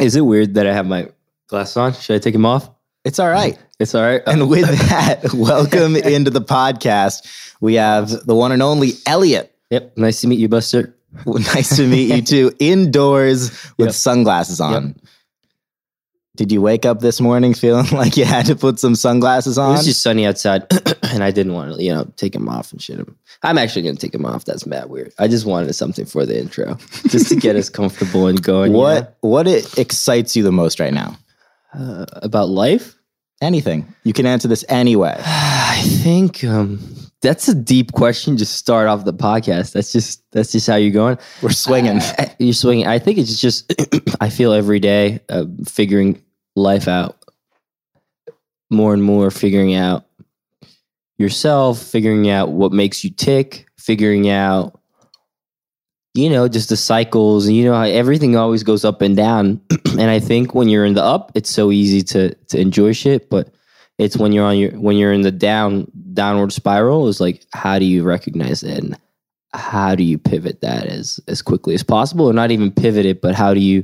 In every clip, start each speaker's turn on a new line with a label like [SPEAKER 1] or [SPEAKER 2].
[SPEAKER 1] Is it weird that I have my glasses on? Should I take them off?
[SPEAKER 2] It's all right.
[SPEAKER 1] It's all right.
[SPEAKER 2] And with that, welcome into the podcast. We have the one and only Elliot.
[SPEAKER 1] yep. Nice to meet you, Buster.
[SPEAKER 2] Nice to meet you too, indoors with
[SPEAKER 1] Yep.
[SPEAKER 2] sunglasses on. Did you wake up this morning feeling like you had to put some sunglasses
[SPEAKER 1] It
[SPEAKER 2] on?
[SPEAKER 1] was just sunny outside, and I didn't want to, you know, take them off and shit. I'm actually going to take them off. That's mad weird. I just wanted something for the intro, just to get us comfortable and going. you
[SPEAKER 2] what what it excites you the most right now?
[SPEAKER 1] know? Uh, about life?
[SPEAKER 2] Anything. You can answer this anyway.
[SPEAKER 1] I think um, that's a deep question. Just start off the podcast. That's just that's just how you're going.
[SPEAKER 2] We're swinging.
[SPEAKER 1] I- Uh, you're swinging. I think it's just I feel every day uh, figuring life out more and more, figuring out yourself, figuring out what makes you tick, figuring out you know just the cycles. You know how everything always goes up and down, and I think when you're in the up, it's so easy to to enjoy shit, but it's when you're on your when you're in the down downward spiral is like how do you recognize it and how do you pivot that as as quickly as possible or not even pivot it but how do you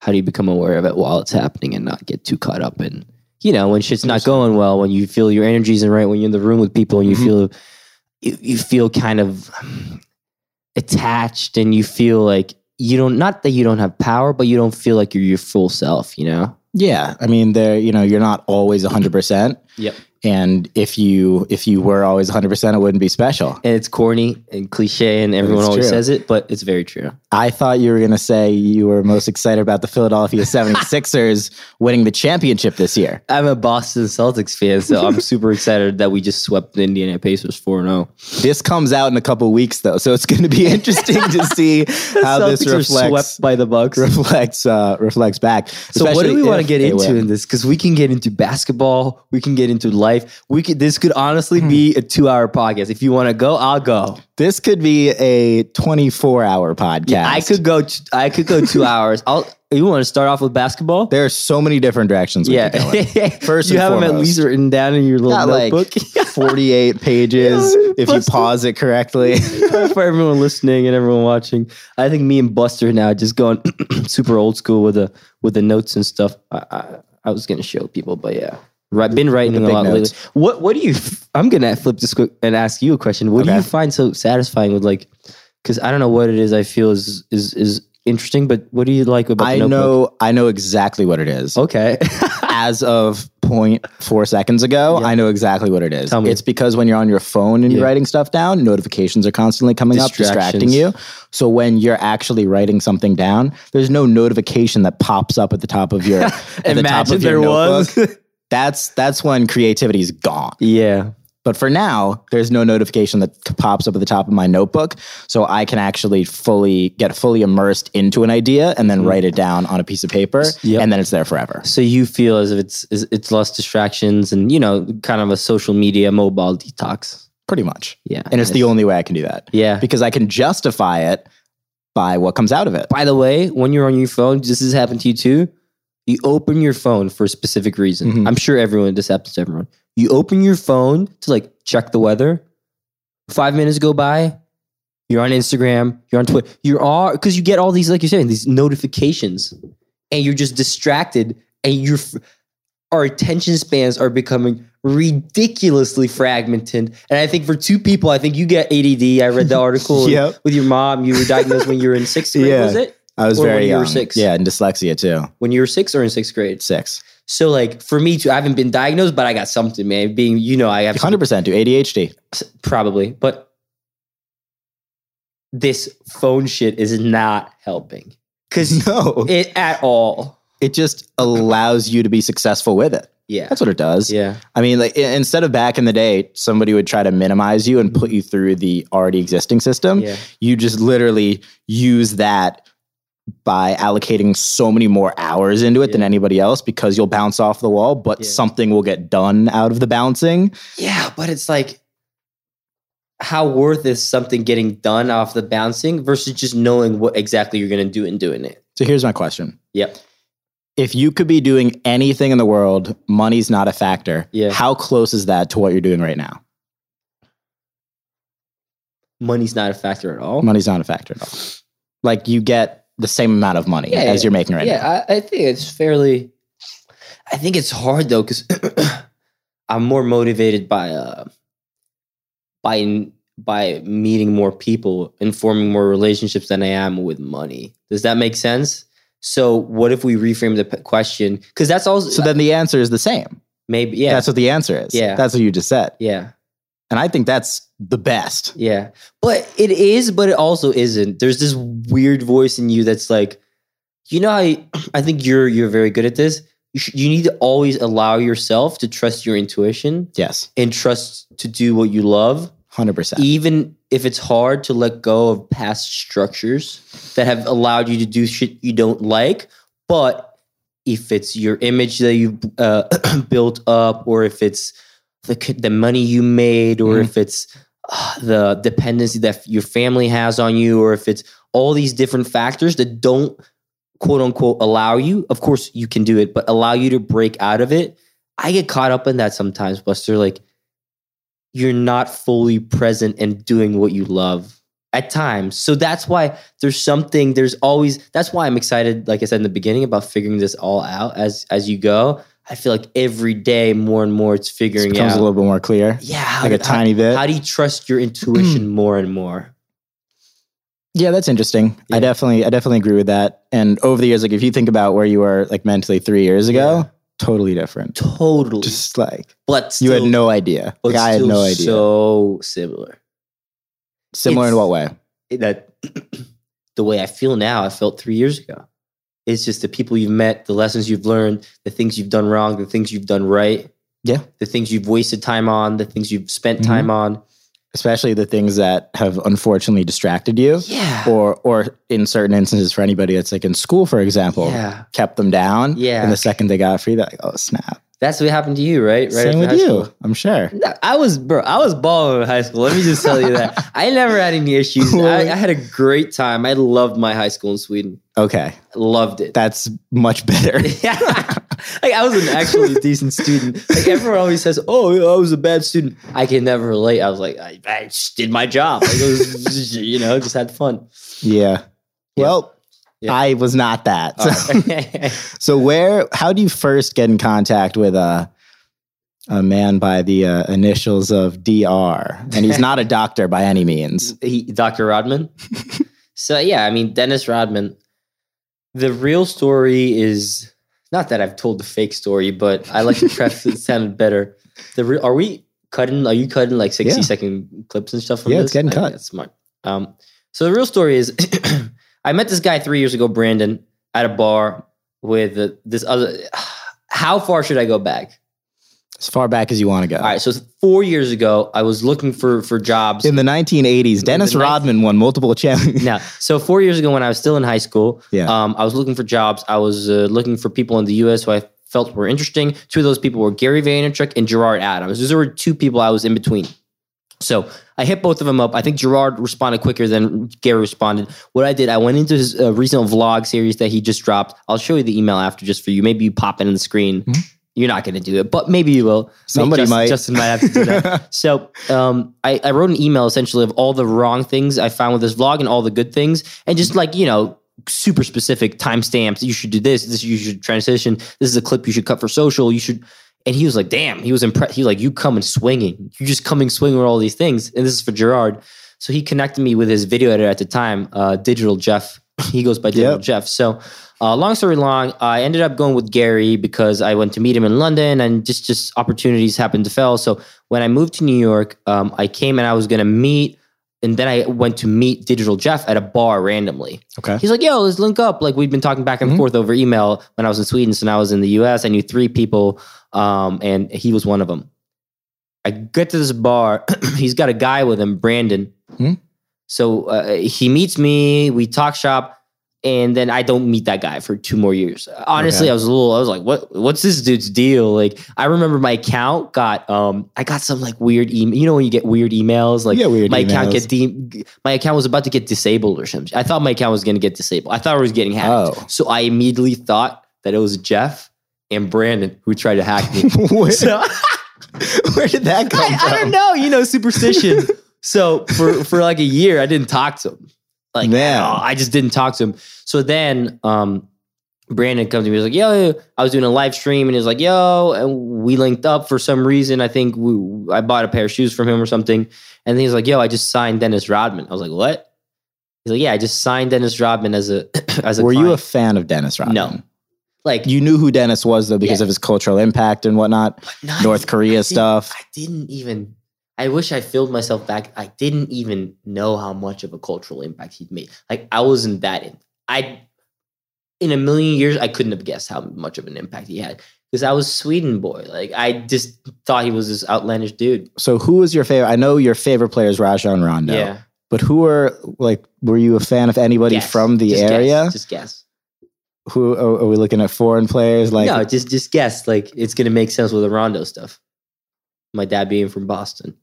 [SPEAKER 1] how do you become aware of it while it's happening and not get too caught up in you know when shit's not going well when you feel your energy isn't right when you're in the room with people and you
[SPEAKER 2] Mhm.
[SPEAKER 1] feel you, you feel kind of um, attached and you feel like you don't not that you don't have power but you don't feel like you're your full self you know
[SPEAKER 2] Yeah, I mean, there you know, you're not always 100%.
[SPEAKER 1] Yep.
[SPEAKER 2] And if you if you were always 100%, it wouldn't be special.
[SPEAKER 1] and it's corny and cliche and everyone
[SPEAKER 2] it's
[SPEAKER 1] always
[SPEAKER 2] true.
[SPEAKER 1] says it but it's very true
[SPEAKER 2] I thought you were going to say you were most excited about the Philadelphia 76ers winning the championship this year.
[SPEAKER 1] i'm a boston celtics fan so i'm super excited that we just swept the indiana pacers oh. 4-0
[SPEAKER 2] This comes out in a couple weeks though, so it's going to be interesting to see how this
[SPEAKER 1] Celtics are
[SPEAKER 2] reflects
[SPEAKER 1] swept by the bucks
[SPEAKER 2] reflects uh, reflects back.
[SPEAKER 1] so what do we
[SPEAKER 2] especially
[SPEAKER 1] want to
[SPEAKER 2] if
[SPEAKER 1] get
[SPEAKER 2] they
[SPEAKER 1] into
[SPEAKER 2] win.
[SPEAKER 1] in this because we can get into basketball we can get into life we could this could
[SPEAKER 2] Hmm.
[SPEAKER 1] honestly be a two-hour podcast if you want to go i'll go
[SPEAKER 2] This could be a 24 hour podcast.
[SPEAKER 1] i could go t- i could go two hours i'll you want to start off with basketball
[SPEAKER 2] There are so many different directions we could go in.
[SPEAKER 1] yeah
[SPEAKER 2] First
[SPEAKER 1] you
[SPEAKER 2] and
[SPEAKER 1] have them at
[SPEAKER 2] foremost.
[SPEAKER 1] least written down in your little
[SPEAKER 2] Got like
[SPEAKER 1] notebook
[SPEAKER 2] 48 pages
[SPEAKER 1] Yeah,
[SPEAKER 2] if you
[SPEAKER 1] busted.
[SPEAKER 2] pause it correctly.
[SPEAKER 1] for everyone listening and everyone watching. I think me and Buster now just going super old school with the with the notes and stuff. I I, I was gonna show people, but yeah, right, been writing a
[SPEAKER 2] big
[SPEAKER 1] lot
[SPEAKER 2] notes.
[SPEAKER 1] lately. What what do you? f- I'm gonna flip this quick and ask you a question. What do you
[SPEAKER 2] Okay.
[SPEAKER 1] find so satisfying with like? Because I don't know what it is. I feel is is is interesting, but what do you like about? the
[SPEAKER 2] I
[SPEAKER 1] notebook?
[SPEAKER 2] know I know exactly what it is.
[SPEAKER 1] Okay.
[SPEAKER 2] As of 0.4 seconds ago, I know exactly what it is.
[SPEAKER 1] Tell me.
[SPEAKER 2] It's because when you're on your phone and you're
[SPEAKER 1] Yeah.
[SPEAKER 2] writing stuff down, notifications are constantly coming up, distracting you.
[SPEAKER 1] Distractions.
[SPEAKER 2] So when you're actually writing something down, there's no notification that pops up at the top of your at the top
[SPEAKER 1] Imagine
[SPEAKER 2] of your
[SPEAKER 1] there
[SPEAKER 2] notebook.
[SPEAKER 1] was.
[SPEAKER 2] That's that's when creativity is gone.
[SPEAKER 1] yeah.
[SPEAKER 2] But for now, there's no notification that c- pops up at the top of my notebook, so I can actually fully get fully immersed into an idea and then write it down on a piece of paper,
[SPEAKER 1] Hmm. Yep.
[SPEAKER 2] and then it's there forever.
[SPEAKER 1] So you feel as if it's is- it's less distractions and you know kind of a social media mobile detox.
[SPEAKER 2] Pretty much.
[SPEAKER 1] Yeah.
[SPEAKER 2] And it's the only way I can do that
[SPEAKER 1] Yeah.
[SPEAKER 2] because I can justify it by what comes out of it.
[SPEAKER 1] By the way, when you're on your phone, this has happened to you too. You open your phone for a specific reason.
[SPEAKER 2] Mhm.
[SPEAKER 1] I'm sure everyone, this happens to everyone. You open your phone to like check the weather. Five minutes go by. You're on Instagram. You're on Twitter. You're all because you get all these, like you're saying, these notifications, and you're just distracted. And your our attention spans are becoming ridiculously fragmented. And I think for two people, I think you get ADD. I read the article
[SPEAKER 2] Yep.
[SPEAKER 1] with your mom. You were diagnosed when you were in sixth grade.
[SPEAKER 2] Yeah.
[SPEAKER 1] Was it?
[SPEAKER 2] I was
[SPEAKER 1] Or
[SPEAKER 2] very um,
[SPEAKER 1] when you
[SPEAKER 2] young.
[SPEAKER 1] were six.
[SPEAKER 2] Yeah, and dyslexia too.
[SPEAKER 1] when you were six or in sixth grade.
[SPEAKER 2] Six.
[SPEAKER 1] So like for me too, I haven't been diagnosed, but I got something, man. Being you know, I have
[SPEAKER 2] 100% do ADHD.
[SPEAKER 1] probably, but this phone shit is not helping because
[SPEAKER 2] No. It,
[SPEAKER 1] it at all.
[SPEAKER 2] just allows you to be successful with it.
[SPEAKER 1] Yeah,
[SPEAKER 2] That's what it does.
[SPEAKER 1] yeah,
[SPEAKER 2] I mean, like i- instead of back in the day, somebody would try to minimize you and put you through the already existing system.
[SPEAKER 1] yeah.
[SPEAKER 2] You just literally use that by allocating so many more hours into it than
[SPEAKER 1] Yeah.
[SPEAKER 2] anybody else because you'll bounce off the wall, but
[SPEAKER 1] Yeah.
[SPEAKER 2] something will get done out of the bouncing.
[SPEAKER 1] Yeah, but it's like how worth is something getting done off the bouncing versus just knowing what exactly you're gonna do and doing it.
[SPEAKER 2] So here's my question.
[SPEAKER 1] Yep.
[SPEAKER 2] If you could be doing anything in the world, money's not a factor.
[SPEAKER 1] Yeah.
[SPEAKER 2] How close is that to what you're doing right now?
[SPEAKER 1] Money's not a factor at all.
[SPEAKER 2] Money's not a factor at all. Like you get the same amount of money
[SPEAKER 1] Yeah,
[SPEAKER 2] as you're making right now.
[SPEAKER 1] yeah, I, I think it's fairly. I think it's hard though because I'm more motivated by uh, by by meeting more people and forming more relationships than I am with money. Does that make sense? So, what if we reframe the p- question? Because that's also
[SPEAKER 2] So then the answer is the same.
[SPEAKER 1] maybe yeah,
[SPEAKER 2] That's what the answer is.
[SPEAKER 1] Yeah.
[SPEAKER 2] That's what you just said.
[SPEAKER 1] yeah.
[SPEAKER 2] And I think that's the best.
[SPEAKER 1] Yeah. But it is, but it also isn't. There's this weird voice in you that's like, you know, I, I think you're you're very good at this. You, should, you need to always allow yourself to trust your intuition
[SPEAKER 2] Yes.
[SPEAKER 1] and trust to do what you love,
[SPEAKER 2] 100%.
[SPEAKER 1] even if it's hard to let go of past structures that have allowed you to do shit you don't like. But if it's your image that you've uh, built up, or if it's the c- the money you made, or
[SPEAKER 2] Mhm.
[SPEAKER 1] if it's uh, the dependency that your family has on you, or if it's all these different factors that don't quote unquote allow you. Of course, you can do it, but allow you to break out of it. I get caught up in that sometimes, Buster. Like you're not fully present and doing what you love at times. So that's why there's something there's always that's why I'm excited like I said in the beginning about figuring this all out as as you go. I feel like every day more and more it's
[SPEAKER 2] It
[SPEAKER 1] figuring
[SPEAKER 2] becomes
[SPEAKER 1] out
[SPEAKER 2] a little bit more clear,
[SPEAKER 1] yeah, how,
[SPEAKER 2] like a
[SPEAKER 1] how,
[SPEAKER 2] tiny bit.
[SPEAKER 1] how do you trust your intuition more and more?
[SPEAKER 2] Yeah, that's interesting.
[SPEAKER 1] Yeah.
[SPEAKER 2] I definitely, I definitely agree with that. And over the years, like if you think about where you were like mentally three years ago,
[SPEAKER 1] Yeah.
[SPEAKER 2] totally different.
[SPEAKER 1] Totally.
[SPEAKER 2] Just like
[SPEAKER 1] but
[SPEAKER 2] you had
[SPEAKER 1] still-
[SPEAKER 2] no idea.
[SPEAKER 1] but
[SPEAKER 2] Like I had
[SPEAKER 1] still
[SPEAKER 2] no idea.
[SPEAKER 1] So similar.
[SPEAKER 2] Similar in
[SPEAKER 1] it's-
[SPEAKER 2] what way?
[SPEAKER 1] that the way I feel now, I felt three years ago. It's just the people you've met, the lessons you've learned, the things you've done wrong, the things you've done right.
[SPEAKER 2] Yeah. Mm-hmm.
[SPEAKER 1] The things you've wasted time on, the things you've spent time on.
[SPEAKER 2] Especially the things that have unfortunately distracted you,
[SPEAKER 1] Yeah.
[SPEAKER 2] or or in certain instances, for anybody that's like in school, for example,
[SPEAKER 1] yeah.
[SPEAKER 2] kept them down.
[SPEAKER 1] Yeah.
[SPEAKER 2] And the second they got free, they're like, oh snap.
[SPEAKER 1] That's what happened to you, right? Right
[SPEAKER 2] Same
[SPEAKER 1] after
[SPEAKER 2] with
[SPEAKER 1] high
[SPEAKER 2] you,
[SPEAKER 1] school.
[SPEAKER 2] I'm sure.
[SPEAKER 1] No, I was bro. I was balling in high school. Let me just tell you that I never had any issues. I, I had a great time. I loved my high school in Sweden.
[SPEAKER 2] Okay,
[SPEAKER 1] Loved it.
[SPEAKER 2] that's much better.
[SPEAKER 1] Yeah. like I was an actually decent student. Like everyone always says, "Oh, yeah, I was a bad student." I can never relate. I was like, I, I just did my job. Like, it was, you know, just had fun.
[SPEAKER 2] yeah.
[SPEAKER 1] Yeah.
[SPEAKER 2] Well,
[SPEAKER 1] Yeah. Oh,
[SPEAKER 2] I was not that.
[SPEAKER 1] All
[SPEAKER 2] so-
[SPEAKER 1] right.
[SPEAKER 2] So where? How do you first get in contact with a a man by the uh, initials of Dr. And he's not a doctor by any means.
[SPEAKER 1] he, Dr. Rodman. so yeah, I mean Dennis Rodman. The real story is not that I've told the fake story, but I like to preface it sounded better. The real are we cutting? Are you cutting like sixty
[SPEAKER 2] Yeah.
[SPEAKER 1] second clips and stuff? From
[SPEAKER 2] Yeah,
[SPEAKER 1] this?
[SPEAKER 2] it's getting
[SPEAKER 1] I think
[SPEAKER 2] cut.
[SPEAKER 1] That's smart. Um, so the real story is, I met this guy three years ago, Brandon, at a bar with uh, this other. How far should I go back?
[SPEAKER 2] As far back as you want to go.
[SPEAKER 1] All right, so four years ago, I was looking for for jobs
[SPEAKER 2] In the 1980s, Dennis
[SPEAKER 1] the nin-
[SPEAKER 2] Rodman won multiple champions.
[SPEAKER 1] now, so four years ago, when I was still in high school,
[SPEAKER 2] Yeah.
[SPEAKER 1] um, I was looking for jobs. I was uh, looking for people in the U.S. who I felt were interesting. Two of those people were Gary Vaynerchuk and Gerard Adams. Those were two people I was in between. So I hit both of them up. I think Gerard responded quicker than Gary responded. What I did, I went into his uh, recent vlog series that he just dropped. I'll show you the email after just for you. Maybe you pop it in the screen.
[SPEAKER 2] Mhm.
[SPEAKER 1] You're not going to do it, but maybe you will.
[SPEAKER 2] Somebody
[SPEAKER 1] Justin,
[SPEAKER 2] might.
[SPEAKER 1] Justin might have to do that. So um, I, I wrote an email essentially of all the wrong things I found with this vlog and all the good things, and just like you know, super specific timestamps. You should do this. This you should transition. This is a clip you should cut for social. You should. And he was like, "Damn!" He was impressed. He was like, "You coming swinging? You just coming swinging with all these things." And this is for Gerard. So he connected me with his video editor at the time, uh, Digital Jeff. he goes by Digital
[SPEAKER 2] Yep.
[SPEAKER 1] Jeff. So. Uh, long story long, I ended up going with Gary because I went to meet him in London, and just just opportunities happened to fail. So when I moved to New York, um, I came and I was going to meet, and then I went to meet Digital Jeff at a bar randomly.
[SPEAKER 2] okay.
[SPEAKER 1] He's like, "Yo, let's link up." Like we've been talking back and
[SPEAKER 2] Mhm.
[SPEAKER 1] forth over email when I was in Sweden, so now I was in the U.S. I knew three people, um, and he was one of them. I get to this bar. he's got a guy with him, Brandon.
[SPEAKER 2] Hmm.
[SPEAKER 1] So uh, he meets me. We talk shop. And then I don't meet that guy for two more years. Honestly,
[SPEAKER 2] Okay.
[SPEAKER 1] I was a little. I was like, "What? What's this dude's deal?" Like, I remember my account got. Um, I got some like weird email. You know when you get weird emails, like
[SPEAKER 2] Yeah, weird
[SPEAKER 1] my account
[SPEAKER 2] emails.
[SPEAKER 1] get de- my account was about to get disabled or something. I thought my account was going to get disabled. I thought it was getting hacked.
[SPEAKER 2] Oh.
[SPEAKER 1] So I immediately thought that it was Jeff and Brandon who tried to hack me.
[SPEAKER 2] Oh. where,
[SPEAKER 1] so
[SPEAKER 2] where did that come
[SPEAKER 1] I,
[SPEAKER 2] from?
[SPEAKER 1] I don't know, you know, superstition. so for for like a year, I didn't talk to him. like
[SPEAKER 2] Yeah.
[SPEAKER 1] at all. I just didn't talk to him. So then um Brandon comes to me, he was like, yo, I was doing a live stream and he was like, yo, and we linked up for some reason. I think we, I bought a pair of shoes from him or something. And then he's like, yo, I just signed Dennis Rodman. I was like, what? He's like, yeah, I just signed Dennis Rodman as a as a
[SPEAKER 2] Were you a
[SPEAKER 1] client."
[SPEAKER 2] fan of Dennis Rodman?
[SPEAKER 1] No. like
[SPEAKER 2] You knew who Dennis was though because
[SPEAKER 1] Yeah.
[SPEAKER 2] of his cultural impact and whatnot,
[SPEAKER 1] not
[SPEAKER 2] North Korea stuff.
[SPEAKER 1] I didn't even. I wish I filled myself back. I didn't even know how much of a cultural impact he'd made. Like I wasn't that in. I in a million years I couldn't have guessed how much of an impact he had because I was Sweden boy. Like I just thought he was this outlandish dude.
[SPEAKER 2] So who was your favorite? I know your favorite player is Rajon Rondo.
[SPEAKER 1] Yeah,
[SPEAKER 2] But who were like were you a fan of anybody
[SPEAKER 1] Guess.
[SPEAKER 2] from the
[SPEAKER 1] Just guess.
[SPEAKER 2] area?
[SPEAKER 1] just guess.
[SPEAKER 2] Who oh, are, are we looking at foreign players like
[SPEAKER 1] no, just just guess. Like it's gonna make sense with the Rondo stuff. My dad being from Boston.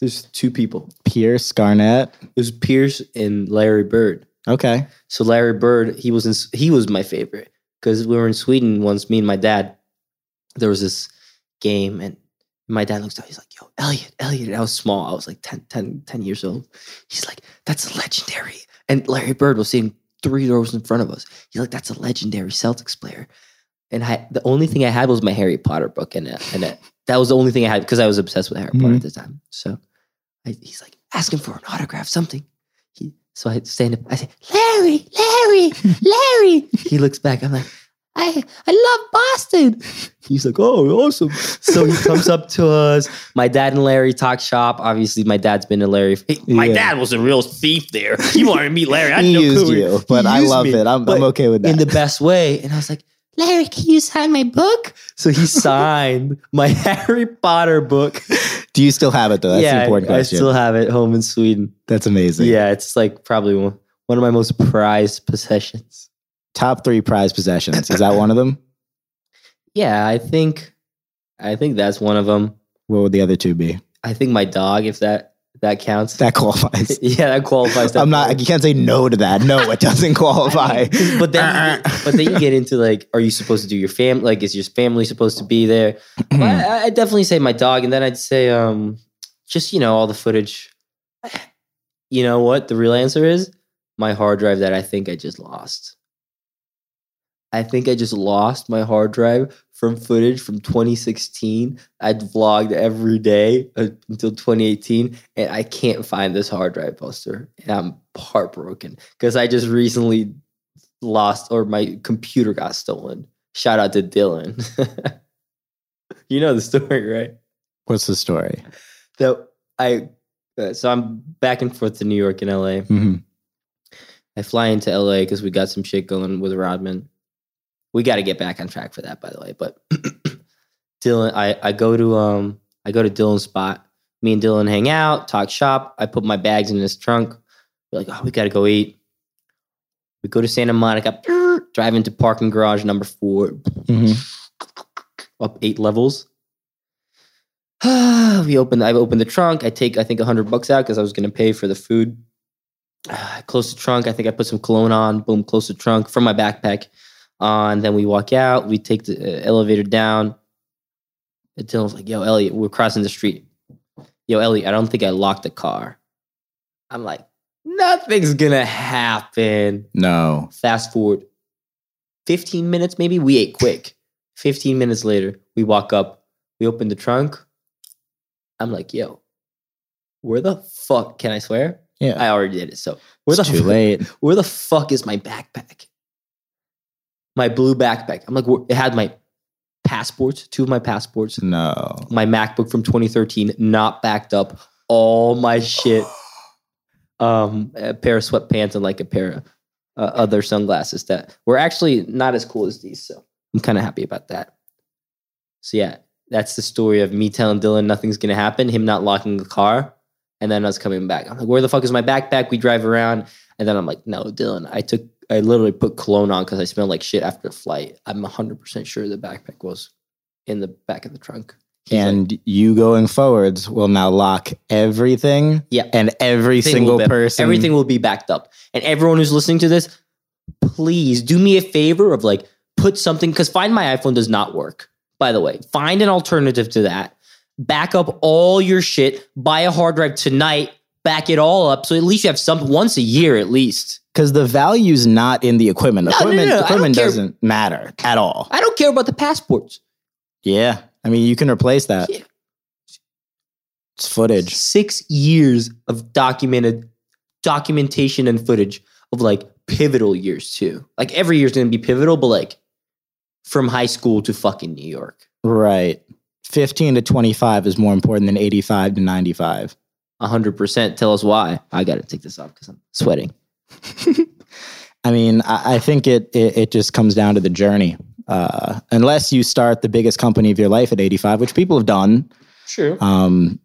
[SPEAKER 1] There's two people.
[SPEAKER 2] Pierce, Garnett?
[SPEAKER 1] There's Pierce and Larry Bird.
[SPEAKER 2] Okay.
[SPEAKER 1] So Larry Bird, he was in, he was my favorite because we were in Sweden once. Me and my dad, there was this game, and my dad looks out. He's like, "Yo, Elliot, Elliot." And I was small. I was like 10, 10, 10 years old. He's like, "That's a legendary." And Larry Bird was sitting three rows in front of us. He's like, "That's a legendary Celtics player." And I, the only thing I had was my Harry Potter book, and a, and a, that was the only thing I had because I was obsessed with Harry Potter at the time. So I, he's like, "Ask him for an autograph, something." He, so I stand up. I say, Larry, Larry, Larry. he looks back. I'm like, I, I love Boston. He's like, oh, awesome. So he comes up to us. My dad and Larry talk shop. Obviously, my dad's been a Larry. my
[SPEAKER 2] Yeah.
[SPEAKER 1] dad was a real thief there. He wanted to meet Larry. I didn't
[SPEAKER 2] He
[SPEAKER 1] know
[SPEAKER 2] used
[SPEAKER 1] who he-
[SPEAKER 2] you,
[SPEAKER 1] he
[SPEAKER 2] but I
[SPEAKER 1] used
[SPEAKER 2] love
[SPEAKER 1] me
[SPEAKER 2] it. I'm,
[SPEAKER 1] But
[SPEAKER 2] I'm okay with that.
[SPEAKER 1] in the best way. And I was like, Larry, can you sign my book? So he signed my Harry Potter book.
[SPEAKER 2] Do you still have it though? That's
[SPEAKER 1] yeah,
[SPEAKER 2] an important
[SPEAKER 1] I
[SPEAKER 2] question.
[SPEAKER 1] still have it home in Sweden.
[SPEAKER 2] That's amazing.
[SPEAKER 1] Yeah, it's like probably one one of my most prized possessions.
[SPEAKER 2] Top three prize possessions. Is that one of them?
[SPEAKER 1] Yeah, I think I think that's one of them.
[SPEAKER 2] What would the other two be?
[SPEAKER 1] I think my dog, if that that counts.
[SPEAKER 2] That qualifies.
[SPEAKER 1] yeah, that qualifies.
[SPEAKER 2] I'm not. You can't say no to that. No, it doesn't qualify.
[SPEAKER 1] but then, but then you get into like, are you supposed to do your family? Like, is your family supposed to be there? But I, I definitely say my dog, and then I'd say, um, just you know, all the footage. You know what? The real answer is my hard drive that I think I just lost. I think I just lost my hard drive from footage from 2016. I'd vlogged every day uh, until 2018, and I can't find this hard drive poster. And I'm heartbroken because I just recently lost or my computer got stolen. Shout out to Dylan. you know the story, right?
[SPEAKER 2] What's the story?
[SPEAKER 1] That I uh, so I'm back and forth to New York and LA.
[SPEAKER 2] Mhm.
[SPEAKER 1] I fly into LA because we got some shit going with Rodman. We got to get back on track for that, by the way. But Dylan, I, I go to um I go to Dylan's spot. Me and Dylan hang out, talk shop. I put my bags in his trunk. We're like, oh, we got to go eat. We go to Santa Monica, drive into parking garage number four,
[SPEAKER 2] Mhm.
[SPEAKER 1] up eight levels. we opened. I opened the trunk. I take I think hundred bucks out because I was going to pay for the food. I close the trunk. I think I put some cologne on. Boom, close the trunk from my backpack. On then we walk out. We take the uh, elevator down. And Dylan's like, "Yo, Elliot, we're crossing the street. Yo, Elliot, I don't think I locked the car." I'm like, "Nothing's gonna happen."
[SPEAKER 2] No.
[SPEAKER 1] Fast forward 15 minutes, maybe we ate quick. 15 minutes later, we walk up, we open the trunk. I'm like, yo, where the fuck can I swear?
[SPEAKER 2] Yeah.
[SPEAKER 1] I already did it. So where
[SPEAKER 2] It's
[SPEAKER 1] the
[SPEAKER 2] too
[SPEAKER 1] fuck-
[SPEAKER 2] late.
[SPEAKER 1] where the fuck is my backpack? My blue backpack. I'm like, where- it had my passports, two of my passports,
[SPEAKER 2] No.
[SPEAKER 1] my MacBook from 2013, not backed up, all my shit, um, a pair of sweatpants and like a pair of uh, other sunglasses that were actually not as cool as these. So I'm kind of happy about that. So yeah, that's the story of me telling Dylan nothing's gonna happen, him not locking the car, and then us coming back. I'm like, where the fuck is my backpack? We drive around, and then I'm like, no, Dylan, I took. I literally put cologne on because I smelled like shit after the flight. I'm 100% sure the backpack was in the back of the trunk. He's like,
[SPEAKER 2] and you going forwards will now lock everything.
[SPEAKER 1] Yeah.
[SPEAKER 2] And every
[SPEAKER 1] Everything
[SPEAKER 2] single
[SPEAKER 1] will be-
[SPEAKER 2] person.
[SPEAKER 1] Everything will be backed up. And everyone who's listening to this, please do me a favor of like put something because Find My iPhone does not work. By the way, find an alternative to that. Back up all your shit. Buy a hard drive tonight. back it all up. So at least you have some once a year at least.
[SPEAKER 2] Because the value's not in the equipment. The
[SPEAKER 1] No, no,
[SPEAKER 2] equipment,
[SPEAKER 1] no, no, I don't
[SPEAKER 2] equipment
[SPEAKER 1] care.
[SPEAKER 2] doesn't matter at all.
[SPEAKER 1] I don't care about the passports.
[SPEAKER 2] Yeah. I mean, you can replace that.
[SPEAKER 1] Yeah.
[SPEAKER 2] It's footage.
[SPEAKER 1] Six years of documented documentation and footage of like pivotal years too. Like every year's gonna be pivotal, but like from high school to fucking New York.
[SPEAKER 2] Right. 15 to 25 is more important than 85 to 95.
[SPEAKER 1] hundred percent. Tell us why. I gotta take this off because I'm sweating.
[SPEAKER 2] I mean, I, I think it, it it just comes down to the journey. Uh, unless you start the biggest company of your life at 85, which people have done.
[SPEAKER 1] True.
[SPEAKER 2] Um,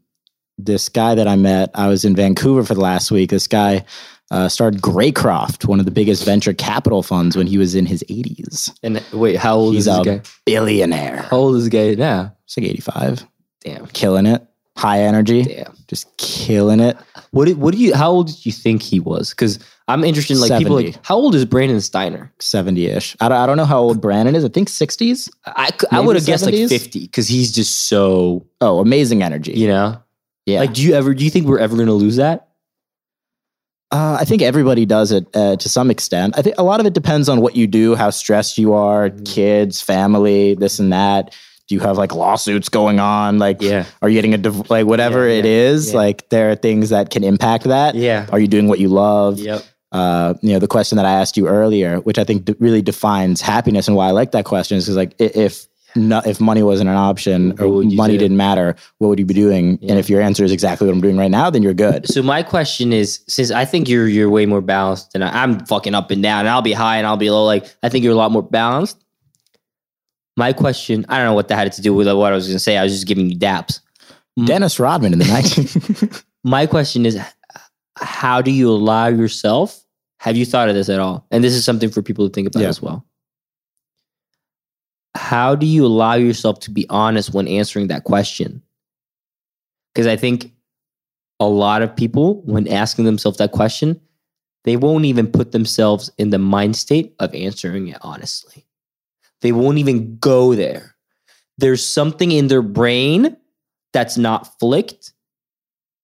[SPEAKER 2] this guy that I met, I was in Vancouver for the last week. This guy uh, started Graycroft, one of the biggest venture capital funds, when he was in his 80s.
[SPEAKER 1] And wait, how old
[SPEAKER 2] He's
[SPEAKER 1] is this
[SPEAKER 2] a
[SPEAKER 1] guy?
[SPEAKER 2] billionaire.
[SPEAKER 1] How old is this guy now?
[SPEAKER 2] It's like 85,
[SPEAKER 1] Damn.
[SPEAKER 2] killing it. High energy,
[SPEAKER 1] Damn.
[SPEAKER 2] just killing it.
[SPEAKER 1] What do, what do you how old did you think he was? Because I'm interested in like people
[SPEAKER 2] 70.
[SPEAKER 1] like how old is Brandon Steiner?
[SPEAKER 2] 70 ish. I don't, I don't know how old Brandon is. I think 60s.
[SPEAKER 1] I, c- I
[SPEAKER 2] Maybe
[SPEAKER 1] would have guessed like
[SPEAKER 2] 70s?
[SPEAKER 1] 50 because he's just so,
[SPEAKER 2] Oh, amazing energy.
[SPEAKER 1] you know?
[SPEAKER 2] Yeah.
[SPEAKER 1] Like, do you ever, do you think we're ever going to lose that?
[SPEAKER 2] Uh, I think everybody does it uh, to some extent. I think a lot of it depends on what you do, how stressed you are,
[SPEAKER 1] Mm-hmm.
[SPEAKER 2] kids, family, this and that. Do you have like lawsuits going on? Like,
[SPEAKER 1] Yeah.
[SPEAKER 2] are you getting a div- like whatever
[SPEAKER 1] Yeah,
[SPEAKER 2] it
[SPEAKER 1] yeah,
[SPEAKER 2] is?
[SPEAKER 1] yeah.
[SPEAKER 2] Like, there are things that can impact that.
[SPEAKER 1] Yeah.
[SPEAKER 2] Are you doing what you love?
[SPEAKER 1] Yep.
[SPEAKER 2] Uh, you know, the question that I asked you earlier, which I think d- really defines happiness and why I like that question, is 'cause, like i- if no, if money wasn't an option or
[SPEAKER 1] What would you
[SPEAKER 2] money
[SPEAKER 1] do?
[SPEAKER 2] didn't matter, what would you be doing?
[SPEAKER 1] Yeah.
[SPEAKER 2] And if your answer is exactly what I'm doing right now, then you're good.
[SPEAKER 1] So my question is, since I think you're, you're way more balanced than I, I'm fucking up and down and I'll be high and I'll be low. Like, I think you're a lot more balanced. My question, I don't know what that had to do with what I was going to say. I was just giving you daps. Mm-hmm.
[SPEAKER 2] Dennis Rodman in the 19-
[SPEAKER 1] my question is h- how do you allow yourself have you thought of this at all and this is something for people to think about
[SPEAKER 2] Yeah.
[SPEAKER 1] as well how do you allow yourself to be honest when answering that question because i think a lot of people when asking themselves that question they won't even put themselves in the mind state of answering it honestly they won't even go there there's something in their brain that's not flicked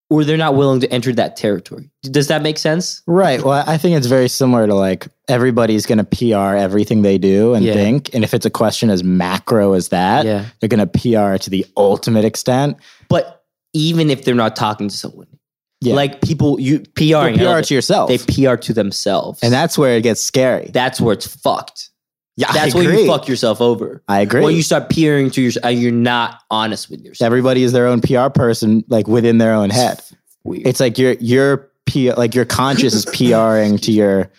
[SPEAKER 1] or they're not willing to enter that territory. Does that make sense?
[SPEAKER 2] Right. Well, I think it's very similar to like everybody's going to PR everything they do and
[SPEAKER 1] Yeah.
[SPEAKER 2] think. And if it's a question as macro as that,
[SPEAKER 1] yeah.
[SPEAKER 2] they're going to PR to the ultimate extent.
[SPEAKER 1] But even if they're not talking to someone,
[SPEAKER 2] Yeah.
[SPEAKER 1] like people, you
[SPEAKER 2] You'll
[SPEAKER 1] PRing,
[SPEAKER 2] PR to yourself.
[SPEAKER 1] they PR to themselves,
[SPEAKER 2] and that's where it gets scary.
[SPEAKER 1] that's where it's fucked.
[SPEAKER 2] yeah,
[SPEAKER 1] That's
[SPEAKER 2] I
[SPEAKER 1] where
[SPEAKER 2] agree.
[SPEAKER 1] you fuck yourself over.
[SPEAKER 2] I agree.
[SPEAKER 1] When you start peering to yourself, and you're not honest with yourself.
[SPEAKER 2] Everybody is their own PR person, like within their own head.
[SPEAKER 1] Weird.
[SPEAKER 2] It's like your your P, like your conscious is PRing to your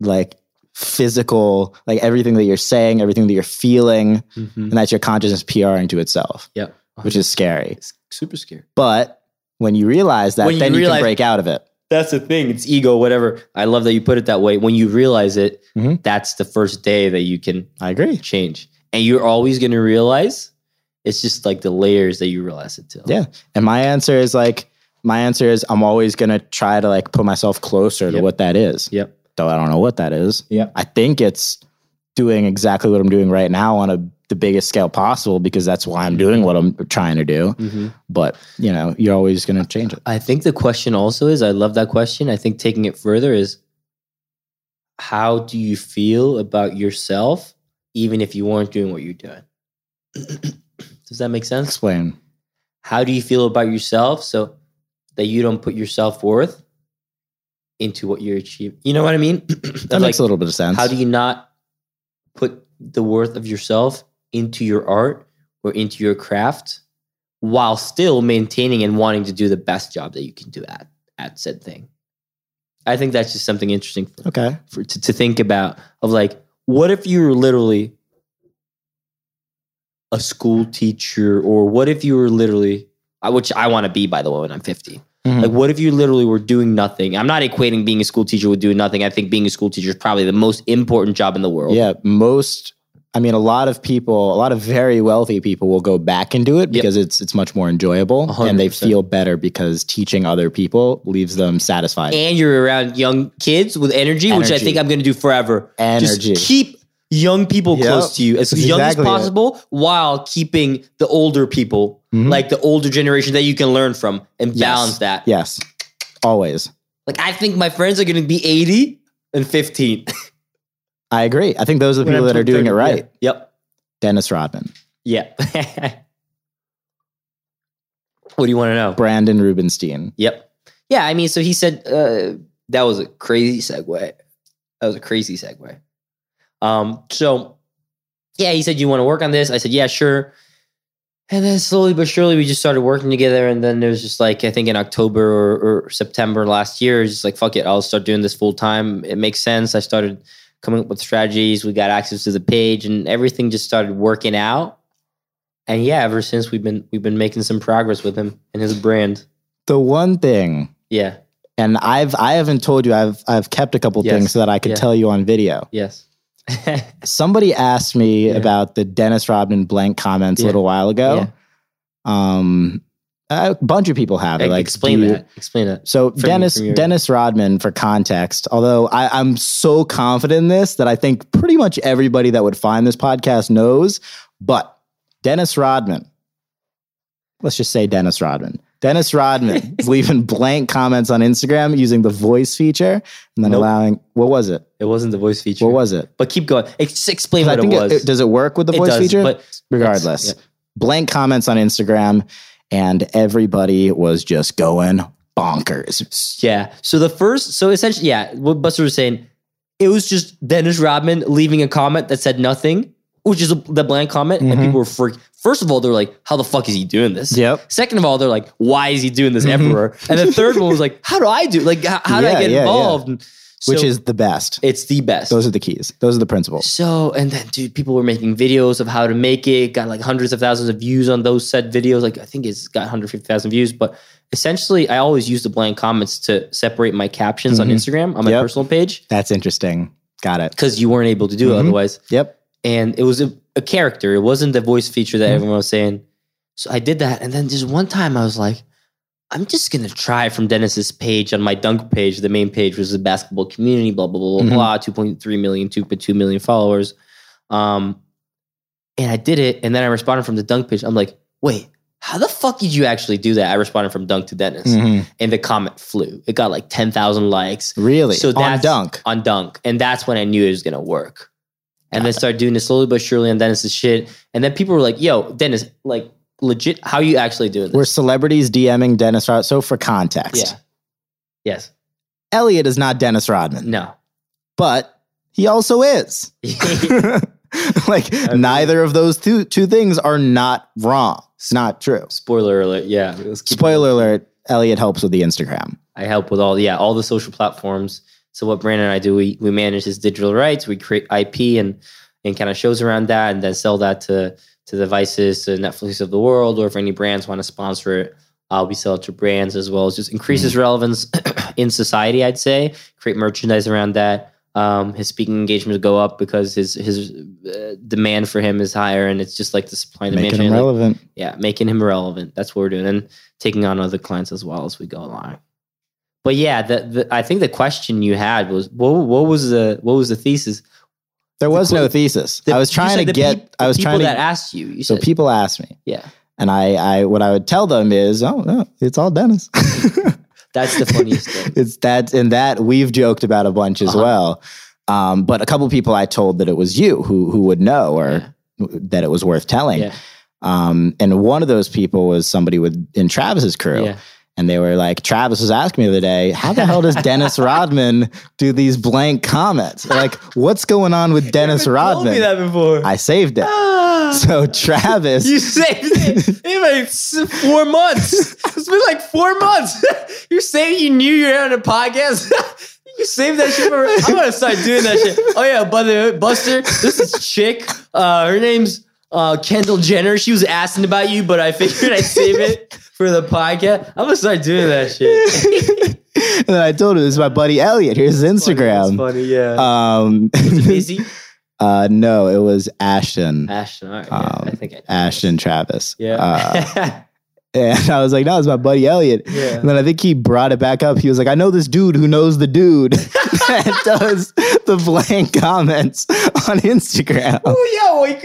[SPEAKER 2] like physical, like everything that you're saying, everything that you're feeling,
[SPEAKER 1] Mhm.
[SPEAKER 2] and that's your consciousness PRing to itself,
[SPEAKER 1] Yep.
[SPEAKER 2] which is scary.
[SPEAKER 1] It's super scary.
[SPEAKER 2] But when you realize that,
[SPEAKER 1] When you
[SPEAKER 2] then you
[SPEAKER 1] realize-
[SPEAKER 2] can break out of it.
[SPEAKER 1] That's the thing. It's ego, whatever. I love that you put it that way. When you realize it,
[SPEAKER 2] Mhm.
[SPEAKER 1] that's the first day that you can
[SPEAKER 2] I agree.
[SPEAKER 1] change. And you're always going to realize it's just like the layers that you realize it to.
[SPEAKER 2] Yeah. And my answer is like, my answer is I'm always going to try to like put myself closer to
[SPEAKER 1] Yep.
[SPEAKER 2] what that is.
[SPEAKER 1] Yep.
[SPEAKER 2] Though I don't know what that is.
[SPEAKER 1] Yep.
[SPEAKER 2] I think it's doing exactly what I'm doing right now on a, the biggest scale possible because that's why I'm doing what I'm trying to do. But, you know, you're always going to change it.
[SPEAKER 1] I think the question also is I love that question. I think taking it further is how do you feel about yourself, even if you weren't doing what you're doing? Does that make sense?
[SPEAKER 2] Explain.
[SPEAKER 1] How do you feel about yourself so that you don't put your self worth into what you're achieving? You know what I mean?
[SPEAKER 2] That makes a little bit of sense.
[SPEAKER 1] How do you not put the worth of yourself into your art or into your craft while still maintaining and wanting to do the best job that you can do at, at said thing? I think that's just something interesting for,
[SPEAKER 2] Okay.
[SPEAKER 1] for, to, to think about of like, what if you were literally a school teacher or what if you were literally, I- which I want to be, by the way, when I'm 50.
[SPEAKER 2] Mhm.
[SPEAKER 1] Like, what if you literally were doing nothing? I'm not equating being a school teacher with doing nothing. I think being a school teacher is probably the most important job in the world.
[SPEAKER 2] Yeah, most. I mean, a lot of people, a lot of very wealthy people, will go back and do it because it's it's much more enjoyable,
[SPEAKER 1] A hundred
[SPEAKER 2] and they
[SPEAKER 1] percent.
[SPEAKER 2] feel better because teaching other people leaves them satisfied.
[SPEAKER 1] And you're around young kids with energy, which I
[SPEAKER 2] Energy.
[SPEAKER 1] think I'm going to do forever.
[SPEAKER 2] Energy.
[SPEAKER 1] Just keep young people
[SPEAKER 2] Yep.
[SPEAKER 1] close to you as
[SPEAKER 2] That's
[SPEAKER 1] young
[SPEAKER 2] exactly it.
[SPEAKER 1] as possible while keeping the older people,
[SPEAKER 2] Mhm.
[SPEAKER 1] like the older generation that you can learn from and
[SPEAKER 2] Yes.
[SPEAKER 1] balance that.
[SPEAKER 2] yes, Always.
[SPEAKER 1] Like I think my friends are going to be 80 and 15.
[SPEAKER 2] I agree. I think those are the
[SPEAKER 1] When
[SPEAKER 2] people
[SPEAKER 1] I'm
[SPEAKER 2] that are doing it right.
[SPEAKER 1] yep.
[SPEAKER 2] Dennis Rodman,
[SPEAKER 1] Yep. what do you want to know?
[SPEAKER 2] Brandon Rubenstein.
[SPEAKER 1] Yep. Yeah, I mean, so he said uh, that was a crazy segue. That was a crazy segue. Um, so yeah, he said, "You want to work on this?" I said, "Yeah, sure." And then slowly but surely, we just started working together. And then there's just like I think in October or, or September last year, it's just like fuck it, I'll start doing this full time. It makes sense. I started coming up with strategies. We got access to the page, and everything just started working out. And yeah, ever since we've been we've been making some progress with him and his brand.
[SPEAKER 2] The one thing,
[SPEAKER 1] Yeah.
[SPEAKER 2] and I've I haven't told you, I've I've kept a couple
[SPEAKER 1] Yes.
[SPEAKER 2] things so that I could
[SPEAKER 1] Yeah.
[SPEAKER 2] tell you on video.
[SPEAKER 1] Yes.
[SPEAKER 2] Somebody asked me
[SPEAKER 1] Yeah.
[SPEAKER 2] about the Dennis Rodman blank comments a
[SPEAKER 1] Yeah.
[SPEAKER 2] little while ago. Um, a bunch of people have it.
[SPEAKER 1] like,
[SPEAKER 2] Like
[SPEAKER 1] explain
[SPEAKER 2] do you-
[SPEAKER 1] that. Explain that.
[SPEAKER 2] So Dennis
[SPEAKER 1] from your-
[SPEAKER 2] Dennis Rodman, for context, although I, I'm so confident in this that I think pretty much everybody that would find this podcast knows, but Dennis Rodman, let's just say Dennis Rodman. Dennis Rodman leaving blank comments on Instagram using the voice feature and then
[SPEAKER 1] Nope.
[SPEAKER 2] allowing what was it?
[SPEAKER 1] It wasn't the voice feature.
[SPEAKER 2] What was it?
[SPEAKER 1] But keep going. Ex- explain
[SPEAKER 2] 'Cause I
[SPEAKER 1] what it
[SPEAKER 2] think
[SPEAKER 1] was.
[SPEAKER 2] it- does it work with the
[SPEAKER 1] It
[SPEAKER 2] voice
[SPEAKER 1] does,
[SPEAKER 2] feature?
[SPEAKER 1] but
[SPEAKER 2] Regardless,
[SPEAKER 1] It's-
[SPEAKER 2] blank comments on Instagram, and everybody was just going bonkers.
[SPEAKER 1] yeah. So the first, so essentially, yeah, what Buster was saying, it was just Dennis Rodman leaving a comment that said nothing, which is the blank comment, and
[SPEAKER 2] Mhm.
[SPEAKER 1] people were freak. First of all, they're like, "How the fuck is he doing this?"
[SPEAKER 2] Yep.
[SPEAKER 1] Second of all, they're like, "Why is he doing this everywhere?" And the third one was like, "How do I do? Like, how, how do
[SPEAKER 2] Mm-hmm. Yeah,
[SPEAKER 1] I get
[SPEAKER 2] yeah, yeah.
[SPEAKER 1] involved?" And
[SPEAKER 2] which
[SPEAKER 1] so
[SPEAKER 2] is the best.
[SPEAKER 1] it's the best.
[SPEAKER 2] Those are the keys. Those are the principles.
[SPEAKER 1] So, and then, dude, people were making videos of how to make it, got like hundreds of thousands of views on those said videos. Like, I think it's got 150,000 views, but essentially, I always use the blank comments to separate my captions
[SPEAKER 2] Mhm.
[SPEAKER 1] on Instagram on my
[SPEAKER 2] Yep.
[SPEAKER 1] personal page
[SPEAKER 2] That's interesting. Got it.
[SPEAKER 1] because you weren't able to do
[SPEAKER 2] Mhm.
[SPEAKER 1] it otherwise.
[SPEAKER 2] Yep.
[SPEAKER 1] And it was a, a character, it wasn't the voice feature that
[SPEAKER 2] Mhm.
[SPEAKER 1] everyone was saying. So, I did that. And then, just one time, I was like, I'm just gonna try from Dennis's page on my dunk page. The main page was the basketball community, blah blah blah blah
[SPEAKER 2] Mhm.
[SPEAKER 1] blah. Two point three million, two point two million followers. Um, and I did it, and then I responded from the dunk page. I'm like, wait, how the fuck did you actually do that? I responded from dunk to Dennis,
[SPEAKER 2] Mm.
[SPEAKER 1] and the comment flew. It got like ten thousand likes
[SPEAKER 2] Really?
[SPEAKER 1] So
[SPEAKER 2] on
[SPEAKER 1] that's-
[SPEAKER 2] dunk.
[SPEAKER 1] on dunk, and that's when I knew it was gonna work. And then started doing it slowly but surely on Dennis's shit, and then people were like, "Yo, Dennis, like legit, how you actually doing
[SPEAKER 2] We're
[SPEAKER 1] this?"
[SPEAKER 2] celebrities DMing Dennis Rodman. So for context,
[SPEAKER 1] yeah. Yes.
[SPEAKER 2] Elliot is not Dennis Rodman,
[SPEAKER 1] No.
[SPEAKER 2] but he also is. like
[SPEAKER 1] mean-
[SPEAKER 2] neither of those two two things are not wrong. It's not true.
[SPEAKER 1] Spoiler alert. Yeah. Let's keep-
[SPEAKER 2] Spoiler alert, Elliot helps with the Instagram.
[SPEAKER 1] I help with all, yeah, all the social platforms. So what Brandon and I do, we, we manage his digital rights, we create IP and, and kind of shows around that and then sell that to, to the Vices, to Netflix of the world, or if any brands want to sponsor it, uh, we sell it to brands as well as just increases
[SPEAKER 2] Mm-hmm.
[SPEAKER 1] relevance in society, I'd say, create merchandise around that. Um, his speaking engagements go up because his, his uh, demand for him is higher and it's just like the supply and demand.
[SPEAKER 2] Making
[SPEAKER 1] chain,
[SPEAKER 2] him
[SPEAKER 1] like,
[SPEAKER 2] relevant.
[SPEAKER 1] yeah, making him relevant. That's what we're doing, and taking on other clients as well as we go along. But yeah, the, the I think the question you had was what, what was the what was the thesis?
[SPEAKER 2] There was
[SPEAKER 1] the-
[SPEAKER 2] no thesis.
[SPEAKER 1] The-
[SPEAKER 2] I was
[SPEAKER 1] you
[SPEAKER 2] trying
[SPEAKER 1] said
[SPEAKER 2] to
[SPEAKER 1] the
[SPEAKER 2] get
[SPEAKER 1] peop-
[SPEAKER 2] I
[SPEAKER 1] the
[SPEAKER 2] was
[SPEAKER 1] people
[SPEAKER 2] trying to
[SPEAKER 1] that asked you. You
[SPEAKER 2] so
[SPEAKER 1] said
[SPEAKER 2] people asked me.
[SPEAKER 1] yeah,
[SPEAKER 2] And I, I, what I would tell them is, oh, no, it's all Dennis.
[SPEAKER 1] that's the funniest thing.
[SPEAKER 2] it's that, and that we've joked about a bunch as
[SPEAKER 1] Uh-huh.
[SPEAKER 2] well. Um, but a couple people I told that it was you who who would know or that it was worth telling.
[SPEAKER 1] Yeah.
[SPEAKER 2] Um, and one of those people was somebody with in Travis's crew,
[SPEAKER 1] Yeah.
[SPEAKER 2] and they were like, Travis was asking me the other day, how the hell does Dennis Rodman do these blank comments? Like, what's going on with Dennis
[SPEAKER 1] You haven't told me
[SPEAKER 2] Rodman?
[SPEAKER 1] that before.
[SPEAKER 2] I saved it.
[SPEAKER 1] Ah,
[SPEAKER 2] So Travis,
[SPEAKER 1] you saved it. It's been like s- four months. It's been like four months. You're saying you knew you were on a podcast. You saved that shit for. I'm gonna start doing that shit. Oh yeah, by the way, Buster, this is chick. Uh, her name's uh, Kendall Jenner. She was asking about you, but I figured I'd save it for the podcast. I'm gonna start doing that shit.
[SPEAKER 2] and then I told him this is my buddy Elliot. Here's his
[SPEAKER 1] It's
[SPEAKER 2] Instagram.
[SPEAKER 1] funny, yeah.
[SPEAKER 2] Um,
[SPEAKER 1] Busy.
[SPEAKER 2] uh, no, it was Ashton,
[SPEAKER 1] Ashton. All right, yeah, I
[SPEAKER 2] Um,
[SPEAKER 1] think I.
[SPEAKER 2] Ashton Travis.
[SPEAKER 1] Yeah.
[SPEAKER 2] Uh, and I was like, no, it's my buddy Elliot.
[SPEAKER 1] yeah.
[SPEAKER 2] And then I think he brought it back up. He was like, I know this dude who knows the dude that does the blank comments on Instagram.
[SPEAKER 1] Oh yeah, like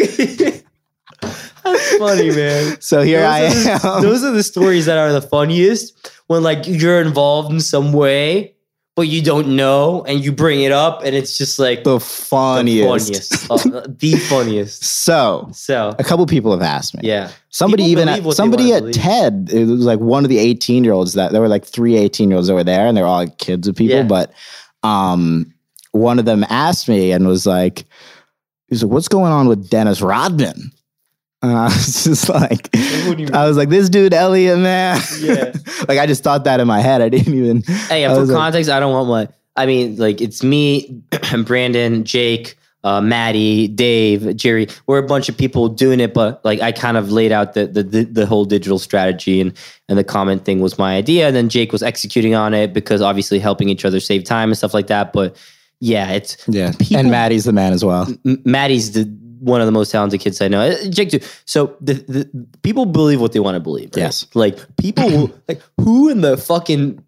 [SPEAKER 1] that's funny, man.
[SPEAKER 2] So here
[SPEAKER 1] those
[SPEAKER 2] I
[SPEAKER 1] are the-
[SPEAKER 2] am.
[SPEAKER 1] those are the stories that are the funniest when like you're involved in some way, but you don't know, and you bring it up, and it's just like
[SPEAKER 2] the funniest.
[SPEAKER 1] the funniest, Uh, the funniest.
[SPEAKER 2] So
[SPEAKER 1] So
[SPEAKER 2] a couple people have asked me.
[SPEAKER 1] yeah,
[SPEAKER 2] Somebody
[SPEAKER 1] People
[SPEAKER 2] even
[SPEAKER 1] believe what
[SPEAKER 2] at,
[SPEAKER 1] they
[SPEAKER 2] somebody
[SPEAKER 1] wanna
[SPEAKER 2] at
[SPEAKER 1] believe.
[SPEAKER 2] TED, it was like one of the 18 year olds that there were like three 18 year olds that were there and they were all like kids of people.
[SPEAKER 1] Yeah.
[SPEAKER 2] But um, one of them asked me and was like, he's like, what's going on with Dennis Rodman? And I was just like,
[SPEAKER 1] what do you mean?
[SPEAKER 2] I was like, this dude, Elliot, man.
[SPEAKER 1] Yeah.
[SPEAKER 2] like I just thought that in my head. I didn't even.
[SPEAKER 1] hey,
[SPEAKER 2] I
[SPEAKER 1] for
[SPEAKER 2] was like-
[SPEAKER 1] context, I don't want what I mean. Like it's me, Brandon, Jake. Uh, Maddie, Dave, Jerry, we're a bunch of people doing it, but like I kind of laid out the the, the, the whole digital strategy and and the comment thing was my idea, and then Jake was executing on it because obviously helping each other save time and stuff like that. But yeah, it's
[SPEAKER 2] Yeah.
[SPEAKER 1] People-
[SPEAKER 2] and Maddie's the man as well.
[SPEAKER 1] M- Maddie's the one of the most talented kids I know. Uh, Jake too. So the, the people believe what they want to believe. right?
[SPEAKER 2] Yes.
[SPEAKER 1] Like people will, like who in the fucking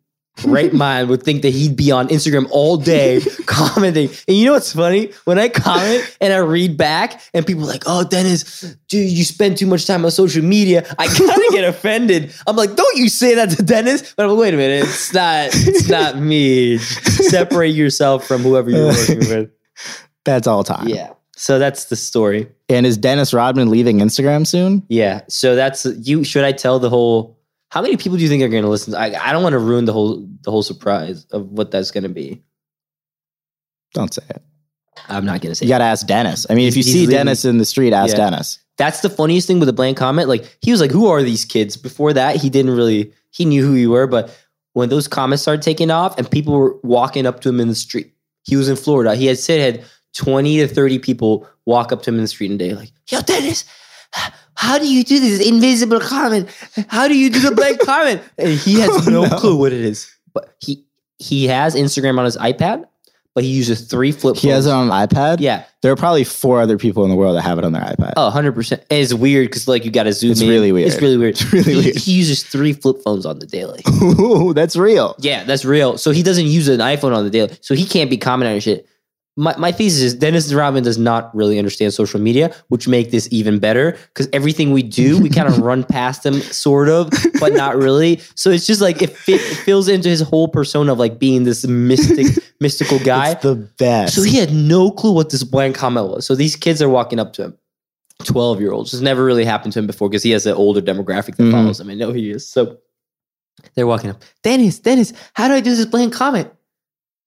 [SPEAKER 1] right mind would think that he'd be on Instagram all day commenting. And you know what's funny? When I comment and I read back and people are like, "Oh, Dennis, dude, you spend too much time on social media." I kind of get offended. I'm like, "Don't you say that to Dennis?" But I'm like, "Wait a minute. It's not it's not me. Separate yourself from whoever you're working with."
[SPEAKER 2] That's all time.
[SPEAKER 1] Yeah. So that's the story.
[SPEAKER 2] And is Dennis Rodman leaving Instagram soon?
[SPEAKER 1] Yeah. So that's you. Should I tell the whole? How many people do you think are going to listen? I I don't want to ruin the whole the whole surprise of what that's going to be.
[SPEAKER 2] Don't say it.
[SPEAKER 1] I'm not going to say.
[SPEAKER 2] You got to ask Dennis. I mean, if you
[SPEAKER 1] He's
[SPEAKER 2] see
[SPEAKER 1] leaving.
[SPEAKER 2] Dennis in the street, ask
[SPEAKER 1] Yeah.
[SPEAKER 2] Dennis.
[SPEAKER 1] That's the funniest thing with a blank comment. Like he was like, "Who are these kids?" Before that, he didn't really he knew who you were, but when those comments started taking off and people were walking up to him in the street, he was in Florida. He had said had twenty to thirty people walk up to him in the street and they like, "Yo, Dennis." How do you do this invisible comment? How do you do the blank comment? And he has
[SPEAKER 2] Oh,
[SPEAKER 1] no,
[SPEAKER 2] no.
[SPEAKER 1] clue what it is. But he he has Instagram on his iPad, but he uses three flip
[SPEAKER 2] He has it
[SPEAKER 1] phones.
[SPEAKER 2] on an iPad.
[SPEAKER 1] yeah.
[SPEAKER 2] There are probably four other people in the world that have it on their iPad.
[SPEAKER 1] Oh, 100%. And it's weird because, like, you got to zoom
[SPEAKER 2] It's
[SPEAKER 1] in.
[SPEAKER 2] really
[SPEAKER 1] It's
[SPEAKER 2] weird.
[SPEAKER 1] really weird.
[SPEAKER 2] It's really
[SPEAKER 1] he,
[SPEAKER 2] weird.
[SPEAKER 1] he uses three flip phones on the daily.
[SPEAKER 2] Ooh, that's real.
[SPEAKER 1] yeah, that's real. So he doesn't use an iPhone on the daily. So he can't be commenting on shit. My, my thesis is Dennis Rodman does not really understand social media, which make this even better because everything we do, we kind of run past him, sort of, but not really. So it's just like it, fit, it fills into his whole persona of like being this mystic, mystical guy.
[SPEAKER 2] It's the best.
[SPEAKER 1] So he had no clue what this blank comment was. So these kids are walking up to him, 12 year olds. This never really happened to him before because he has an older demographic that
[SPEAKER 2] Mhm.
[SPEAKER 1] follows him. I know he is. So they're walking up, Dennis, Dennis, how do I do this blank comment?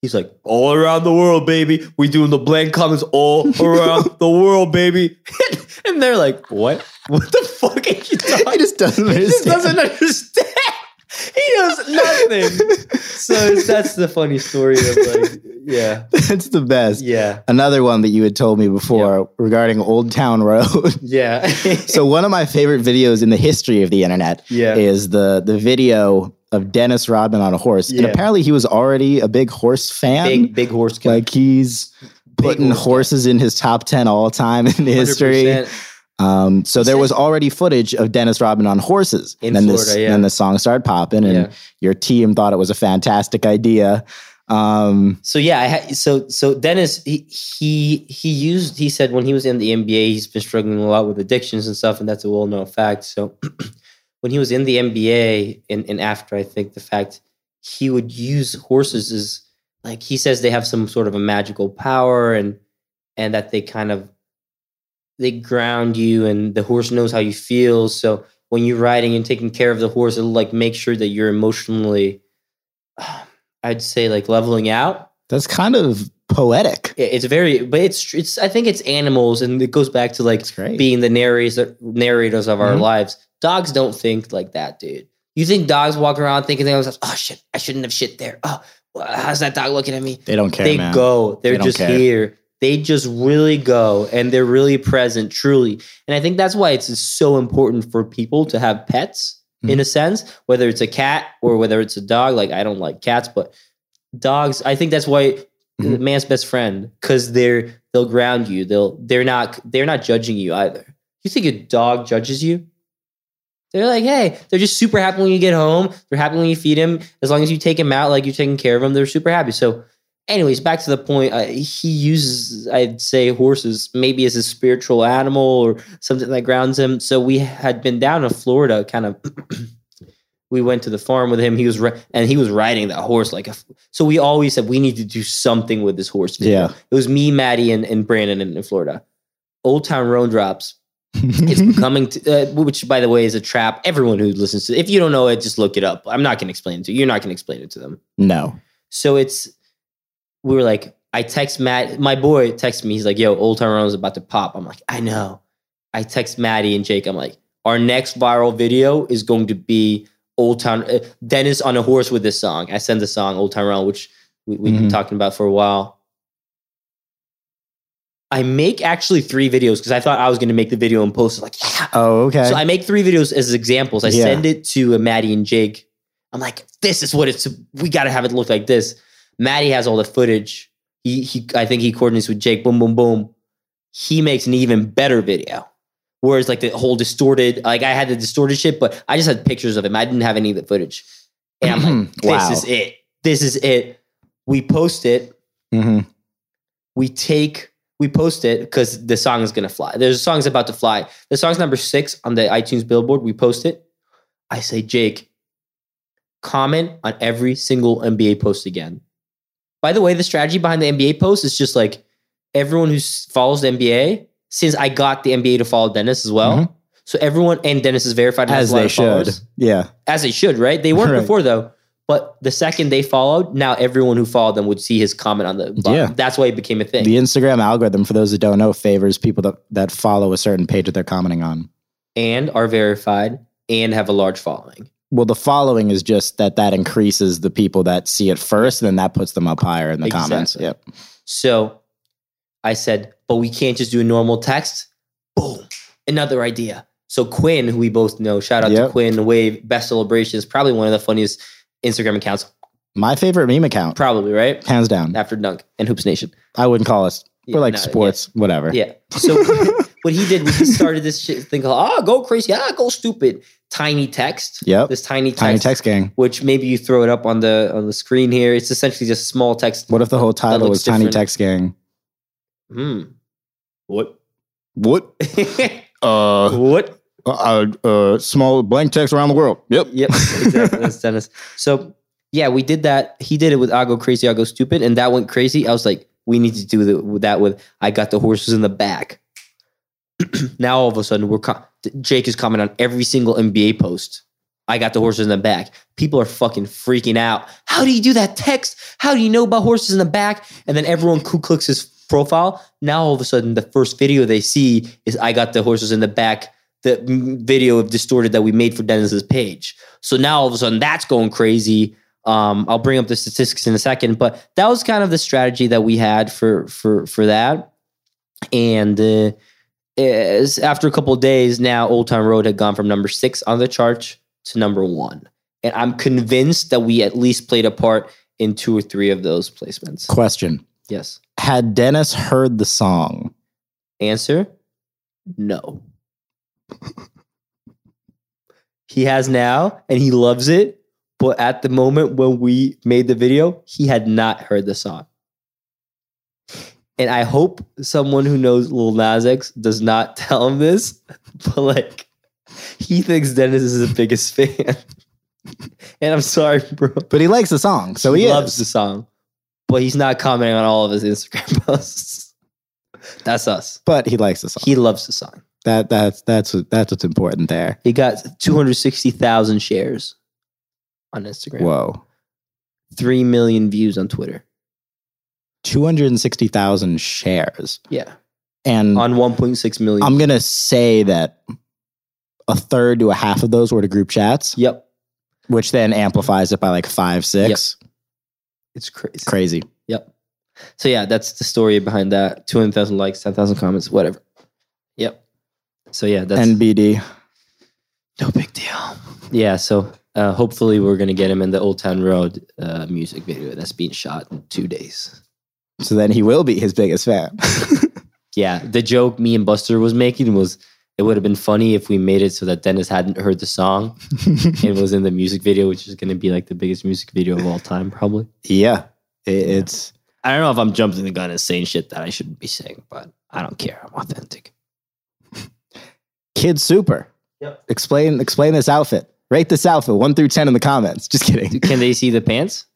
[SPEAKER 1] He's like, all around the world, baby. We doing the blank comments all around the world, baby. and they're like, what? What the fuck are you talking
[SPEAKER 2] He just doesn't
[SPEAKER 1] he just
[SPEAKER 2] understand.
[SPEAKER 1] doesn't understand. he knows nothing. so it's, that's the funny story of like, yeah,
[SPEAKER 2] That's the best.
[SPEAKER 1] yeah,
[SPEAKER 2] Another one that you had told me before regarding Old Town Road.
[SPEAKER 1] yeah,
[SPEAKER 2] so one of my favorite videos in the history of the internet
[SPEAKER 1] yeah.
[SPEAKER 2] is the the video of Dennis Rodman on a horse. And
[SPEAKER 1] Yeah.
[SPEAKER 2] apparently he was already a big horse fan.
[SPEAKER 1] Big big horse killer.
[SPEAKER 2] like he's putting
[SPEAKER 1] horse guy.
[SPEAKER 2] horses in his top 10 all time in history.
[SPEAKER 1] 100%.
[SPEAKER 2] Um, so
[SPEAKER 1] He
[SPEAKER 2] there
[SPEAKER 1] said-
[SPEAKER 2] was already footage of Dennis Rodman on horses.
[SPEAKER 1] In
[SPEAKER 2] and then this,
[SPEAKER 1] Florida, yeah.
[SPEAKER 2] then the song started popping, and
[SPEAKER 1] Yeah.
[SPEAKER 2] your team thought it was a fantastic idea. Um,
[SPEAKER 1] So yeah, I ha- so so Dennis he he he used he said when he was in the NBA he's been struggling a lot with addictions and stuff and that's a well known fact. So when he was in the NBA and, and after I think the fact he would use horses as like he says they have some sort of a magical power and and that they kind of they ground you and the horse knows how you feel. So when you're riding and taking care of the horse, it'll like make sure that you're emotionally I'd say like leveling out
[SPEAKER 2] that's kind of poetic.
[SPEAKER 1] yeah, it's very, but it's it's. I think it's animals, and it goes back to like
[SPEAKER 2] It's great.
[SPEAKER 1] being the narrators narrators of our
[SPEAKER 2] Mhm.
[SPEAKER 1] lives. Dogs don't think like that, dude. You think dogs walk around thinking to themselves, "Oh shit, I shouldn't have shit there." Oh, well, how's that dog looking at me?
[SPEAKER 2] they don't care,
[SPEAKER 1] they
[SPEAKER 2] man.
[SPEAKER 1] go. They're
[SPEAKER 2] They don't
[SPEAKER 1] just
[SPEAKER 2] care.
[SPEAKER 1] here. They just really go, and they're really present, truly. And I think that's why it's so important for people to have pets in
[SPEAKER 2] Mhm.
[SPEAKER 1] a sense, whether it's a cat or whether it's a dog. Like I don't like cats, but dogs. I think that's why
[SPEAKER 2] Mhm.
[SPEAKER 1] man's best friend because they're they'll ground you. They'll they're not they're not judging you either. You think a dog judges you? They're like, hey, they're just super happy when you get home. They're happy when you feed him. As long as you take him out, like you're taking care of him, they're super happy. So anyways, back to the point. Uh, he uses, I'd say, horses maybe as a spiritual animal or something that grounds him. So we had been down in Florida, kind of. we went to the farm with him. He was ri- and he was riding that horse like a. f- So we always said we need to do something with this horse.
[SPEAKER 2] Yeah.
[SPEAKER 1] It was me, Maddie, and, and Brandon in, in Florida. Old Town Road Drops it's
[SPEAKER 2] Mm-hmm.
[SPEAKER 1] becoming, to, uh, which by the way is a trap. Everyone who listens to, if you don't know it, just look it up. I'm not going to explain it to you. You're not going to explain it to them.
[SPEAKER 2] no.
[SPEAKER 1] So it's, we were like, I text Matt, my boy texts me. He's like, yo, Old Town Road's about to pop. I'm like, I know. I text Maddie and Jake. I'm like, our next viral video is going to be Old Town, uh, Dennis on a horse with this song. I send the song Old Town Road, which we, we've been
[SPEAKER 2] Mhm.
[SPEAKER 1] talking about for a while. I make actually three videos because I thought I was going to make the video and post it like, yeah,
[SPEAKER 2] Oh, okay.
[SPEAKER 1] so I make three videos as examples. I
[SPEAKER 2] Yeah.
[SPEAKER 1] send it to uh, Maddie and Jig. I'm like, this is what it's. We got to have it look like this. Maddie has all the footage. He, he, I think he coordinates with Jake. Boom, boom, boom. He makes an even better video. Whereas like the whole distorted, like I had the distorted shit, but I just had pictures of him. I didn't have any of the footage. And I'm like, this
[SPEAKER 2] wow.
[SPEAKER 1] is it. This is it. We post it
[SPEAKER 2] Mhm.
[SPEAKER 1] we take we post it because the song is gonna fly. There's a song's about to fly. The song's number six on the iTunes Billboard. We post it. I say, Jake, comment on every single NBA post again. By the way, the strategy behind the NBA post is just like everyone who s- follows the NBA. Since I got the NBA to follow Dennis as well,
[SPEAKER 2] Mhm.
[SPEAKER 1] so everyone and Dennis is verified and has
[SPEAKER 2] As
[SPEAKER 1] a lot
[SPEAKER 2] they
[SPEAKER 1] of
[SPEAKER 2] should.
[SPEAKER 1] followers
[SPEAKER 2] Yeah.
[SPEAKER 1] as they should, right? They weren't
[SPEAKER 2] Right.
[SPEAKER 1] before though. But the second they followed, now everyone who followed them would see his comment on the bottom.
[SPEAKER 2] Yeah.
[SPEAKER 1] That's why it became a thing.
[SPEAKER 2] The Instagram algorithm, for those that don't know, favors people that, that follow a certain page that they're commenting on.
[SPEAKER 1] and are verified and have a large following.
[SPEAKER 2] Well, the following is just that that increases the people that see it first, and then that puts them up higher in the comments.
[SPEAKER 1] Exactly.
[SPEAKER 2] Yep.
[SPEAKER 1] So I said, but we can't just do a normal text. Boom. Another idea. So Quinn, who we both know, shout out
[SPEAKER 2] Yep.
[SPEAKER 1] to Quinn Wave, best celebrations, probably one of the funniest Instagram accounts,
[SPEAKER 2] My favorite meme account,
[SPEAKER 1] probably, right?
[SPEAKER 2] hands down.
[SPEAKER 1] After Dunk and Hoops Nation.
[SPEAKER 2] I wouldn't call us. We're like
[SPEAKER 1] No,
[SPEAKER 2] sports, whatever.
[SPEAKER 1] Yeah. So what he did was he started this shit thing called "Ah, go crazy, ah, go stupid." Tiny text.
[SPEAKER 2] Yep.
[SPEAKER 1] This tiny text,
[SPEAKER 2] Tiny text gang.
[SPEAKER 1] which maybe you throw it up on the on the screen here. It's essentially just small text.
[SPEAKER 2] What if the whole title
[SPEAKER 1] looks
[SPEAKER 2] was Tiny
[SPEAKER 1] different.
[SPEAKER 2] Text Gang?
[SPEAKER 1] Hmm. What?
[SPEAKER 2] What? Uh,
[SPEAKER 1] what?
[SPEAKER 2] uh, uh, small blank text around the world. Yep.
[SPEAKER 1] Yep. Exactly. That's Dennis. So yeah, we did that. He did it with "I go crazy, I go stupid," and that went crazy. I was like, we need to do the, that with "I got the horses in the back." now all of a sudden we're co- Jake is commenting on every single NBA post. I got the horses in the back. People are fucking freaking out. How do you do that text? How do you know about horses in the back? And then everyone who clicks his profile. Now all of a sudden the first video they see is I got the horses in the back. The mm, video of distorted that we made for Dennis's page. So now all of a sudden that's going crazy. Um, I'll bring up the statistics in a second, but that was kind of the strategy that we had for for for that. And uh, is after a couple of days now old town road had gone from number six on the chart to number one and i'm convinced that we at least played a part in two or three of those placements
[SPEAKER 2] Question:
[SPEAKER 1] yes
[SPEAKER 2] Had Dennis heard the song?
[SPEAKER 1] answer no he has now and he loves it but at the moment when we made the video he had not heard the song and i hope someone who knows lil nas x does not tell him this but like he thinks dennis is the biggest fan and i'm sorry bro
[SPEAKER 2] But he likes the song, so he,
[SPEAKER 1] he
[SPEAKER 2] is.
[SPEAKER 1] loves the song but he's not commenting on all of his instagram posts that's us
[SPEAKER 2] But he likes the song.
[SPEAKER 1] he loves the song
[SPEAKER 2] that that's that's what, that's what's important there.
[SPEAKER 1] He got 260,000 shares on Instagram,
[SPEAKER 2] Whoa,
[SPEAKER 1] 3 million views on Twitter.
[SPEAKER 2] two hundred and sixty thousand shares,
[SPEAKER 1] Yeah.
[SPEAKER 2] and
[SPEAKER 1] On 1.6 million.
[SPEAKER 2] Mm. I'm gonna say that a third to a half of those were to group chats,
[SPEAKER 1] yep.
[SPEAKER 2] which then amplifies it by like five, six.
[SPEAKER 1] It's crazy.
[SPEAKER 2] Crazy.
[SPEAKER 1] Yep. So, yeah, that's the story behind that 200,000 likes, 10,000 comments, whatever. Yep. So, yeah, that's
[SPEAKER 2] NBD.
[SPEAKER 1] no big deal. Yeah. So, uh, hopefully, we're going to get him in the Old Town Road uh, music video that's being shot in two days.
[SPEAKER 2] So then he will be his biggest fan.
[SPEAKER 1] Yeah. The joke me and Buster was making was it would have been funny if we made it so that Dennis hadn't heard the song. it was in the music video, which is going to be like the biggest music video of all time, probably.
[SPEAKER 2] yeah, it, it's.
[SPEAKER 1] I don't know if I'm jumping the gun and saying shit that I shouldn't be saying, but I don't care. I'm authentic.
[SPEAKER 2] Kid Super.
[SPEAKER 1] Yep.
[SPEAKER 2] Explain explain this outfit. Rate this outfit one through ten in the comments. Just kidding.
[SPEAKER 1] Can they see the pants?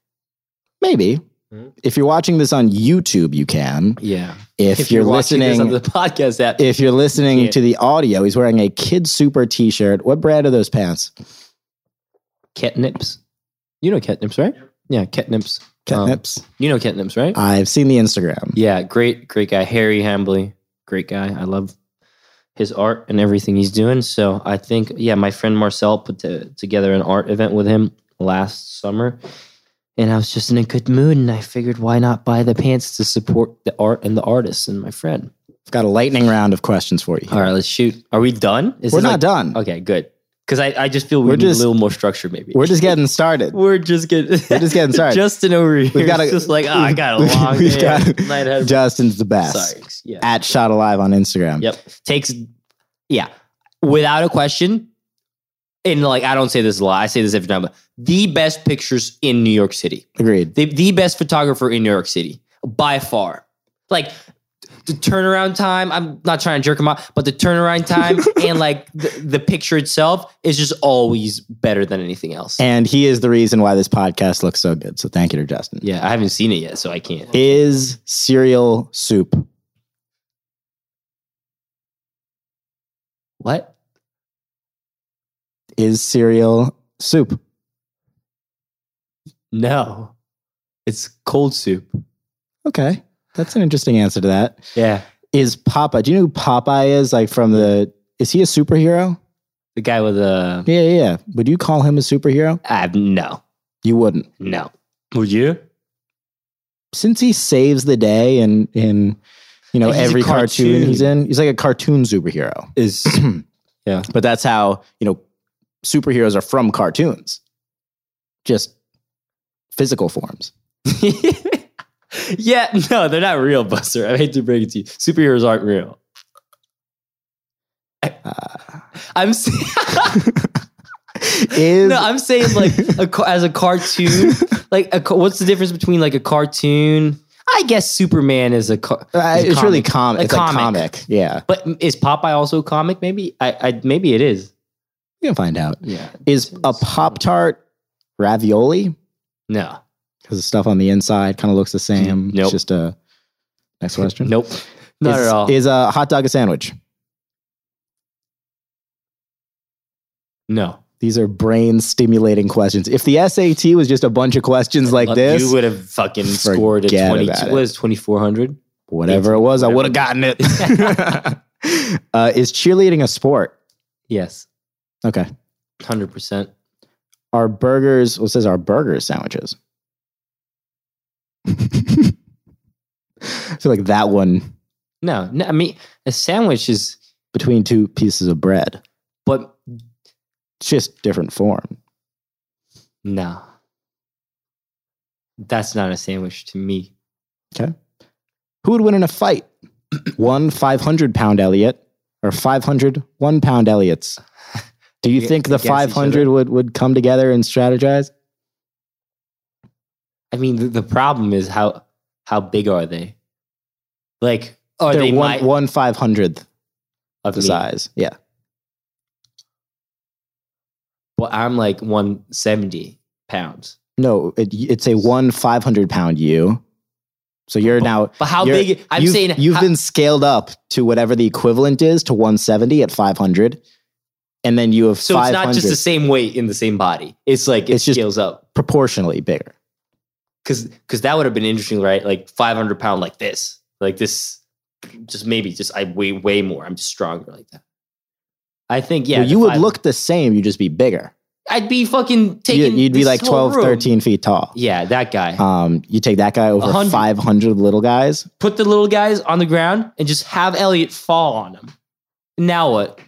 [SPEAKER 2] Maybe.
[SPEAKER 1] Hmm.
[SPEAKER 2] If you're watching this on YouTube, you can.
[SPEAKER 1] Yeah.
[SPEAKER 2] If, you're,
[SPEAKER 1] watching this on
[SPEAKER 2] listening,
[SPEAKER 1] the podcast app,
[SPEAKER 2] if you're listening
[SPEAKER 1] Yeah.
[SPEAKER 2] to the audio, he's wearing a Kid Super T-shirt. What brand are those pants?
[SPEAKER 1] catnips. You know catnips, right? Yeah, catnips.
[SPEAKER 2] Catnips.
[SPEAKER 1] You know catnips, right?
[SPEAKER 2] I've seen the Instagram.
[SPEAKER 1] Um, Yeah, great, great guy. Harry Hambly, great guy. I love his art and everything he's doing. So I think, yeah, my friend Marcel put to, together an art event with him last summer. And I was just in a good mood. And I figured, why not buy the pants to support the art and the artists and my friend?
[SPEAKER 2] I've got a lightning round of questions for you.
[SPEAKER 1] All right, let's shoot. Are we done? Is
[SPEAKER 2] We're
[SPEAKER 1] this
[SPEAKER 2] not
[SPEAKER 1] like-
[SPEAKER 2] done.
[SPEAKER 1] Okay, good. Because I, I just feel we
[SPEAKER 2] We're
[SPEAKER 1] need
[SPEAKER 2] just-
[SPEAKER 1] a little more structure, maybe.
[SPEAKER 2] We're just getting started.
[SPEAKER 1] We're just getting.
[SPEAKER 2] We're just getting started.
[SPEAKER 1] Justin over here. We've
[SPEAKER 2] got a-
[SPEAKER 1] just like, oh, I got a long
[SPEAKER 2] We've
[SPEAKER 1] day.
[SPEAKER 2] got-
[SPEAKER 1] night ahead of me."
[SPEAKER 2] Justin's the best.
[SPEAKER 1] Sorry. Yeah.
[SPEAKER 2] At Shot Alive on Instagram.
[SPEAKER 1] Yep. Takes, yeah, without a question. And like, I don't say this a lot. I say this every time. But the best pictures in New York City.
[SPEAKER 2] Agreed.
[SPEAKER 1] The, the best photographer in New York City by far. Like the turnaround time. I'm not trying to jerk him out, but the turnaround time and like the, the picture itself is just always better than anything else.
[SPEAKER 2] And he is the reason why this podcast looks so good. So thank you to Justin.
[SPEAKER 1] yeah, I haven't seen it yet, so I can't.
[SPEAKER 2] Is cereal soup?
[SPEAKER 1] What?
[SPEAKER 2] Is cereal soup?
[SPEAKER 1] No, it's cold soup.
[SPEAKER 2] Okay. That's an interesting answer to that.
[SPEAKER 1] Yeah,
[SPEAKER 2] Is Popeye, do you know who Popeye is? Like from the, is he a superhero?
[SPEAKER 1] the guy with the.
[SPEAKER 2] Yeah, yeah, yeah. Would you call him a superhero?
[SPEAKER 1] I no,
[SPEAKER 2] You wouldn't.
[SPEAKER 1] no. Would you?
[SPEAKER 2] Since he saves the day in, in you know,
[SPEAKER 1] He's a
[SPEAKER 2] every cartoon
[SPEAKER 1] cartoon.
[SPEAKER 2] he's in, he's like a cartoon superhero.
[SPEAKER 1] Is
[SPEAKER 2] But that's how, you know, superheroes are from cartoons, just physical forms.
[SPEAKER 1] yeah, no, they're not real, Buster. I hate to break it to you, superheroes aren't real.
[SPEAKER 2] Uh,
[SPEAKER 1] I'm saying,
[SPEAKER 2] is
[SPEAKER 1] no, I'm saying like a, ca- as a cartoon, like a, ca- what's the difference between like a cartoon? I guess Superman is a car,
[SPEAKER 2] Uh,
[SPEAKER 1] is a
[SPEAKER 2] it's really
[SPEAKER 1] comic.
[SPEAKER 2] comic.
[SPEAKER 1] A
[SPEAKER 2] it's like
[SPEAKER 1] comic.
[SPEAKER 2] comic. Yeah,
[SPEAKER 1] but is Popeye also a comic? Maybe I, I maybe it is.
[SPEAKER 2] you can find out.
[SPEAKER 1] Yeah,
[SPEAKER 2] Is a pop tart ravioli
[SPEAKER 1] No,
[SPEAKER 2] because the stuff on the inside kind of looks the same.
[SPEAKER 1] Nope.
[SPEAKER 2] It's just a next question.
[SPEAKER 1] nope, not
[SPEAKER 2] is,
[SPEAKER 1] at all.
[SPEAKER 2] Is a hot dog a sandwich?
[SPEAKER 1] no,
[SPEAKER 2] These are brain stimulating questions. If the SAT was just a bunch of questions like
[SPEAKER 1] But
[SPEAKER 2] this,
[SPEAKER 1] you would have fucking scored a
[SPEAKER 2] Forget
[SPEAKER 1] twenty.
[SPEAKER 2] about it.
[SPEAKER 1] What is twenty four hundred?
[SPEAKER 2] whatever it was, I
[SPEAKER 1] Whatever.
[SPEAKER 2] would have gotten it. uh, is cheerleading a sport?
[SPEAKER 1] Yes,
[SPEAKER 2] Okay.
[SPEAKER 1] hundred percent.
[SPEAKER 2] Are burgers? What says our burgers sandwiches? I feel like that one
[SPEAKER 1] No, no, I mean a sandwich is,
[SPEAKER 2] between two pieces of bread.
[SPEAKER 1] but
[SPEAKER 2] It's just different form.
[SPEAKER 1] no, that's not a sandwich to me.
[SPEAKER 2] Who would win in a fight? One 500 pound Elliot or 500 one pound Elliots? Do you
[SPEAKER 1] Ag-
[SPEAKER 2] think the
[SPEAKER 1] against each other?
[SPEAKER 2] 500 would, would come together and strategize?
[SPEAKER 1] I mean, the, the problem is how how big are they? Like, Oh, are
[SPEAKER 2] They're
[SPEAKER 1] they
[SPEAKER 2] one,
[SPEAKER 1] my,
[SPEAKER 2] one 500th
[SPEAKER 1] of
[SPEAKER 2] the
[SPEAKER 1] me?
[SPEAKER 2] size. Yeah.
[SPEAKER 1] Well, I'm like one seventy pounds.
[SPEAKER 2] No, it, it's a one 500 pound you. So you're now.
[SPEAKER 1] But how
[SPEAKER 2] You're-
[SPEAKER 1] big? I'm
[SPEAKER 2] you've,
[SPEAKER 1] saying
[SPEAKER 2] you've
[SPEAKER 1] how-
[SPEAKER 2] been scaled up to whatever the equivalent is to 170 at 500. And then you have
[SPEAKER 1] So it's
[SPEAKER 2] 500
[SPEAKER 1] not just the same weight in the same body. It's like it
[SPEAKER 2] It's just-
[SPEAKER 1] scales up.
[SPEAKER 2] proportionally bigger.
[SPEAKER 1] because because that would have been interesting, right? Like five hundred pound, like this, like this, just maybe just I weigh way more. I'm just stronger like that. I think yeah.
[SPEAKER 2] Well,
[SPEAKER 1] the
[SPEAKER 2] you would
[SPEAKER 1] five-
[SPEAKER 2] look the same, you'd just be bigger.
[SPEAKER 1] I'd be fucking
[SPEAKER 2] You-
[SPEAKER 1] taking.
[SPEAKER 2] you'd be
[SPEAKER 1] this
[SPEAKER 2] like
[SPEAKER 1] whole
[SPEAKER 2] 12,
[SPEAKER 1] room.
[SPEAKER 2] 13 feet tall.
[SPEAKER 1] Yeah, that guy.
[SPEAKER 2] Um, you take that guy over
[SPEAKER 1] 100.
[SPEAKER 2] 500 little guys.
[SPEAKER 1] Put the little guys on the ground and just have Elliot fall on him. Now what?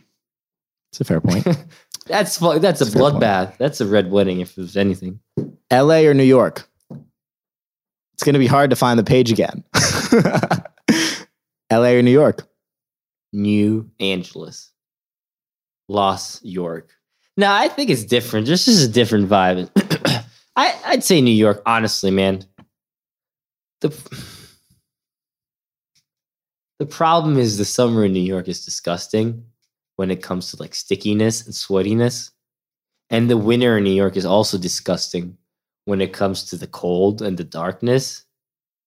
[SPEAKER 2] It's a fair point.
[SPEAKER 1] That's fu- that's a
[SPEAKER 2] That's a good point.
[SPEAKER 1] bloodbath. That's a red wedding if there's anything.
[SPEAKER 2] LA or New York? It's going to be hard to find the page again. LA or New York?
[SPEAKER 1] New Angeles, Los York. Now I think it's different. This is a different vibe. I, I'd say New York, honestly, man. the the problem is the summer in New York is disgusting when it comes to like stickiness and sweatiness. And the winter in New York is also disgusting when it comes to the cold and the darkness.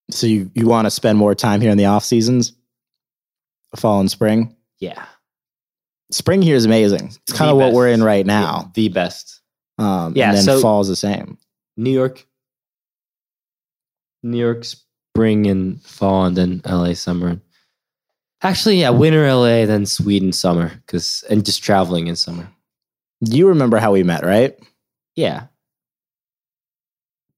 [SPEAKER 2] So you, you want to spend more time here in the off seasons, fall and spring.
[SPEAKER 1] Yeah.
[SPEAKER 2] Spring here is amazing. It's kind of
[SPEAKER 1] The
[SPEAKER 2] what we're
[SPEAKER 1] best.
[SPEAKER 2] in right
[SPEAKER 1] Yeah,
[SPEAKER 2] now.
[SPEAKER 1] the best.
[SPEAKER 2] Um,
[SPEAKER 1] Yeah,
[SPEAKER 2] and then
[SPEAKER 1] so-
[SPEAKER 2] fall's the same.
[SPEAKER 1] New York. New York spring and fall and then LA summer. and Actually, yeah, winter LA, then Sweden summer, because and just traveling in summer.
[SPEAKER 2] You remember how we met, right?
[SPEAKER 1] Yeah.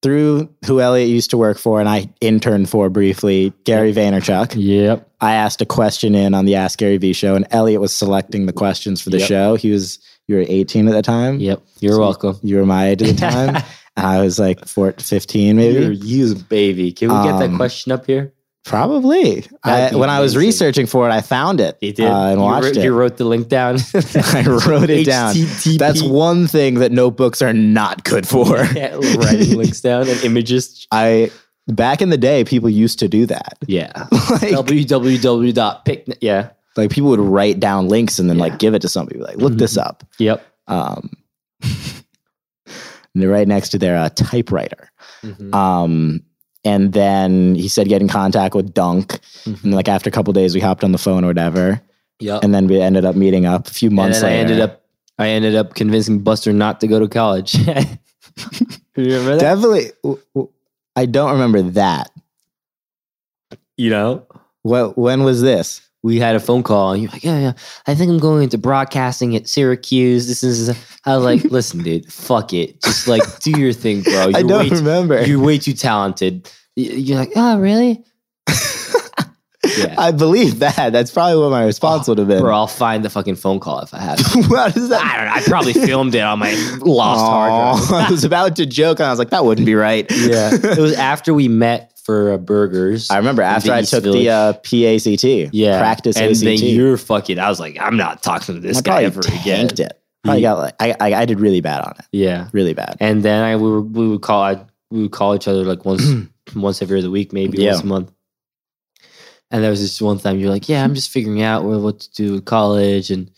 [SPEAKER 2] Through who Elliot used to work for and I interned for briefly, Gary Vaynerchuk.
[SPEAKER 1] Yep.
[SPEAKER 2] I asked a question in on the Ask Gary V show, and Elliot was selecting the questions for the
[SPEAKER 1] Yep.
[SPEAKER 2] show. He was you were 18 at the time.
[SPEAKER 1] Yep. You're
[SPEAKER 2] So-
[SPEAKER 1] welcome.
[SPEAKER 2] You were my age at the time. and I was like 14, 15 maybe.
[SPEAKER 1] You're you baby. Can we get that
[SPEAKER 2] Um,
[SPEAKER 1] question up here?
[SPEAKER 2] Probably. I,
[SPEAKER 1] That'd be
[SPEAKER 2] when I was
[SPEAKER 1] amazing.
[SPEAKER 2] researching for it, I found it uh, and
[SPEAKER 1] you
[SPEAKER 2] watched
[SPEAKER 1] wrote, You E
[SPEAKER 2] it.
[SPEAKER 1] wrote the link down.
[SPEAKER 2] I wrote it down.
[SPEAKER 1] HTTP.
[SPEAKER 2] That's one thing that notebooks are not good for.
[SPEAKER 1] Yeah, writing links down and images.
[SPEAKER 2] I back in the day, people used to do that.
[SPEAKER 1] Yeah.
[SPEAKER 2] like,
[SPEAKER 1] www.picnic. Yeah.
[SPEAKER 2] like people would write down links and then
[SPEAKER 1] Yeah. Mm-hmm.
[SPEAKER 2] like give it to somebody like look this up.
[SPEAKER 1] Yep.
[SPEAKER 2] Um, and they're right next to their uh, typewriter.
[SPEAKER 1] Mm-hmm.
[SPEAKER 2] Um, and then he said get in contact with Dunk.
[SPEAKER 1] Mm-hmm.
[SPEAKER 2] And like after a couple days, we hopped on the phone or whatever.
[SPEAKER 1] Yep.
[SPEAKER 2] And then we ended up meeting up a few
[SPEAKER 1] And
[SPEAKER 2] months
[SPEAKER 1] then I
[SPEAKER 2] later.
[SPEAKER 1] ended up I ended up convincing Buster not to go to college. you remember that?
[SPEAKER 2] definitely. w- w- I don't remember that.
[SPEAKER 1] you know?
[SPEAKER 2] What? When was this?
[SPEAKER 1] We had a phone call and you're like, Yeah, yeah. I think I'm going into broadcasting at Syracuse. This is I was like, listen, dude, fuck it. Just like do your thing, bro. You're way
[SPEAKER 2] I don't
[SPEAKER 1] too-
[SPEAKER 2] remember.
[SPEAKER 1] you're way too talented. Y- You're like, oh really? yeah.
[SPEAKER 2] I believe that. That's probably what my response would have been.
[SPEAKER 1] Bro, I'll find the fucking phone call if I have. it.
[SPEAKER 2] How does that?
[SPEAKER 1] I don't know. I probably filmed it on my lost hard drive.
[SPEAKER 2] Aw, I was about to joke, and I was like, "That wouldn't be right."
[SPEAKER 1] Yeah, it was after we met for uh, burgers.
[SPEAKER 2] I remember after
[SPEAKER 1] the
[SPEAKER 2] I
[SPEAKER 1] East
[SPEAKER 2] took
[SPEAKER 1] Village.
[SPEAKER 2] the uh, PACT,
[SPEAKER 1] yeah,
[SPEAKER 2] practice
[SPEAKER 1] and
[SPEAKER 2] ACT.
[SPEAKER 1] then you're fucking. I was like, I'm not talking to this
[SPEAKER 2] I
[SPEAKER 1] guy
[SPEAKER 2] probably
[SPEAKER 1] ever again. Hmm.
[SPEAKER 2] tanked it. Probably got like I, I, I did really bad on it,
[SPEAKER 1] Yeah,
[SPEAKER 2] really bad.
[SPEAKER 1] and then I we, were, we would call I, we would call each other like once once every other week, maybe
[SPEAKER 2] Yeah.
[SPEAKER 1] once a month. And there was this one time you're like, yeah, I'm just figuring out what, what to do with college, and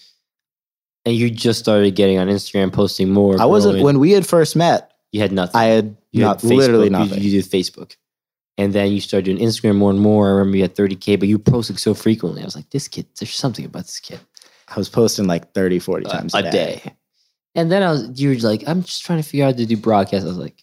[SPEAKER 1] and you just started getting on Instagram, posting more.
[SPEAKER 2] I wasn't
[SPEAKER 1] growing.
[SPEAKER 2] when we had first met.
[SPEAKER 1] you had nothing.
[SPEAKER 2] I had
[SPEAKER 1] You
[SPEAKER 2] not
[SPEAKER 1] had
[SPEAKER 2] literally
[SPEAKER 1] Facebook, you-
[SPEAKER 2] nothing.
[SPEAKER 1] You, did Facebook. And then you started doing Instagram more and more. I remember you had 30K, but you were posting so frequently. I was like, this kid, there's something about this kid.
[SPEAKER 2] I was posting like 30, 40
[SPEAKER 1] Uh,
[SPEAKER 2] times
[SPEAKER 1] a day. And then I was, you were like, I'm just trying to figure out how to do broadcast. I was like,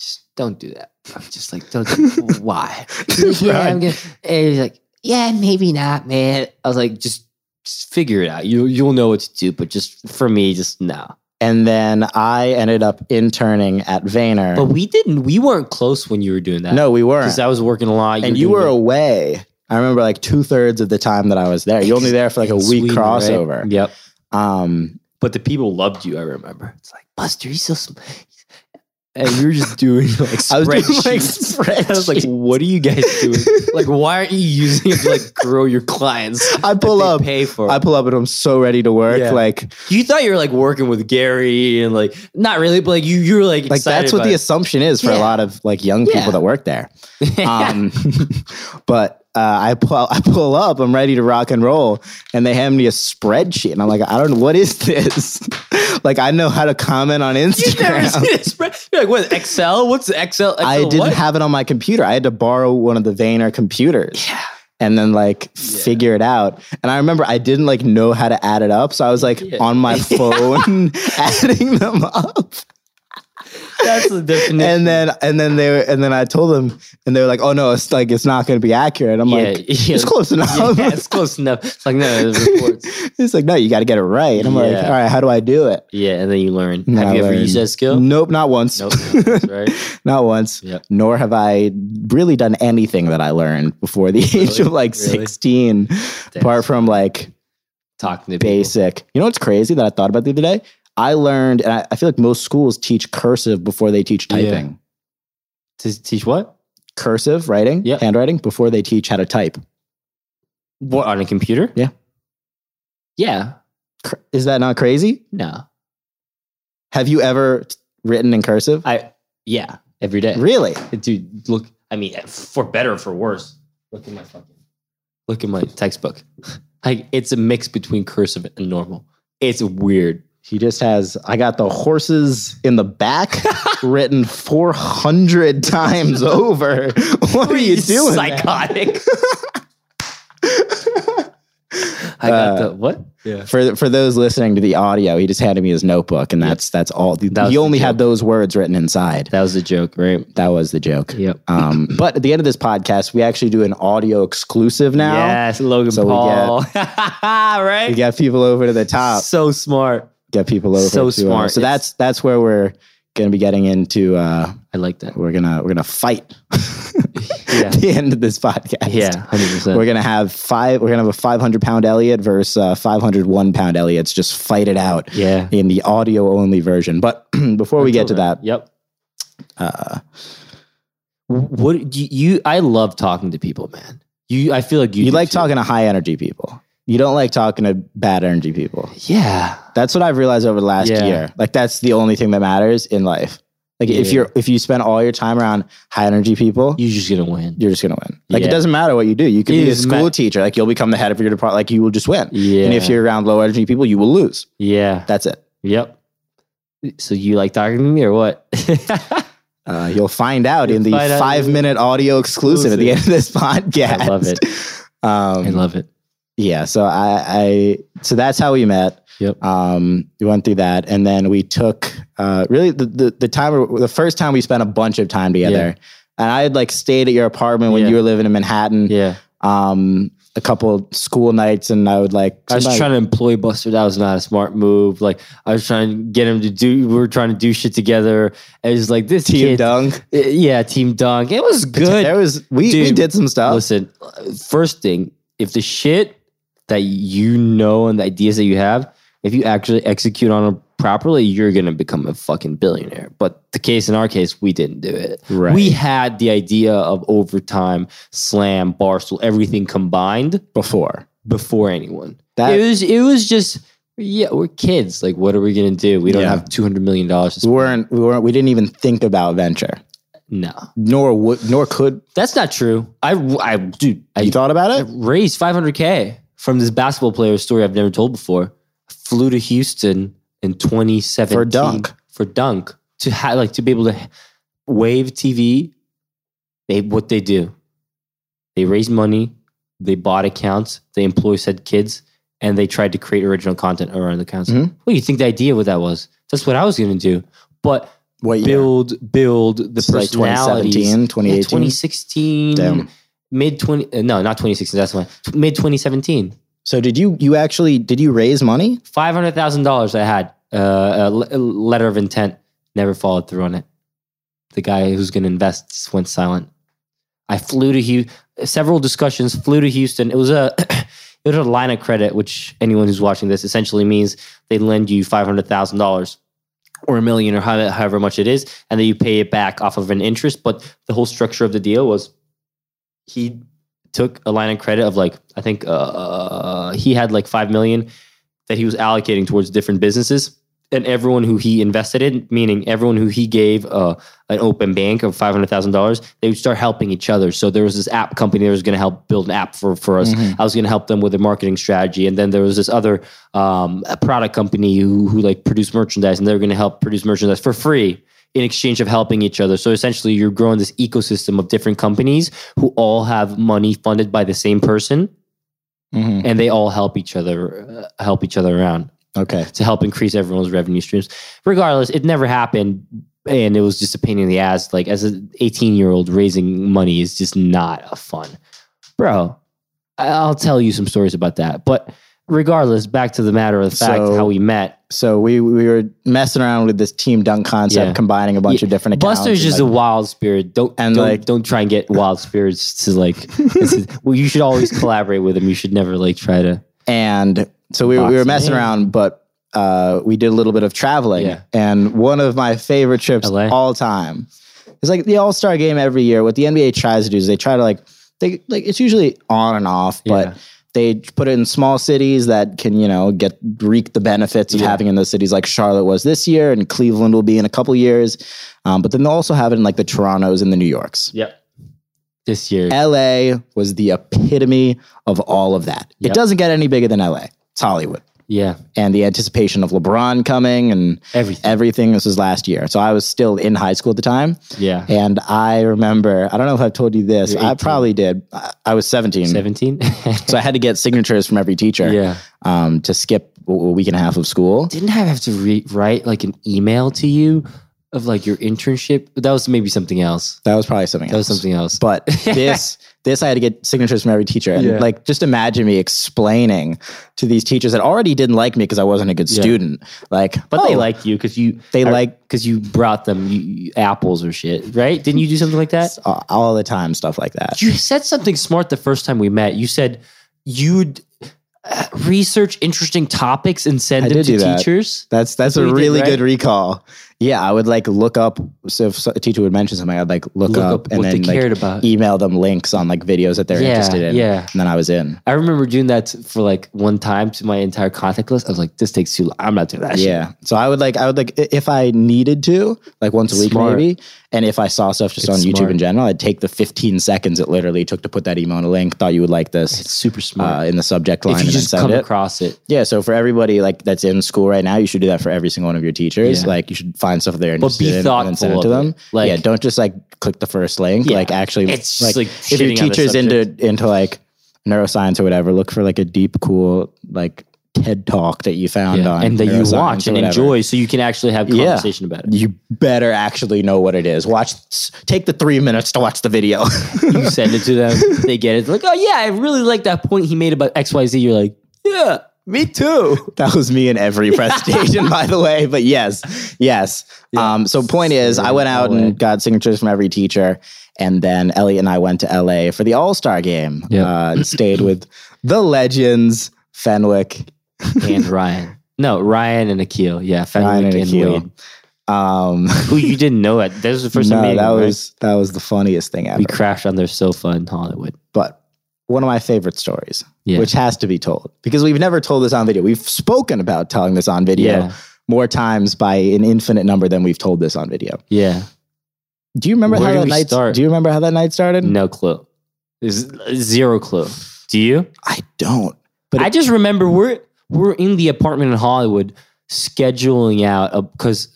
[SPEAKER 1] just don't do that. I'm just like, don't do Why? He's like, yeah, I'm gonna, and he's like, yeah, maybe not, man. I was like, just, just figure it out. You, you'll know what to do, but just for me, just no.
[SPEAKER 2] And then I ended up interning at Vayner.
[SPEAKER 1] But we didn't, we weren't close when you were doing that.
[SPEAKER 2] no, we weren't.
[SPEAKER 1] Because I was working a lot.
[SPEAKER 2] and you
[SPEAKER 1] doing
[SPEAKER 2] were
[SPEAKER 1] the-
[SPEAKER 2] away. I remember like two thirds of the time that I was there. You're only there for like a
[SPEAKER 1] in
[SPEAKER 2] week
[SPEAKER 1] Sweden, right?
[SPEAKER 2] crossover.
[SPEAKER 1] Yep.
[SPEAKER 2] Um,
[SPEAKER 1] But the people loved you. I remember. It's like Buster. He's so. Sm-. And you were just doing like
[SPEAKER 2] I was doing, like,
[SPEAKER 1] spreadsheets. I was like, what are you guys doing? like, why aren't you using it to like grow your clients?
[SPEAKER 2] I pull
[SPEAKER 1] that they
[SPEAKER 2] up.
[SPEAKER 1] pay for.
[SPEAKER 2] I pull up and I'm so ready to work.
[SPEAKER 1] Yeah.
[SPEAKER 2] Like,
[SPEAKER 1] you thought you were like working with Gary and like not really, but like you you were like
[SPEAKER 2] like
[SPEAKER 1] excited
[SPEAKER 2] that's what
[SPEAKER 1] about
[SPEAKER 2] the
[SPEAKER 1] it.
[SPEAKER 2] assumption is for
[SPEAKER 1] Yeah.
[SPEAKER 2] a lot of like young
[SPEAKER 1] Yeah.
[SPEAKER 2] people that work there. Um, but uh, I pull, I pull up. I'm ready to rock and roll, and they hand me a spreadsheet, and I'm like, I don't know what is this. like, I know how to comment on
[SPEAKER 1] You've never
[SPEAKER 2] Instagram.
[SPEAKER 1] seen a spread. You're like, what Excel? What's Excel? Excel
[SPEAKER 2] I didn't
[SPEAKER 1] what?
[SPEAKER 2] have it on my computer. I had to borrow one of the Vayner computers.
[SPEAKER 1] Yeah.
[SPEAKER 2] and then like figure it out. And I remember I didn't like know how to add it up, so I was like
[SPEAKER 1] Yeah.
[SPEAKER 2] on my phone adding them up.
[SPEAKER 1] That's the definition.
[SPEAKER 2] And then and then they were, and then I told them, and they were like, "Oh no, it's like it's not going to be accurate." I'm
[SPEAKER 1] yeah,
[SPEAKER 2] like,
[SPEAKER 1] yeah,
[SPEAKER 2] "It's close enough."
[SPEAKER 1] Yeah, it's close enough. It's like no, the reports.
[SPEAKER 2] it's like, "No, you got to get it right." And I'm like,
[SPEAKER 1] Yeah.
[SPEAKER 2] "All right, how do I do it?"
[SPEAKER 1] Yeah, and then you learn.
[SPEAKER 2] And
[SPEAKER 1] Have
[SPEAKER 2] I
[SPEAKER 1] you ever
[SPEAKER 2] learned,
[SPEAKER 1] used that skill?
[SPEAKER 2] Nope, not once.
[SPEAKER 1] Nope. That's right.
[SPEAKER 2] Not once.
[SPEAKER 1] Yep.
[SPEAKER 2] Nor have I really done anything that I learned before the age
[SPEAKER 1] Really?
[SPEAKER 2] of like
[SPEAKER 1] Really?
[SPEAKER 2] 16, apart from like
[SPEAKER 1] talking to people.
[SPEAKER 2] basic. You know what's crazy that I thought about the other day? I learned, and I, I feel like most schools teach cursive before they teach
[SPEAKER 1] Yeah.
[SPEAKER 2] typing.
[SPEAKER 1] to teach what?
[SPEAKER 2] Cursive writing,
[SPEAKER 1] Yep.
[SPEAKER 2] handwriting, before they teach how to type.
[SPEAKER 1] What on a computer?
[SPEAKER 2] Yeah.
[SPEAKER 1] Yeah.
[SPEAKER 2] Cur- Is that not crazy?
[SPEAKER 1] No.
[SPEAKER 2] Have you ever t- written in cursive?
[SPEAKER 1] I yeah every day.
[SPEAKER 2] really?
[SPEAKER 1] Dude, look, I I mean, for better or for worse. Look at my fucking. Look at my textbook. Like it's a mix between cursive and normal. It's weird.
[SPEAKER 2] He just has, I got the horses in the back written 400 times over. What are you doing? man?
[SPEAKER 1] Psychotic. I got
[SPEAKER 2] Uh,
[SPEAKER 1] the what? Yeah.
[SPEAKER 2] For, for those listening to the audio, he just handed me his notebook, and that's that's all.
[SPEAKER 1] That was
[SPEAKER 2] he
[SPEAKER 1] the
[SPEAKER 2] only
[SPEAKER 1] joke.
[SPEAKER 2] had those words written inside.
[SPEAKER 1] That was a joke, right?
[SPEAKER 2] That was the joke.
[SPEAKER 1] Yep.
[SPEAKER 2] Um, but at the end of this podcast, we actually do an audio exclusive now.
[SPEAKER 1] Yes, Logan
[SPEAKER 2] So we
[SPEAKER 1] Paul. right?
[SPEAKER 2] We get Ah. people over to the top.
[SPEAKER 1] So smart.
[SPEAKER 2] Get people over.
[SPEAKER 1] So
[SPEAKER 2] to, uh,
[SPEAKER 1] smart.
[SPEAKER 2] so that's that's where we're gonna be getting into. Uh,
[SPEAKER 1] I like that.
[SPEAKER 2] we're gonna we're gonna fight.
[SPEAKER 1] Yeah.
[SPEAKER 2] the end of this podcast.
[SPEAKER 1] Yeah, hundred
[SPEAKER 2] We're
[SPEAKER 1] percent.
[SPEAKER 2] gonna have five. We're gonna have a 500 pound Elliot versus uh, 501 pound Elliot's. Just fight it out
[SPEAKER 1] Yeah.
[SPEAKER 2] in the audio only version. But before we get to that,
[SPEAKER 1] Yep.
[SPEAKER 2] uh,
[SPEAKER 1] What you, you? I love talking to people, man. You. I feel like you.
[SPEAKER 2] you
[SPEAKER 1] do
[SPEAKER 2] like
[SPEAKER 1] too.
[SPEAKER 2] talking to high energy people. You don't like talking to bad energy people.
[SPEAKER 1] Yeah.
[SPEAKER 2] That's what I've realized over the last
[SPEAKER 1] Yeah.
[SPEAKER 2] year. Like that's the only thing that matters in life. Like if
[SPEAKER 1] Yeah.
[SPEAKER 2] you're if you spend all your time around high energy people,
[SPEAKER 1] You're just gonna win.
[SPEAKER 2] you're just gonna win. Like
[SPEAKER 1] Yeah.
[SPEAKER 2] it doesn't matter what you do. You could
[SPEAKER 1] It
[SPEAKER 2] be a
[SPEAKER 1] is
[SPEAKER 2] school
[SPEAKER 1] ma-
[SPEAKER 2] teacher. Like you'll become the head of your department. Like you will just win.
[SPEAKER 1] Yeah.
[SPEAKER 2] And if you're around low energy people, you will lose.
[SPEAKER 1] Yeah.
[SPEAKER 2] That's it.
[SPEAKER 1] Yep. So you like talking to me or what?
[SPEAKER 2] Uh, you'll find out
[SPEAKER 1] You'll
[SPEAKER 2] in the
[SPEAKER 1] find out in
[SPEAKER 2] five
[SPEAKER 1] the-
[SPEAKER 2] minute audio exclusive at the end of this podcast.
[SPEAKER 1] I love it.
[SPEAKER 2] Um,
[SPEAKER 1] I love it.
[SPEAKER 2] yeah. So I, I, so that's how we met.
[SPEAKER 1] Yep.
[SPEAKER 2] Um, we went through that, and then we took uh, really the, the the time the first time we spent a bunch of time together, and I had like stayed at your apartment when
[SPEAKER 1] Yeah.
[SPEAKER 2] you were living in Manhattan.
[SPEAKER 1] Yeah.
[SPEAKER 2] Um, a couple school nights, and I would like
[SPEAKER 1] I was
[SPEAKER 2] sometimes-
[SPEAKER 1] trying to employ Buster. That was not a smart move. Like I was trying to get him to do. We were trying to do shit together. And it was like this
[SPEAKER 2] team
[SPEAKER 1] kid. eh,
[SPEAKER 2] dunk.
[SPEAKER 1] Yeah, team dunk. It was good.
[SPEAKER 2] There was we, we
[SPEAKER 1] Dude,
[SPEAKER 2] did some stuff.
[SPEAKER 1] Listen, first thing, if the shit that you know and the ideas that you have, if you actually execute on them properly, you're gonna become a fucking billionaire. But the case in our case, we didn't do it.
[SPEAKER 2] Right.
[SPEAKER 1] We had the idea of overtime, slam, barstool, everything combined
[SPEAKER 2] before
[SPEAKER 1] before anyone.
[SPEAKER 2] that,
[SPEAKER 1] it was it was just yeah, we're kids. Like, what are we gonna do? We don't
[SPEAKER 2] Yeah.
[SPEAKER 1] have two hundred million dollars. to
[SPEAKER 2] we
[SPEAKER 1] spend.
[SPEAKER 2] weren't we weren't we didn't even think about venture.
[SPEAKER 1] No,
[SPEAKER 2] Nor would nor could
[SPEAKER 1] that's not true. I, I, dude, I
[SPEAKER 2] you thought about
[SPEAKER 1] I
[SPEAKER 2] it?
[SPEAKER 1] raised 500k from this basketball player story I've never told before. Flew to Houston in 2017
[SPEAKER 2] For dunk.
[SPEAKER 1] for dunk to ha- like to be able to wave TV. They what they do? They raise money, they bought accounts, they employ said kids, and they tried to create original content around the accounts.
[SPEAKER 2] Mhm.
[SPEAKER 1] Well, you think the idea what that was? That's what I was going to do, but
[SPEAKER 2] What year?
[SPEAKER 1] build build the
[SPEAKER 2] It's like
[SPEAKER 1] personalities.
[SPEAKER 2] 2017, 2018.
[SPEAKER 1] Yeah, 2016.
[SPEAKER 2] Damn.
[SPEAKER 1] Mid 20, uh, no, not 2016. That's when. Mid 2017.
[SPEAKER 2] So did you you actually did you raise money?
[SPEAKER 1] $500,000 I had. Uh, a le- a letter of intent. Never followed through on it. The guy who's going to invest just went silent. I flew to Houston, several discussions, flew to Houston. It was a. It was a line of credit, which anyone who's watching this essentially means they lend you five hundred thousand dollars, or a million, or however however much it is, and then you pay it back off of an interest. But the whole structure of the deal was he took a line of credit of like I think uh, he had like five million that he was allocating towards different businesses, and everyone who he invested in, meaning everyone who he gave uh, an open bank of five hundred thousand dollars, they would start helping each other. So there was this app company that was going to help build an app for for us.
[SPEAKER 2] Mhm.
[SPEAKER 1] I was going to help them with their marketing strategy, and then there was this other um, a product company who who like produced merchandise, and they were going to help produce merchandise for free in exchange of helping each other. So essentially, you're growing this ecosystem of different companies who all have money funded by the same person,
[SPEAKER 2] Mhm.
[SPEAKER 1] and they all help each other uh, help each other around
[SPEAKER 2] Okay.
[SPEAKER 1] to help increase everyone's revenue streams. Regardless, it never happened. And it was just a pain in the ass. Like as an 18 year old, raising money is just not a fun, bro. I- I'll tell you some stories about that. But regardless, back to the matter of the fact
[SPEAKER 2] So-
[SPEAKER 1] how we met.
[SPEAKER 2] So we we were messing around with this team dunk concept,
[SPEAKER 1] Yeah.
[SPEAKER 2] combining a bunch
[SPEAKER 1] Yeah.
[SPEAKER 2] of different accounts.
[SPEAKER 1] Buster's
[SPEAKER 2] and,
[SPEAKER 1] just a
[SPEAKER 2] like,
[SPEAKER 1] wild spirit. Don't
[SPEAKER 2] And,
[SPEAKER 1] don't,
[SPEAKER 2] like-
[SPEAKER 1] don't try and get wild spirits to like. this is- well, you should always collaborate with him. You should never like try to.
[SPEAKER 2] and so we, were- we were
[SPEAKER 1] Boxing.
[SPEAKER 2] messing around, but uh, we did a little bit of traveling.
[SPEAKER 1] Yeah.
[SPEAKER 2] And one of my favorite trips
[SPEAKER 1] LA.
[SPEAKER 2] all time. It's like the All Star game every year. What the NBA tries to do is they try to like they like it's usually on and off, but
[SPEAKER 1] Yeah.
[SPEAKER 2] they put it in small cities that can you know get reap the benefits of
[SPEAKER 1] Yeah.
[SPEAKER 2] having it in those cities like Charlotte was this year, and Cleveland will be in a couple years. Um, but then they'll also have it in like the Torontos and the New Yorks.
[SPEAKER 1] Yep. this year.
[SPEAKER 2] LA was the epitome of all of that.
[SPEAKER 1] Yep.
[SPEAKER 2] It doesn't get any bigger than LA. It's Hollywood.
[SPEAKER 1] Yeah,
[SPEAKER 2] And the anticipation of LeBron coming and
[SPEAKER 1] everything.
[SPEAKER 2] everything. This was last year. So I was still in high school at the time.
[SPEAKER 1] Yeah,
[SPEAKER 2] And I remember, I don't know if I've told you this.
[SPEAKER 1] You're
[SPEAKER 2] I
[SPEAKER 1] 18.
[SPEAKER 2] probably did. I, I was 17.
[SPEAKER 1] seventeen.
[SPEAKER 2] So I had to get signatures from every teacher
[SPEAKER 1] Yeah,
[SPEAKER 2] um, to skip a a week and a half of school.
[SPEAKER 1] didn't I have to re- write like an email to you of like your internship? That was maybe something else.
[SPEAKER 2] That was probably something
[SPEAKER 1] That was
[SPEAKER 2] else.
[SPEAKER 1] something else.
[SPEAKER 2] But this, this I had to get signatures from every teacher. And
[SPEAKER 1] Yeah.
[SPEAKER 2] like, just imagine me explaining to these teachers that already didn't like me because I wasn't a good
[SPEAKER 1] Yeah.
[SPEAKER 2] student. Like,
[SPEAKER 1] But they
[SPEAKER 2] oh,
[SPEAKER 1] liked you because you
[SPEAKER 2] they
[SPEAKER 1] I-
[SPEAKER 2] like
[SPEAKER 1] because you brought them you, you- apples or shit, right? Didn't you do something like that?
[SPEAKER 2] uh, all the time stuff like that.
[SPEAKER 1] You said something smart the first time we met. You said you'd uh, research interesting topics and send
[SPEAKER 2] I
[SPEAKER 1] them
[SPEAKER 2] did
[SPEAKER 1] to
[SPEAKER 2] do that.
[SPEAKER 1] teachers.
[SPEAKER 2] That's that's
[SPEAKER 1] what
[SPEAKER 2] a
[SPEAKER 1] you did,
[SPEAKER 2] really
[SPEAKER 1] right?
[SPEAKER 2] good recall. Yeah, I would like look up. So if a teacher would mention something, I'd like look,
[SPEAKER 1] Look,
[SPEAKER 2] up,
[SPEAKER 1] up,
[SPEAKER 2] and
[SPEAKER 1] what they
[SPEAKER 2] then like
[SPEAKER 1] cared about.
[SPEAKER 2] email them links on like videos that they're
[SPEAKER 1] Yeah,
[SPEAKER 2] interested in.
[SPEAKER 1] yeah.
[SPEAKER 2] and then I was in.
[SPEAKER 1] I remember doing that for like one time to my entire contact list. I was like, this takes too long. I'm not doing that shit.
[SPEAKER 2] Yeah, so I would like I would like i- if I needed to like once a week
[SPEAKER 1] Smart.
[SPEAKER 2] maybe, and if I saw stuff just
[SPEAKER 1] It's
[SPEAKER 2] on YouTube
[SPEAKER 1] smart.
[SPEAKER 2] in general, I'd take the 15 seconds it literally took to put that email in a link. Thought you would like this
[SPEAKER 1] It's super smart.
[SPEAKER 2] uh, in the subject line
[SPEAKER 1] if you
[SPEAKER 2] and then
[SPEAKER 1] just
[SPEAKER 2] send
[SPEAKER 1] come
[SPEAKER 2] it.
[SPEAKER 1] across it.
[SPEAKER 2] yeah, so for everybody like that's in school right now, you should do that for every single one of your teachers.
[SPEAKER 1] Yeah.
[SPEAKER 2] Like you should find stuff they're
[SPEAKER 1] But
[SPEAKER 2] interested
[SPEAKER 1] be
[SPEAKER 2] in and then send
[SPEAKER 1] thoughtful
[SPEAKER 2] it to
[SPEAKER 1] of
[SPEAKER 2] them.
[SPEAKER 1] it. Like,
[SPEAKER 2] yeah, don't just like click the first link.
[SPEAKER 1] Yeah.
[SPEAKER 2] Like actually,
[SPEAKER 1] It's just, like,
[SPEAKER 2] if your
[SPEAKER 1] shitting on the
[SPEAKER 2] teacher's into into like neuroscience or whatever, look for like a deep, cool like TED talk that you found
[SPEAKER 1] Yeah,
[SPEAKER 2] on
[SPEAKER 1] and that you
[SPEAKER 2] neuroscience
[SPEAKER 1] watch
[SPEAKER 2] or
[SPEAKER 1] and
[SPEAKER 2] whatever.
[SPEAKER 1] enjoy so you can actually have
[SPEAKER 2] Yeah.
[SPEAKER 1] conversation about it.
[SPEAKER 2] You better actually know what it is. Watch, take the three minutes to watch the video.
[SPEAKER 1] You send it to them, they get it. They're like, oh yeah, I really like that point he made about XYZ. You're like, yeah, me too.
[SPEAKER 2] That was me in every presentation, by the way. But yes, yes. Um, so point is, I went out
[SPEAKER 1] LA.
[SPEAKER 2] and got signatures from every teacher, and then Elliot and I went to LA for the All Star game.
[SPEAKER 1] Yeah.
[SPEAKER 2] Uh, and stayed with the legends, Fenwick,
[SPEAKER 1] And Ryan. No, Ryan and Akil. Yeah,
[SPEAKER 2] Ryan,
[SPEAKER 1] Fenwick
[SPEAKER 2] and
[SPEAKER 1] and,
[SPEAKER 2] Akil.
[SPEAKER 1] Wade.
[SPEAKER 2] Um,
[SPEAKER 1] Who you didn't know it. That was the first
[SPEAKER 2] no,
[SPEAKER 1] time meeting
[SPEAKER 2] that
[SPEAKER 1] them, right?
[SPEAKER 2] was that was the funniest thing ever.
[SPEAKER 1] we crashed on their sofa in Hollywood.
[SPEAKER 2] but one of my favorite stories,
[SPEAKER 1] Yeah.
[SPEAKER 2] which has to be told because we've never told this on video. We've spoken about telling this on video
[SPEAKER 1] Yeah.
[SPEAKER 2] more times by an infinite number than we've told this on video.
[SPEAKER 1] Yeah.
[SPEAKER 2] Do you remember
[SPEAKER 1] Where
[SPEAKER 2] how
[SPEAKER 1] did
[SPEAKER 2] that
[SPEAKER 1] we
[SPEAKER 2] night
[SPEAKER 1] start?
[SPEAKER 2] Do you remember how that night started?
[SPEAKER 1] No clue. There's zero clue. Do you?
[SPEAKER 2] I don't. But
[SPEAKER 1] I
[SPEAKER 2] it-
[SPEAKER 1] just remember we're we're in the apartment in Hollywood scheduling out uh, because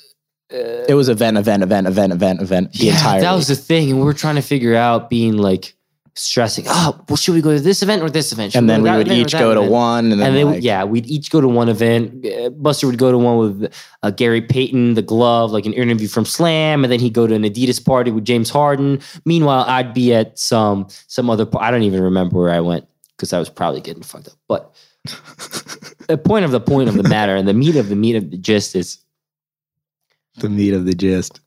[SPEAKER 2] It was event, event, event, event, event, event. The entire
[SPEAKER 1] that was
[SPEAKER 2] week.
[SPEAKER 1] the thing, and we were trying to figure out being like stressing. Oh, well, should we go to this event or this event? Should
[SPEAKER 2] and then
[SPEAKER 1] go
[SPEAKER 2] we
[SPEAKER 1] to that
[SPEAKER 2] would
[SPEAKER 1] event or
[SPEAKER 2] each
[SPEAKER 1] that
[SPEAKER 2] go to
[SPEAKER 1] event?
[SPEAKER 2] one, and then
[SPEAKER 1] And they,
[SPEAKER 2] like,
[SPEAKER 1] yeah, we'd each go to one event. Uh, Buster would go to one with uh, Gary Payton, the glove, like an interview from Slam, and then he'd go to an Adidas party with James Harden. Meanwhile, I'd be at some some other. par- I don't even remember where I went because I was probably getting fucked up. But the point of the point of the matter and the meat of the meat of the gist is
[SPEAKER 2] the meat of the gist.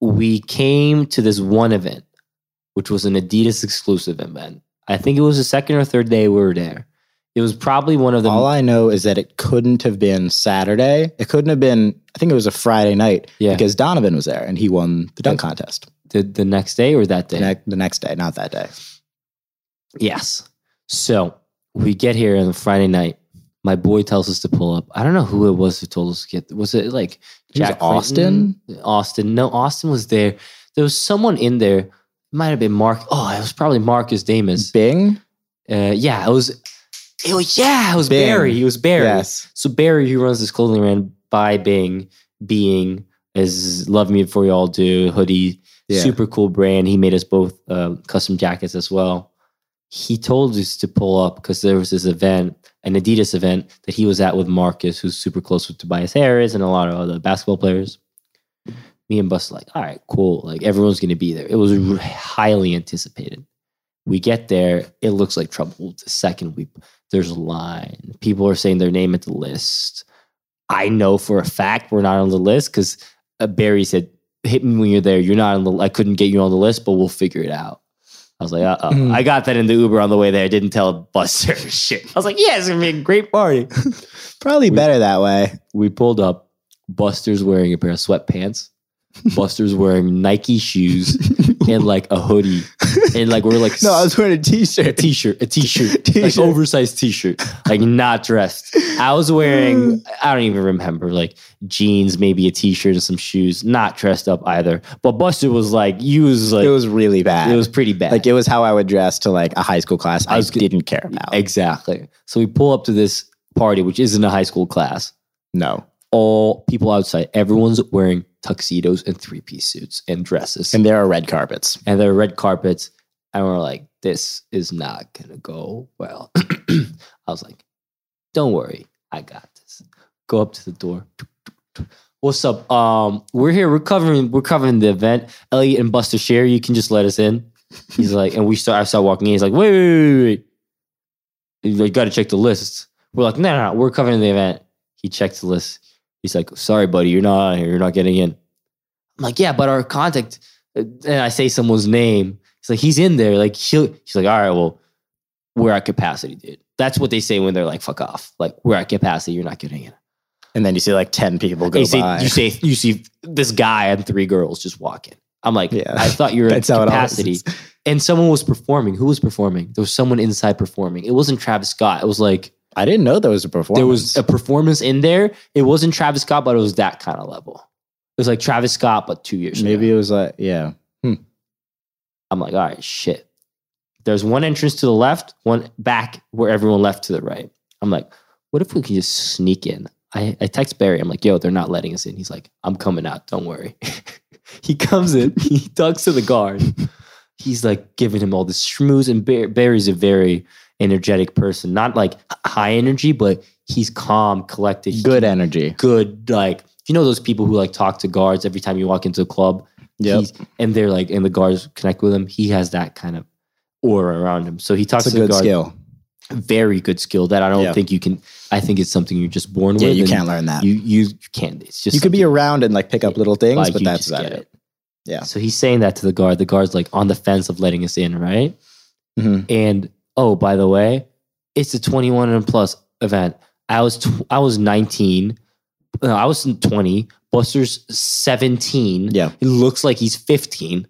[SPEAKER 1] we came to this one event, which was an Adidas exclusive event. I think it was the second or third day we were there. It was probably one of the
[SPEAKER 2] All I know is that it couldn't have been Saturday. It couldn't have been. I think it was a Friday night
[SPEAKER 1] Yeah.
[SPEAKER 2] because Donovan was there and he won the dunk contest
[SPEAKER 1] the, the next day or that day.
[SPEAKER 2] the, ne- the next day, not that day.
[SPEAKER 1] Yes. So we get here on Friday night. My boy tells us to pull up. I don't know who it was who told us to get. Was it like
[SPEAKER 2] It was
[SPEAKER 1] Jack
[SPEAKER 2] Austin?
[SPEAKER 1] Clayton? Austin. No, Austin was there. There was someone in there. It might have been Mark. Oh, it was probably Marcus Damas.
[SPEAKER 2] Bing.
[SPEAKER 1] Uh, yeah, it was. It was yeah, it was
[SPEAKER 2] Bing.
[SPEAKER 1] Barry. It was Barry.
[SPEAKER 2] Yes.
[SPEAKER 1] So Barry, who runs this clothing brand by Bing, being is Love Me Before You All Do hoodie,
[SPEAKER 2] Yeah.
[SPEAKER 1] super cool brand. He made us both um, custom jackets as well. He told us to pull up because there was this event, an Adidas event that he was at with Marcus, who's super close with Tobias Harris and a lot of other basketball players. Me and Bus like, all right, cool. Like everyone's gonna be there. It was r- highly anticipated. We get there, it looks like trouble. The second we there's a line. People are saying their name at the list. I know for a fact we're not on the list because uh, Barry said, "Hit me when you're there. You're not on the. I couldn't get you on the list, but we'll figure it out." I was like, "Uh,
[SPEAKER 2] Mm.
[SPEAKER 1] I got that in the Uber on the way there. I didn't tell Buster shit." I was like, "Yeah, it's gonna be a great party."
[SPEAKER 2] Probably
[SPEAKER 1] We-
[SPEAKER 2] better that way.
[SPEAKER 1] we pulled up. Buster's wearing a pair of sweatpants. Buster's wearing Nike shoes and like a hoodie. and like we're like
[SPEAKER 2] No, I was wearing a
[SPEAKER 1] a
[SPEAKER 2] t-shirt.
[SPEAKER 1] t-shirt, a t-shirt, like
[SPEAKER 2] T-shirt.
[SPEAKER 1] oversized t-shirt, like not dressed. I was wearing, I don't even remember, like jeans, maybe a t-shirt and some shoes, not dressed up either. But Buster was like, you was like,
[SPEAKER 2] It was really bad.
[SPEAKER 1] it was pretty bad.
[SPEAKER 2] like it was how I would dress to like a high school class I,
[SPEAKER 1] was g-
[SPEAKER 2] didn't care about.
[SPEAKER 1] exactly. So we pull up to this party, which isn't a high school class.
[SPEAKER 2] no.
[SPEAKER 1] All people outside, everyone's wearing tuxedos and three-piece suits and dresses,
[SPEAKER 2] And there are red carpets.
[SPEAKER 1] and there are red carpets. And we're like, this is not gonna go well. I was like, don't worry, I got this. Go up to the door. What's up? Um, we're here. We're covering. We're covering the event. Elliot and Buster share. You can just let us in. He's like, and we start. I start walking in. He's like, wait, wait, wait, wait. He's like, gotta check the lists. We're like, no, no, no. We're covering the event. He checks the list. He's like, sorry, buddy, you're not on here. You're not getting in. I'm like, yeah, but our contact. And I say someone's name. He's like, he's in there. Like he'll. He's like, all right, well, we're at capacity, dude. That's what they say when they're like, fuck off. Like we're at capacity. You're not getting in.
[SPEAKER 2] And then you see like 10 people go
[SPEAKER 1] You see,
[SPEAKER 2] by.
[SPEAKER 1] you say you see this guy and three girls just walking. I'm like,
[SPEAKER 2] Yeah.
[SPEAKER 1] I thought you were at
[SPEAKER 2] That's how it always
[SPEAKER 1] capacity.
[SPEAKER 2] is.
[SPEAKER 1] And someone was performing. Who was performing? There was someone inside performing. It wasn't Travis Scott. It was like
[SPEAKER 2] I didn't know there was a performance.
[SPEAKER 1] there was a performance in there. It wasn't Travis Scott, but it was that kind of level. It was like Travis Scott, but two years. ago.
[SPEAKER 2] maybe it was like yeah.
[SPEAKER 1] I'm like, all right, shit. There's one entrance to the left, one back where everyone left to the right. I'm like, what if we can just sneak in? I, I text Barry. I'm like, yo, they're not letting us in. He's like, I'm coming out. Don't worry. he comes in. He talks to the guard. He's like giving him all this schmooze. And Bar- Barry's a very energetic person, not like high energy, but he's calm, collected. He
[SPEAKER 2] Good energy.
[SPEAKER 1] good like you know those people who like talk to guards every time you walk into a club
[SPEAKER 2] Yep.
[SPEAKER 1] He's- and they're like and the guards connect with him he has that kind of aura around him so he talks
[SPEAKER 2] That's a
[SPEAKER 1] to the
[SPEAKER 2] good
[SPEAKER 1] guard
[SPEAKER 2] skill.
[SPEAKER 1] very good skill that i don't
[SPEAKER 2] Yeah.
[SPEAKER 1] think you can i think it's something you're just born
[SPEAKER 2] Yeah,
[SPEAKER 1] with
[SPEAKER 2] you
[SPEAKER 1] and
[SPEAKER 2] can't learn that.
[SPEAKER 1] you you you can't it's just
[SPEAKER 2] you could be
[SPEAKER 1] something,
[SPEAKER 2] around and like pick up little things,
[SPEAKER 1] like,
[SPEAKER 2] but
[SPEAKER 1] you
[SPEAKER 2] that's
[SPEAKER 1] just
[SPEAKER 2] about
[SPEAKER 1] get
[SPEAKER 2] it. Yeah.
[SPEAKER 1] so he's saying that to the guard the guard's like on the fence of letting us in right Mm-hmm.
[SPEAKER 2] Mhm.
[SPEAKER 1] and oh by the way it's a 21 and plus event i was tw- i was 19 no, i was 20 buster's 17
[SPEAKER 2] Yeah.
[SPEAKER 1] He looks like he's 15.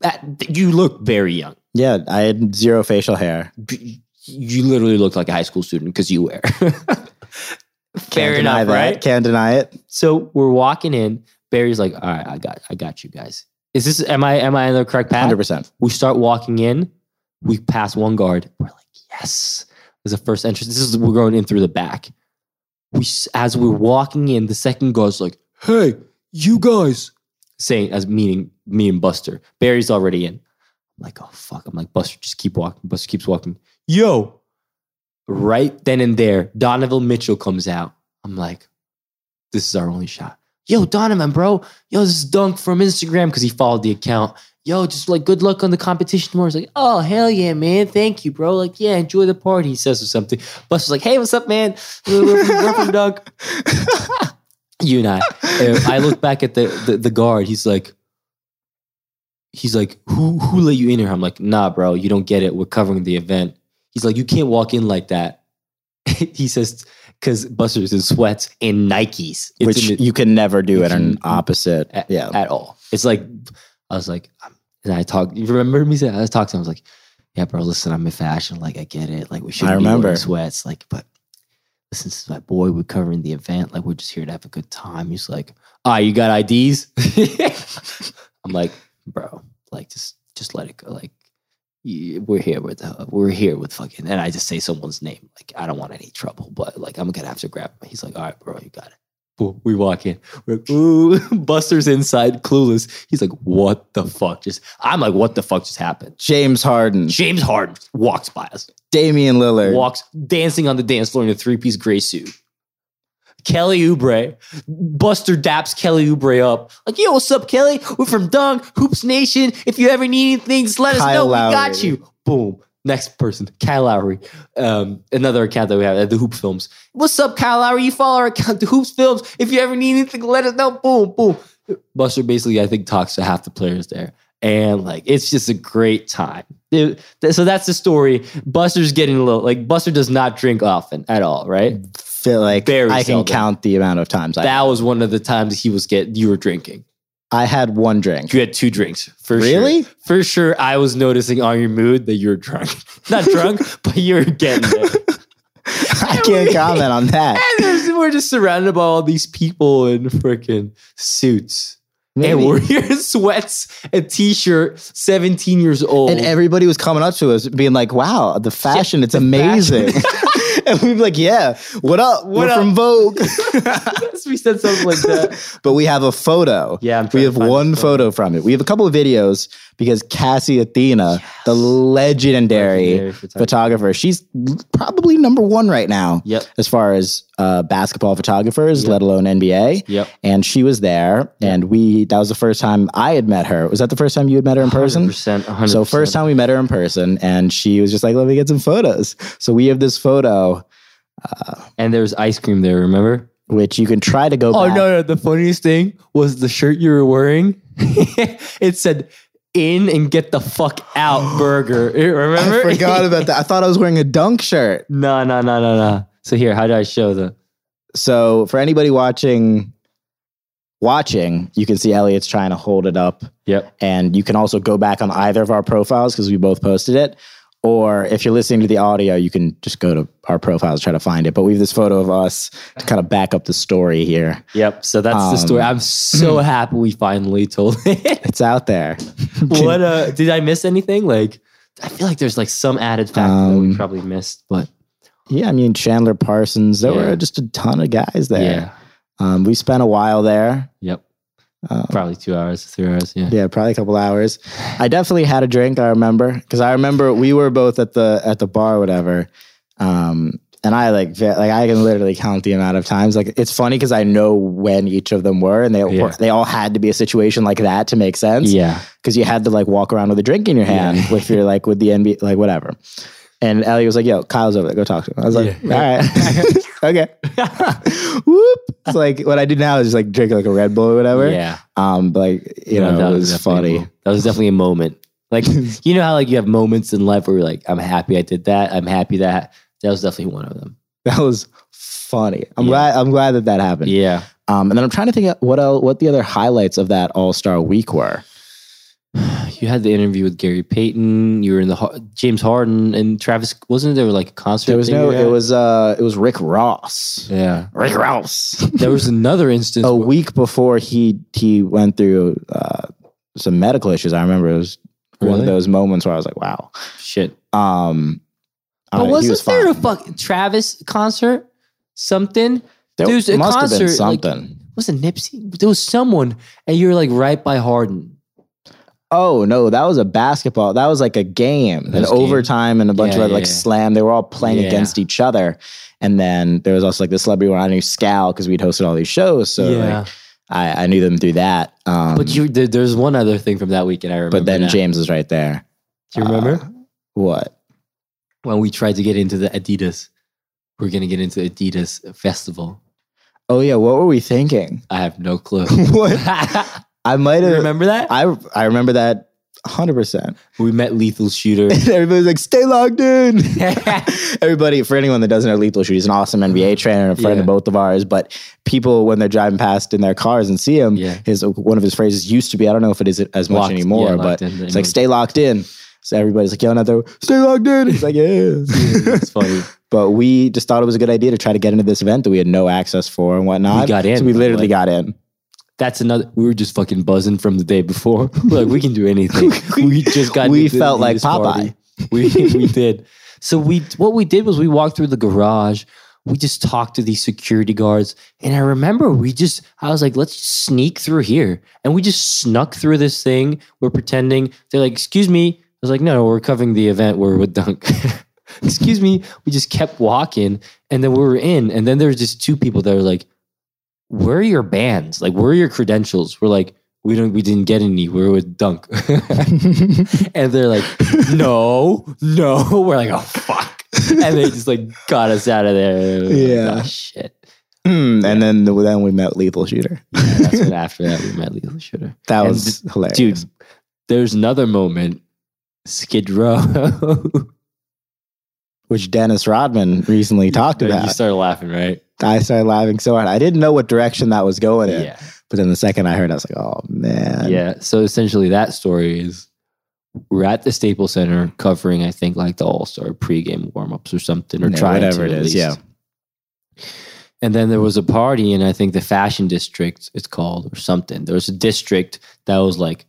[SPEAKER 1] That, you look very young.
[SPEAKER 2] Yeah. I had zero facial hair.
[SPEAKER 1] B- You literally look like a high school student because you wear. Fair
[SPEAKER 2] Can't deny
[SPEAKER 1] enough,
[SPEAKER 2] that.
[SPEAKER 1] right?
[SPEAKER 2] Can't deny it.
[SPEAKER 1] So we're walking in. Barry's like, "All right, I got, I got you guys. Is this? Am I, am I on the correct path?"
[SPEAKER 2] Hundred percent.
[SPEAKER 1] We start walking in. We pass one guard. We're like, yes. There's a first entrance. This is we're going in through the back. We s- as we're walking in, the second guard's like, hey, you guys. Saying as meaning me and Buster. Barry's already in. I'm like, oh fuck. I'm like, Buster, just keep walking. Buster keeps walking. Yo. Right then and there, Donovan Mitchell comes out. I'm like, this is our only shot. Yo, Donovan, bro. Yo, this is Dunk from Instagram because he followed the account yo, just like good luck on the competition tomorrow. He's like, oh hell yeah, man, thank you, bro. Like, yeah, enjoy the party. He says or something. Buster's like, hey, what's up, man? We're from, we're from Dunk. you and I. And I look back at the, the the guard. He's like, he's like, who who let you in here? I'm like, nah, bro, you don't get it. We're covering the event. He's like, you can't walk in like that. he says, because Buster's in sweats and Nikes. It's
[SPEAKER 2] Which
[SPEAKER 1] in the-
[SPEAKER 2] you can never do
[SPEAKER 1] you
[SPEAKER 2] at an
[SPEAKER 1] can-
[SPEAKER 2] opposite.
[SPEAKER 1] at,
[SPEAKER 2] yeah.
[SPEAKER 1] at all. It's like I was like, um, and I talked. You remember me saying I was talking to him. I was like, yeah, bro, listen, I'm in fashion. Like I get it. Like we should.
[SPEAKER 2] remember.
[SPEAKER 1] sweats. Like, but listen, this is my boy. We're covering the event. Like we're just here to have a good time. He's like, ah, you got IDs? I'm like, bro, like just just let it go. Like. y- We're here with uh, we're here with fucking and I just say someone's name like I don't want any trouble but like I'm gonna have to grab him. He's like all right bro you got it. Boom, we walk in. We're like, ooh, Buster's inside, clueless. He's like, what the fuck? Just I'm like, what the fuck just happened?
[SPEAKER 2] James Harden,
[SPEAKER 1] James Harden walks by us,
[SPEAKER 2] Damian Lillard,
[SPEAKER 1] walks dancing on the dance floor in a three-piece gray suit. Kelly Oubre, Buster daps Kelly Oubre up. Like, yo, what's up, Kelly? We're from Dunk, Hoops Nation. If you ever need anything, just let us
[SPEAKER 2] Kyle
[SPEAKER 1] know. We got
[SPEAKER 2] Lowry.
[SPEAKER 1] you. Boom. Next person, Kyle Lowry. Um, another account that we have at the Hoop Films. What's up, Kyle Lowry? You follow our account, the Hoops Films. If you ever need anything, let us know. Boom, boom. Buster basically, I think, talks to half the players there. And like, it's just a great time. It- th- so that's the story. Buster's getting a little, like, Buster does not drink often at all, right?
[SPEAKER 2] feel like
[SPEAKER 1] Very
[SPEAKER 2] I can
[SPEAKER 1] seldom.
[SPEAKER 2] count the amount of times I
[SPEAKER 1] That was one of the times he was get you were drinking.
[SPEAKER 2] I had one drink.
[SPEAKER 1] You had two drinks for sure.
[SPEAKER 2] Really?
[SPEAKER 1] For sure, I was noticing on your mood that you were drunk. Not drunk, but you were getting it.
[SPEAKER 2] I can't comment on that.
[SPEAKER 1] And there's- we're just surrounded by all these people in freaking suits. And
[SPEAKER 2] Maybe.
[SPEAKER 1] we're here in sweats, a t-shirt, 17 years old.
[SPEAKER 2] And everybody was coming up to us being like, wow, the fashion, it's amazing. and we were like, yeah, what up?
[SPEAKER 1] What
[SPEAKER 2] we're
[SPEAKER 1] up?"
[SPEAKER 2] from Vogue.
[SPEAKER 1] Yes, we said something like that.
[SPEAKER 2] but we have a photo.
[SPEAKER 1] Yeah, I'm trying
[SPEAKER 2] We
[SPEAKER 1] to
[SPEAKER 2] have
[SPEAKER 1] find
[SPEAKER 2] one
[SPEAKER 1] this photo.
[SPEAKER 2] photo from it. We have a couple of videos because Cassie Athena, the legendary,
[SPEAKER 1] Legendary photographer.
[SPEAKER 2] photographer. she's probably number one right now
[SPEAKER 1] Yep.
[SPEAKER 2] as far as uh, basketball photographers, let alone NBA.
[SPEAKER 1] Yep.
[SPEAKER 2] And she was there, and we that was the first time I had met her. Was that the first time you had met her in person?
[SPEAKER 1] 100%, 100%.
[SPEAKER 2] So first time we met her in person, and she was just like, "Let me get some photos." So we have this photo,
[SPEAKER 1] And there was ice cream there, remember?
[SPEAKER 2] which you can try to go.
[SPEAKER 1] Oh
[SPEAKER 2] back.
[SPEAKER 1] no, no! The funniest thing was the shirt you were wearing. it said "In and get the fuck out" burger. Eh, Remember?
[SPEAKER 2] I forgot about that. I thought I was wearing a dunk shirt.
[SPEAKER 1] no, no, no, no, no. So here, how do I show the?
[SPEAKER 2] So for anybody watching, watching, you can see Elliot's trying to hold it up,
[SPEAKER 1] Yep.
[SPEAKER 2] and you can also go back on either of our profiles because we both posted it. Or if you're listening to the audio, you can just go to our profiles try to find it. But we have this photo of us to kind of back up the story here.
[SPEAKER 1] Yep. So that's the
[SPEAKER 2] Um,
[SPEAKER 1] story. I'm so happy we finally told it.
[SPEAKER 2] It's out there.
[SPEAKER 1] what uh did I miss anything? Like I feel like there's like some added factor that we
[SPEAKER 2] Um,
[SPEAKER 1] probably missed, but
[SPEAKER 2] Yeah, I mean Chandler Parsons. There
[SPEAKER 1] Yeah.
[SPEAKER 2] were just a ton of guys there.
[SPEAKER 1] yeah.
[SPEAKER 2] Um, we spent a while there.
[SPEAKER 1] Yep.
[SPEAKER 2] Um,
[SPEAKER 1] Probably two hours, three hours. Yeah.
[SPEAKER 2] Yeah, probably a couple hours. I definitely had a drink. I remember because I remember we were both at the at the bar, or whatever. Um, and I like ve- like I can literally count the amount of times. Like it's funny because I know when each of them were, and they
[SPEAKER 1] Yeah.
[SPEAKER 2] they all had to be a situation like that to make sense.
[SPEAKER 1] Yeah.
[SPEAKER 2] Because you had to like walk around with a drink in your hand
[SPEAKER 1] Yeah.
[SPEAKER 2] if you're like with the NBA, like whatever. And Ellie was like, "Yo, Kyle's over there. Go talk to him." I was like,
[SPEAKER 1] Yeah.
[SPEAKER 2] "All right, okay." Whoop! It's like what I do now is just like drink like a Red Bull or whatever.
[SPEAKER 1] Yeah.
[SPEAKER 2] Um, but like you know,
[SPEAKER 1] that
[SPEAKER 2] it was
[SPEAKER 1] definitely a
[SPEAKER 2] funny.
[SPEAKER 1] mo- That was definitely a moment. Like you know how like you have moments in life where you're like, I'm happy I did that. I'm happy that that was definitely one of them.
[SPEAKER 2] That was funny. I'm
[SPEAKER 1] Yeah.
[SPEAKER 2] glad. I'm glad that that happened.
[SPEAKER 1] Yeah.
[SPEAKER 2] Um, and then I'm trying to think of what else, what the other highlights of that All Star Week were.
[SPEAKER 1] You had the interview with Gary Payton. You were in the Har- James Harden and Travis. Wasn't there like a concert?
[SPEAKER 2] There was
[SPEAKER 1] thing
[SPEAKER 2] no.
[SPEAKER 1] you were
[SPEAKER 2] It
[SPEAKER 1] at?
[SPEAKER 2] was. Uh, it was Rick Ross.
[SPEAKER 1] Yeah.
[SPEAKER 2] Rick Ross.
[SPEAKER 1] There was another instance.
[SPEAKER 2] a
[SPEAKER 1] where-
[SPEAKER 2] week before he he went through uh, some medical issues. I remember it was one
[SPEAKER 1] Really?
[SPEAKER 2] of those moments where I was like, wow.
[SPEAKER 1] shit.
[SPEAKER 2] Um, I
[SPEAKER 1] But
[SPEAKER 2] don't know, he
[SPEAKER 1] wasn't
[SPEAKER 2] was
[SPEAKER 1] there a
[SPEAKER 2] fine.
[SPEAKER 1] fuck Travis concert? Something
[SPEAKER 2] There
[SPEAKER 1] there's a
[SPEAKER 2] must have been
[SPEAKER 1] concert, like-
[SPEAKER 2] something.
[SPEAKER 1] was it Nipsey? There was someone, and you were like right by Harden.
[SPEAKER 2] Oh no, that was a basketball. That was like a game,
[SPEAKER 1] That
[SPEAKER 2] an
[SPEAKER 1] was a game.
[SPEAKER 2] overtime, and a bunch
[SPEAKER 1] Yeah,
[SPEAKER 2] of
[SPEAKER 1] yeah,
[SPEAKER 2] like
[SPEAKER 1] yeah.
[SPEAKER 2] slam. They were all playing
[SPEAKER 1] Yeah.
[SPEAKER 2] against each other, and then there was also like the celebrity one. I knew Scal because we'd hosted all these shows, so like, I, I knew them through that. Um,
[SPEAKER 1] but you there, there's one other thing from that weekend I remember.
[SPEAKER 2] but then
[SPEAKER 1] now.
[SPEAKER 2] James was right there.
[SPEAKER 1] do you remember?
[SPEAKER 2] Uh, what?
[SPEAKER 1] when we tried to get into the Adidas. We're gonna get into Adidas festival.
[SPEAKER 2] Oh yeah, what were we thinking?
[SPEAKER 1] I have no clue.
[SPEAKER 2] what?
[SPEAKER 1] you
[SPEAKER 2] I might have.
[SPEAKER 1] remember that?
[SPEAKER 2] I I remember that hundred percent.
[SPEAKER 1] we met Lethal Shooter.
[SPEAKER 2] Everybody's like, "Stay logged in."
[SPEAKER 1] yeah,
[SPEAKER 2] Everybody, for anyone that doesn't know Lethal Shoot, he's an awesome NBA trainer and a friend
[SPEAKER 1] Uh-huh. Yeah.
[SPEAKER 2] of both of ours. But people, when they're driving past in their cars and see him,
[SPEAKER 1] Yeah.
[SPEAKER 2] his one of his phrases used to be, I don't know if it is as much
[SPEAKER 1] Locked-
[SPEAKER 2] anymore,
[SPEAKER 1] yeah, locked
[SPEAKER 2] but
[SPEAKER 1] in,
[SPEAKER 2] it's like stay locked in. So everybody's like yelling out there, stay locked in. He's like, yeah.
[SPEAKER 1] it's funny.
[SPEAKER 2] but we just thought it was a good idea to try to get into this event that we had no access for and whatnot.
[SPEAKER 1] We got in,
[SPEAKER 2] So
[SPEAKER 1] by
[SPEAKER 2] we
[SPEAKER 1] the way.
[SPEAKER 2] literally got in.
[SPEAKER 1] That's another. We were just fucking buzzing from the day before. Like we can do anything. we just got.
[SPEAKER 2] we
[SPEAKER 1] into the
[SPEAKER 2] felt like
[SPEAKER 1] Adidas party. We we did. So we what we did was we walked through the garage. We just talked to these security guards, and I remember we just I was like, let's just sneak through here, and we just snuck through this thing. We're pretending they're like, excuse me. I was like, no, no, we're covering the event. We're with Dunk. excuse me. We just kept walking, and then we were in, and then there's just two people that were like where are your bands? Like, where are your credentials? We're like, we don't, we didn't get any. We are with Dunk, and they're like, no, no. We're like, oh fuck, and they just like got us out of there.
[SPEAKER 2] Yeah.
[SPEAKER 1] Oh, shit.
[SPEAKER 2] Mm, And then, then we met Lethal Shooter.
[SPEAKER 1] That's when after that we met Lethal Shooter,
[SPEAKER 2] That
[SPEAKER 1] And
[SPEAKER 2] was hilarious.
[SPEAKER 1] dude. There's another moment, Skid Row.
[SPEAKER 2] Which Dennis Rodman recently talked
[SPEAKER 1] you
[SPEAKER 2] about.
[SPEAKER 1] started laughing, right?
[SPEAKER 2] Oh, I started laughing so hard. I didn't know what direction that was going in. But then the second I heard, I was like, oh man.
[SPEAKER 1] Yeah. So essentially, that story is we're at the Staples Center covering, I think, like the All Star pregame warm ups or something, or
[SPEAKER 2] Yeah,
[SPEAKER 1] trying
[SPEAKER 2] whatever
[SPEAKER 1] to,
[SPEAKER 2] it
[SPEAKER 1] at
[SPEAKER 2] is, yeah.
[SPEAKER 1] least. And then there was a party in, I think, the fashion district, it's called, or something. There was a district that was like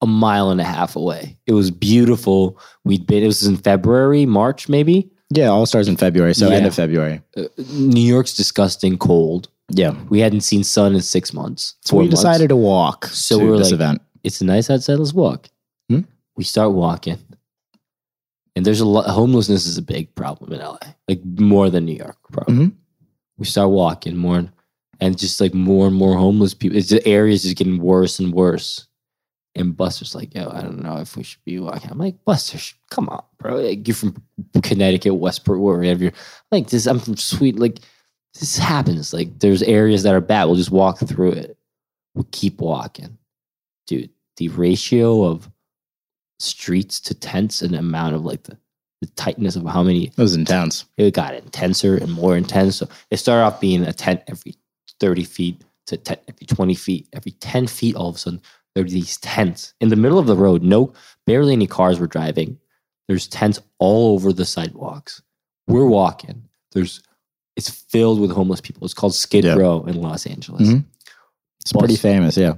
[SPEAKER 1] a mile and a half away. It was beautiful. We'd been, it was in February, March, maybe.
[SPEAKER 2] Yeah. All stars in February. So end
[SPEAKER 1] Yeah.
[SPEAKER 2] of February.
[SPEAKER 1] Uh, New York's disgusting cold.
[SPEAKER 2] Yeah.
[SPEAKER 1] We hadn't seen sun in six months.
[SPEAKER 2] So
[SPEAKER 1] four
[SPEAKER 2] we
[SPEAKER 1] months.
[SPEAKER 2] decided to walk
[SPEAKER 1] So
[SPEAKER 2] to
[SPEAKER 1] we were
[SPEAKER 2] this
[SPEAKER 1] like-
[SPEAKER 2] event.
[SPEAKER 1] it's nice outside. Let's walk.
[SPEAKER 2] Hmm?
[SPEAKER 1] We start walking, and there's a lot. Homelessness is a big problem in LA, like more than New York, probably.
[SPEAKER 2] Mhm.
[SPEAKER 1] We start walking more, and, and just like more and more homeless people. It's the area's just getting worse and worse. And Buster's like, yo, I don't know if we should be walking. I'm like, Buster, sh- come on, bro. Like, you're from Connecticut, Westport, wherever you're. Like this, I'm from Sweet. Like this happens. Like there's areas that are bad. We'll just walk through it. We'll keep walking, dude. The ratio of streets to tents and the amount of like the, the tightness of how many
[SPEAKER 2] It was intense.
[SPEAKER 1] it got intenser and more intense. So it started off being a tent every 30 feet to 10, every 20 feet, every 10 feet, all of a sudden, there were these tents in the middle of the road. No, barely any cars were driving. There's tents all over the sidewalks. We're walking. There's, it's filled with homeless people. It's called Skid
[SPEAKER 2] Yeah.
[SPEAKER 1] Row in Los Angeles.
[SPEAKER 2] Mhm. It's
[SPEAKER 1] Bus-
[SPEAKER 2] pretty famous. Yeah.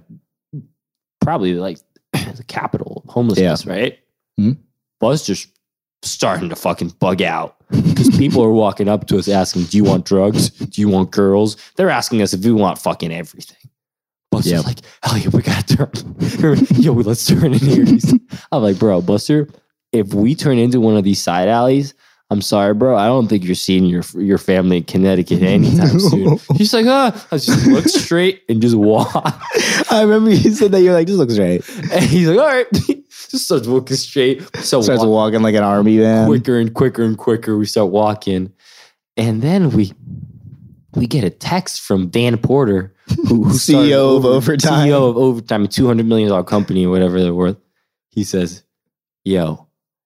[SPEAKER 1] Probably like the capital of homelessness, right?
[SPEAKER 2] Mhm.
[SPEAKER 1] Buzz just starting to fucking bug out. because people are walking up to us asking, "Do you want drugs? Do you want girls?" They're asking us if we want fucking everything. Buster's
[SPEAKER 2] Yeah.
[SPEAKER 1] like, "Hell yeah, we gotta turn. Yo, let's turn in here." I'm like, "Bro, Buster, if we turn into one of these side alleys, I'm sorry, bro. I don't think you're seeing your your family in Connecticut anytime soon." She's like, "Ah," I was just look straight and just walk.
[SPEAKER 2] I remember you said that you're like, this looks right.
[SPEAKER 1] And he's like, "All right," just starts walking straight. So
[SPEAKER 2] Starts
[SPEAKER 1] wa-
[SPEAKER 2] walking like an army man.
[SPEAKER 1] quicker and quicker and quicker. We start walking, and then we we get a text from Dan Porter, who, who started
[SPEAKER 2] CEO E of
[SPEAKER 1] Over-
[SPEAKER 2] Overtime.
[SPEAKER 1] CEO of Overtime, a two hundred million dollar company or whatever they're worth. He says, "Yo."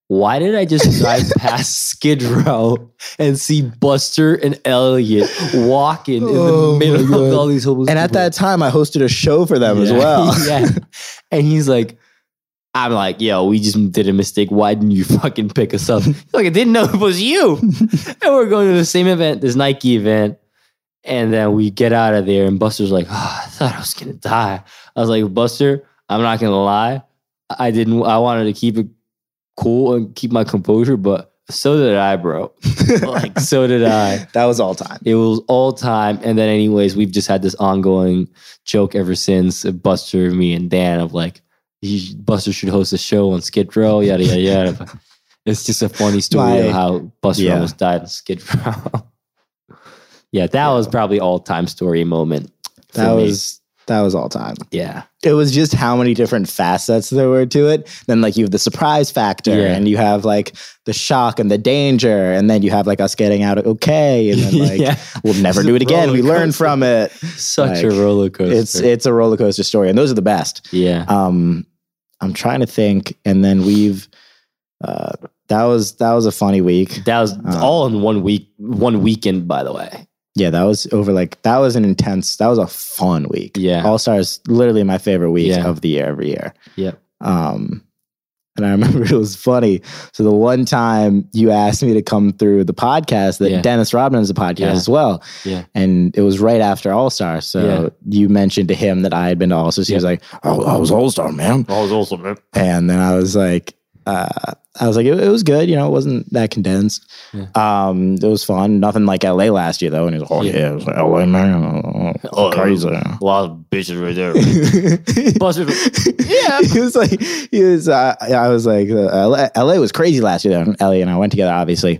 [SPEAKER 1] Why did I just drive past Skid Row and see Buster and Elliot walking
[SPEAKER 2] Oh my
[SPEAKER 1] in the middle
[SPEAKER 2] God.
[SPEAKER 1] of all these homeless
[SPEAKER 2] And at
[SPEAKER 1] people?
[SPEAKER 2] that time, I hosted a show for them as
[SPEAKER 1] Yeah.
[SPEAKER 2] well.
[SPEAKER 1] yeah. And he's like, I'm like, yo, we just did a mistake. Why didn't you fucking pick us up? He's like, I didn't know it was you. and we're going to the same event, this Nike event. And then we get out of there, and Buster's like, oh, I thought I was gonna die. I was like, Buster, I'm not gonna lie. I didn't I wanted to keep it cool and keep my composure, but so did I, bro. Like, so did I.
[SPEAKER 2] that was all time.
[SPEAKER 1] It was all time. And then, anyways, we've just had this ongoing joke ever since uh, Buster, me, and Dan of like, he, Buster should host a show on Skid Row, yada, yada, yada. But it's just a funny story
[SPEAKER 2] My-
[SPEAKER 1] of how Buster
[SPEAKER 2] yeah.
[SPEAKER 1] almost died on Skid Row. yeah, that was probably all time story moment. for
[SPEAKER 2] That
[SPEAKER 1] me.
[SPEAKER 2] was that was all time.
[SPEAKER 1] yeah.
[SPEAKER 2] It was just how many different facets there were to it. Then like you have the surprise factor,
[SPEAKER 1] Yeah.
[SPEAKER 2] and you have like the shock and the danger, and then you have like us getting out okay, and then like
[SPEAKER 1] yeah.
[SPEAKER 2] we'll never
[SPEAKER 1] It's
[SPEAKER 2] do
[SPEAKER 1] a
[SPEAKER 2] it again. We
[SPEAKER 1] roller
[SPEAKER 2] learn
[SPEAKER 1] coaster.
[SPEAKER 2] from it.
[SPEAKER 1] Such a
[SPEAKER 2] like,
[SPEAKER 1] roller coaster.
[SPEAKER 2] It's it's a roller coaster story, and those are the best.
[SPEAKER 1] yeah.
[SPEAKER 2] Um, I'm trying to think, and then we've uh, that was that was a funny week.
[SPEAKER 1] That was
[SPEAKER 2] uh,
[SPEAKER 1] all in one week, one weekend, by the way.
[SPEAKER 2] Yeah, that was over like that was an intense. That was a fun week.
[SPEAKER 1] Yeah.
[SPEAKER 2] All Stars literally my favorite week
[SPEAKER 1] Yeah.
[SPEAKER 2] of the year every year.
[SPEAKER 1] Yep.
[SPEAKER 2] Um, and I remember it was funny. So the one time you asked me to come through the podcast that
[SPEAKER 1] Yeah.
[SPEAKER 2] Dennis Rodman is a podcast
[SPEAKER 1] Yeah.
[SPEAKER 2] as well.
[SPEAKER 1] Yeah.
[SPEAKER 2] And it was right after All Star. So
[SPEAKER 1] Yeah.
[SPEAKER 2] you mentioned to him that I had been to All Stars. He was like, Oh, I was All Star, man.
[SPEAKER 1] That was awesome, man.
[SPEAKER 2] And then I was like, uh, I was like, it, it was good. You know, it wasn't that condensed.
[SPEAKER 1] Yeah.
[SPEAKER 2] Um, it was fun. Nothing like LA last year though. And he was like, oh yeah,
[SPEAKER 1] Yeah.
[SPEAKER 2] it was like LA man, oh,
[SPEAKER 1] Oh,
[SPEAKER 2] crazy.
[SPEAKER 1] A lot of bitches right
[SPEAKER 2] Um,
[SPEAKER 1] there. Buster,
[SPEAKER 2] yeah, he was like, he was. Uh, I was like, uh, LA, LA was crazy last year. Though. Ellie and I went together, obviously.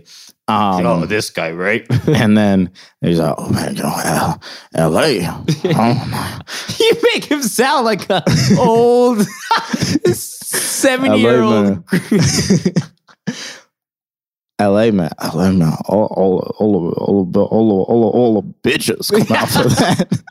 [SPEAKER 2] Um,
[SPEAKER 1] Oh, this guy, right?
[SPEAKER 2] and then he's like, oh man, you know, L- LA. Oh my.
[SPEAKER 1] you make him sound like a old seven year old.
[SPEAKER 2] LA man, LA man, all all all all all all, all, all bitches come out for that.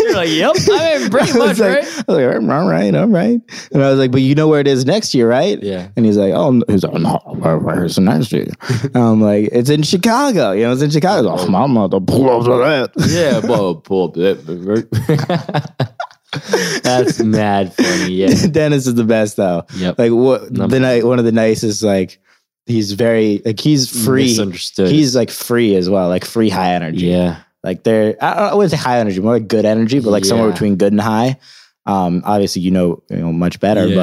[SPEAKER 1] You're like, yep, I mean, pretty
[SPEAKER 2] I
[SPEAKER 1] much,
[SPEAKER 2] was like,
[SPEAKER 1] right?
[SPEAKER 2] I was like, all right, all right. And I was like, but you know where it is next year, right?
[SPEAKER 1] Yeah.
[SPEAKER 2] And he's like, oh, no. he's like, no, where, where's the next year? And I'm like, it's in Chicago. You know, it's in Chicago. He's like, oh, mama, the pull up to that.
[SPEAKER 1] Yeah, well, pull up that. right? That's mad funny. Yeah.
[SPEAKER 2] Dennis is the best though.
[SPEAKER 1] Yep.
[SPEAKER 2] Like what
[SPEAKER 1] Number-
[SPEAKER 2] the night, one of the nicest. Like he's very like he's free.
[SPEAKER 1] Misunderstood.
[SPEAKER 2] He's like free as well, like free high energy.
[SPEAKER 1] yeah.
[SPEAKER 2] Like they're I don't know, I wouldn't say high energy, more like good energy, but like somewhere
[SPEAKER 1] Yeah.
[SPEAKER 2] between good and high. Um, obviously you know you know much better,
[SPEAKER 1] Yeah.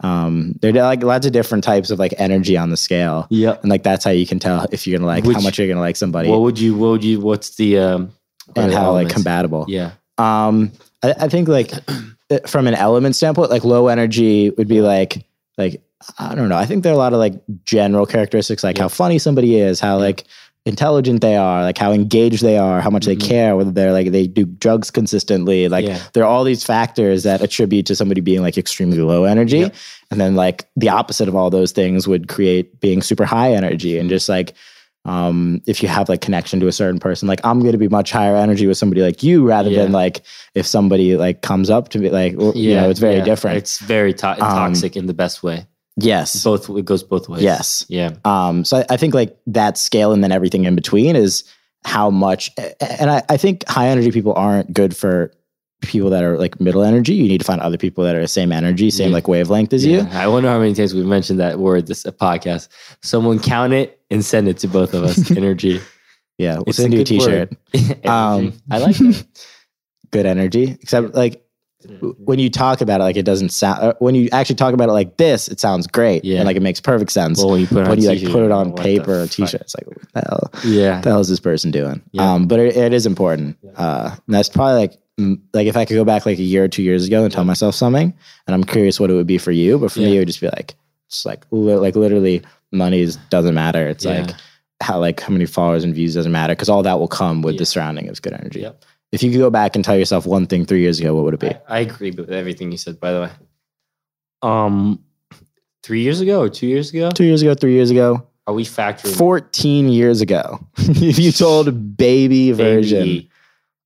[SPEAKER 2] but um, there are like lots of different types of like energy on the scale,
[SPEAKER 1] Yep.
[SPEAKER 2] and like that's how you can tell if you're gonna like
[SPEAKER 1] Which-
[SPEAKER 2] how much you're gonna like somebody
[SPEAKER 1] What would you? What would you? What's the um? what are
[SPEAKER 2] and
[SPEAKER 1] the
[SPEAKER 2] how like
[SPEAKER 1] elements?
[SPEAKER 2] compatible.
[SPEAKER 1] Yeah.
[SPEAKER 2] Um, I, I think like uh, from an element standpoint, like low energy would be like like I don't know. I think there are a lot of like general characteristics, like how funny somebody is, how like intelligent they are, like how engaged they are, how much
[SPEAKER 1] Mhm.
[SPEAKER 2] they care, whether they're like they do drugs consistently. Like
[SPEAKER 1] Yeah.
[SPEAKER 2] there are all these factors that attribute to somebody being like extremely low energy.
[SPEAKER 1] Yep.
[SPEAKER 2] And then like the opposite of all those things would create being super high energy and just like um if you have like connection to a certain person like i'm going to be much higher energy with somebody like you rather
[SPEAKER 1] Yeah.
[SPEAKER 2] than like if somebody like comes up to me like well, you know it's very
[SPEAKER 1] yeah.
[SPEAKER 2] different Um,
[SPEAKER 1] It's very to- toxic in the best way.
[SPEAKER 2] yes
[SPEAKER 1] Both it goes both ways.
[SPEAKER 2] yes
[SPEAKER 1] Yeah.
[SPEAKER 2] um, so I, I think like that scale and then everything in between is how much. And I, I think high energy people aren't good for people that are like middle energy. You need to find other people that are the same energy, same
[SPEAKER 1] Yeah.
[SPEAKER 2] like wavelength as
[SPEAKER 1] yeah.
[SPEAKER 2] you.
[SPEAKER 1] I wonder how many times we've mentioned that word this uh, podcast. Someone count it and send it to both of us. Energy.
[SPEAKER 2] Yeah,
[SPEAKER 1] It's
[SPEAKER 2] it's a
[SPEAKER 1] a
[SPEAKER 2] new
[SPEAKER 1] good
[SPEAKER 2] T-shirt.
[SPEAKER 1] Energy.
[SPEAKER 2] Um,
[SPEAKER 1] I like that.
[SPEAKER 2] Good energy, except like w- when you talk about it, like it doesn't sound. uh, When you actually talk about it like this, it sounds great.
[SPEAKER 1] Yeah.
[SPEAKER 2] and like it makes perfect sense.
[SPEAKER 1] Well, when you put it on
[SPEAKER 2] when you like
[SPEAKER 1] t-shirt,
[SPEAKER 2] put it
[SPEAKER 1] you're
[SPEAKER 2] on
[SPEAKER 1] like, what
[SPEAKER 2] paper
[SPEAKER 1] the
[SPEAKER 2] or
[SPEAKER 1] fuck?
[SPEAKER 2] T-shirt, it's like what the hell.
[SPEAKER 1] Yeah.
[SPEAKER 2] the hell is this person doing?
[SPEAKER 1] Yeah.
[SPEAKER 2] Um, but it, it is important.
[SPEAKER 1] Yeah.
[SPEAKER 2] Uh, and that's probably like, mm, like if I could go back like a year or two years ago and tell myself something, and I'm curious what it would be for you. But for
[SPEAKER 1] Yeah.
[SPEAKER 2] me, it would just be like, it's like, li- like literally, money is, doesn't matter. It's
[SPEAKER 1] Yeah.
[SPEAKER 2] like how like how many followers and views doesn't matter because all that will come with
[SPEAKER 1] Yeah.
[SPEAKER 2] the surrounding of good energy.
[SPEAKER 1] Yep.
[SPEAKER 2] If you could go back and tell yourself one thing three years ago, what would it be?
[SPEAKER 1] I, I agree with everything you said, by the way. Um, three years ago or two years ago?
[SPEAKER 2] Two years ago, three years ago,
[SPEAKER 1] Are we factoring
[SPEAKER 2] fourteen years ago. if you told baby version,
[SPEAKER 1] baby? E?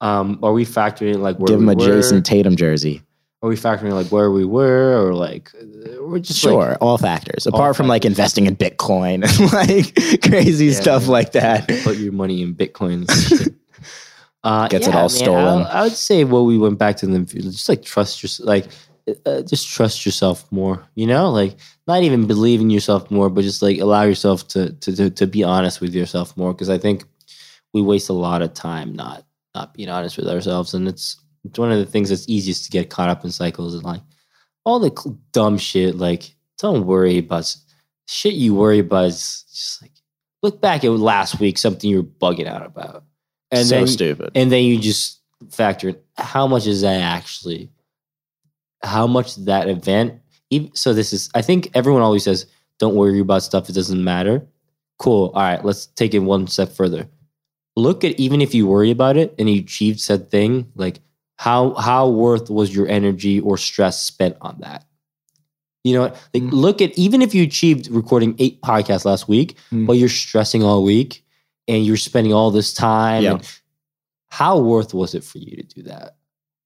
[SPEAKER 1] Um, are we factoring like where
[SPEAKER 2] give him
[SPEAKER 1] we
[SPEAKER 2] a
[SPEAKER 1] were?
[SPEAKER 2] Jason Tatum jersey.
[SPEAKER 1] Are we factoring like where we were or like uh, we're just like-
[SPEAKER 2] sure all factors
[SPEAKER 1] All
[SPEAKER 2] apart from like investing in bitcoin and like crazy
[SPEAKER 1] Yeah,
[SPEAKER 2] stuff
[SPEAKER 1] man.
[SPEAKER 2] like that
[SPEAKER 1] put your money in Bitcoin. and shit. Uh,
[SPEAKER 2] Gets it all stolen.
[SPEAKER 1] I, I would say what we went back to the just like trust yourself, like uh, just trust yourself more. You know, like not even believe in yourself more, but just like allow yourself to to to, to be honest with yourself more. Because I think we waste a lot of time not not being honest with ourselves, and it's it's one of the things that's easiest to get caught up in cycles and like all the cl- dumb shit. Like don't worry about s- shit you worry about is just like look back at last week something you were bugging out about and
[SPEAKER 2] so
[SPEAKER 1] then
[SPEAKER 2] stupid
[SPEAKER 1] and then you just factor in how much is that actually how much that event ev- so this is i think everyone always says don't worry about stuff it doesn't matter cool all right let's take it one step further look at even if you worry about it and you achieved said thing like how how worth was your energy or stress spent on that you know what? like
[SPEAKER 2] Mm.
[SPEAKER 1] look at even if you achieved recording eight podcasts last week
[SPEAKER 2] Mm.
[SPEAKER 1] but you're stressing all week and you're spending all this time
[SPEAKER 2] Yeah.
[SPEAKER 1] and how worth was it for you to do that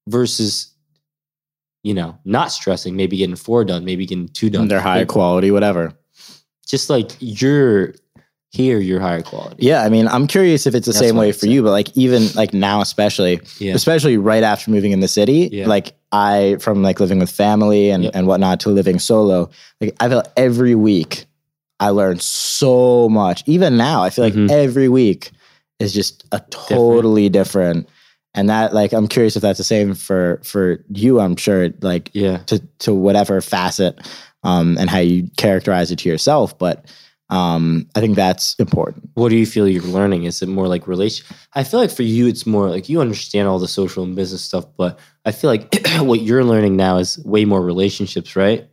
[SPEAKER 1] versus you know not stressing maybe getting four done maybe getting two done
[SPEAKER 2] and they're higher
[SPEAKER 1] Like,
[SPEAKER 2] quality whatever
[SPEAKER 1] just like you're here you're higher quality
[SPEAKER 2] yeah i mean i'm curious if it's the
[SPEAKER 1] That's
[SPEAKER 2] same
[SPEAKER 1] what
[SPEAKER 2] way
[SPEAKER 1] I'd
[SPEAKER 2] for
[SPEAKER 1] say.
[SPEAKER 2] you but like even like now especially
[SPEAKER 1] yeah
[SPEAKER 2] especially right after moving in the city
[SPEAKER 1] Yeah.
[SPEAKER 2] like i from like living with family and,
[SPEAKER 1] Yep.
[SPEAKER 2] and whatnot to living solo like i feel every week i learn so much even now i feel like
[SPEAKER 1] Mhm.
[SPEAKER 2] every week is just a totally different and that like i'm curious if that's the same for for you i'm sure like
[SPEAKER 1] yeah
[SPEAKER 2] to to whatever facet um and how you characterize it to yourself but um i think that's important
[SPEAKER 1] what do you feel you're learning? Is it more like relation? I feel like for you, it's more like you understand all the social and business stuff, but I feel like what you're learning now is way more relationships, right?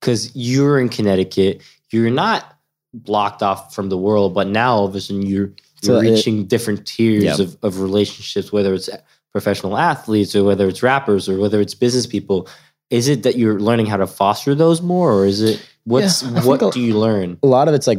[SPEAKER 1] Because you're in Connecticut, you're not blocked off from the world, but now all of a sudden you're, you're
[SPEAKER 2] So it-
[SPEAKER 1] reaching different tiers
[SPEAKER 2] Yeah.
[SPEAKER 1] of, of relationships, whether it's professional athletes or whether it's rappers or whether it's business people. Is it that you're learning how to foster those more, or is it what's
[SPEAKER 2] Yeah, I think
[SPEAKER 1] what
[SPEAKER 2] a-
[SPEAKER 1] do you learn?
[SPEAKER 2] a lot of it's like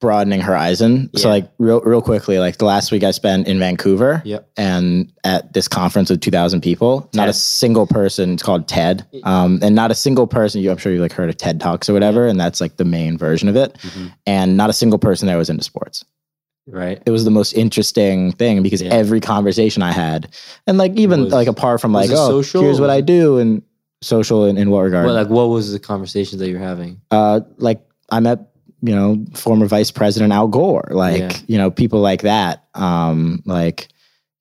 [SPEAKER 2] broadening horizon. So
[SPEAKER 1] Yeah.
[SPEAKER 2] like real real quickly, like the last week I spent in Vancouver
[SPEAKER 1] Yep.
[SPEAKER 2] and at this conference with 2000 people, not a
[SPEAKER 1] TED.
[SPEAKER 2] single person, it's called TED.
[SPEAKER 1] Y-
[SPEAKER 2] Um, and not a single person, you I'm sure you like heard of TED Talks or whatever, and that's like the main version of it.
[SPEAKER 1] Mm-hmm.
[SPEAKER 2] And not a single person there was into sports.
[SPEAKER 1] Right.
[SPEAKER 2] It was the most interesting thing because
[SPEAKER 1] Yeah.
[SPEAKER 2] every conversation I had, and like even
[SPEAKER 1] Was-
[SPEAKER 2] like apart from
[SPEAKER 1] was
[SPEAKER 2] like,
[SPEAKER 1] it
[SPEAKER 2] oh,
[SPEAKER 1] social
[SPEAKER 2] here's
[SPEAKER 1] or
[SPEAKER 2] what
[SPEAKER 1] was
[SPEAKER 2] I
[SPEAKER 1] it-
[SPEAKER 2] do and social in, in what regard?
[SPEAKER 1] Well, like, what was the conversations that you were having?
[SPEAKER 2] uh, like I met, you know, former Vice President Al Gore, like
[SPEAKER 1] Yeah.
[SPEAKER 2] you know, people like that. Um, like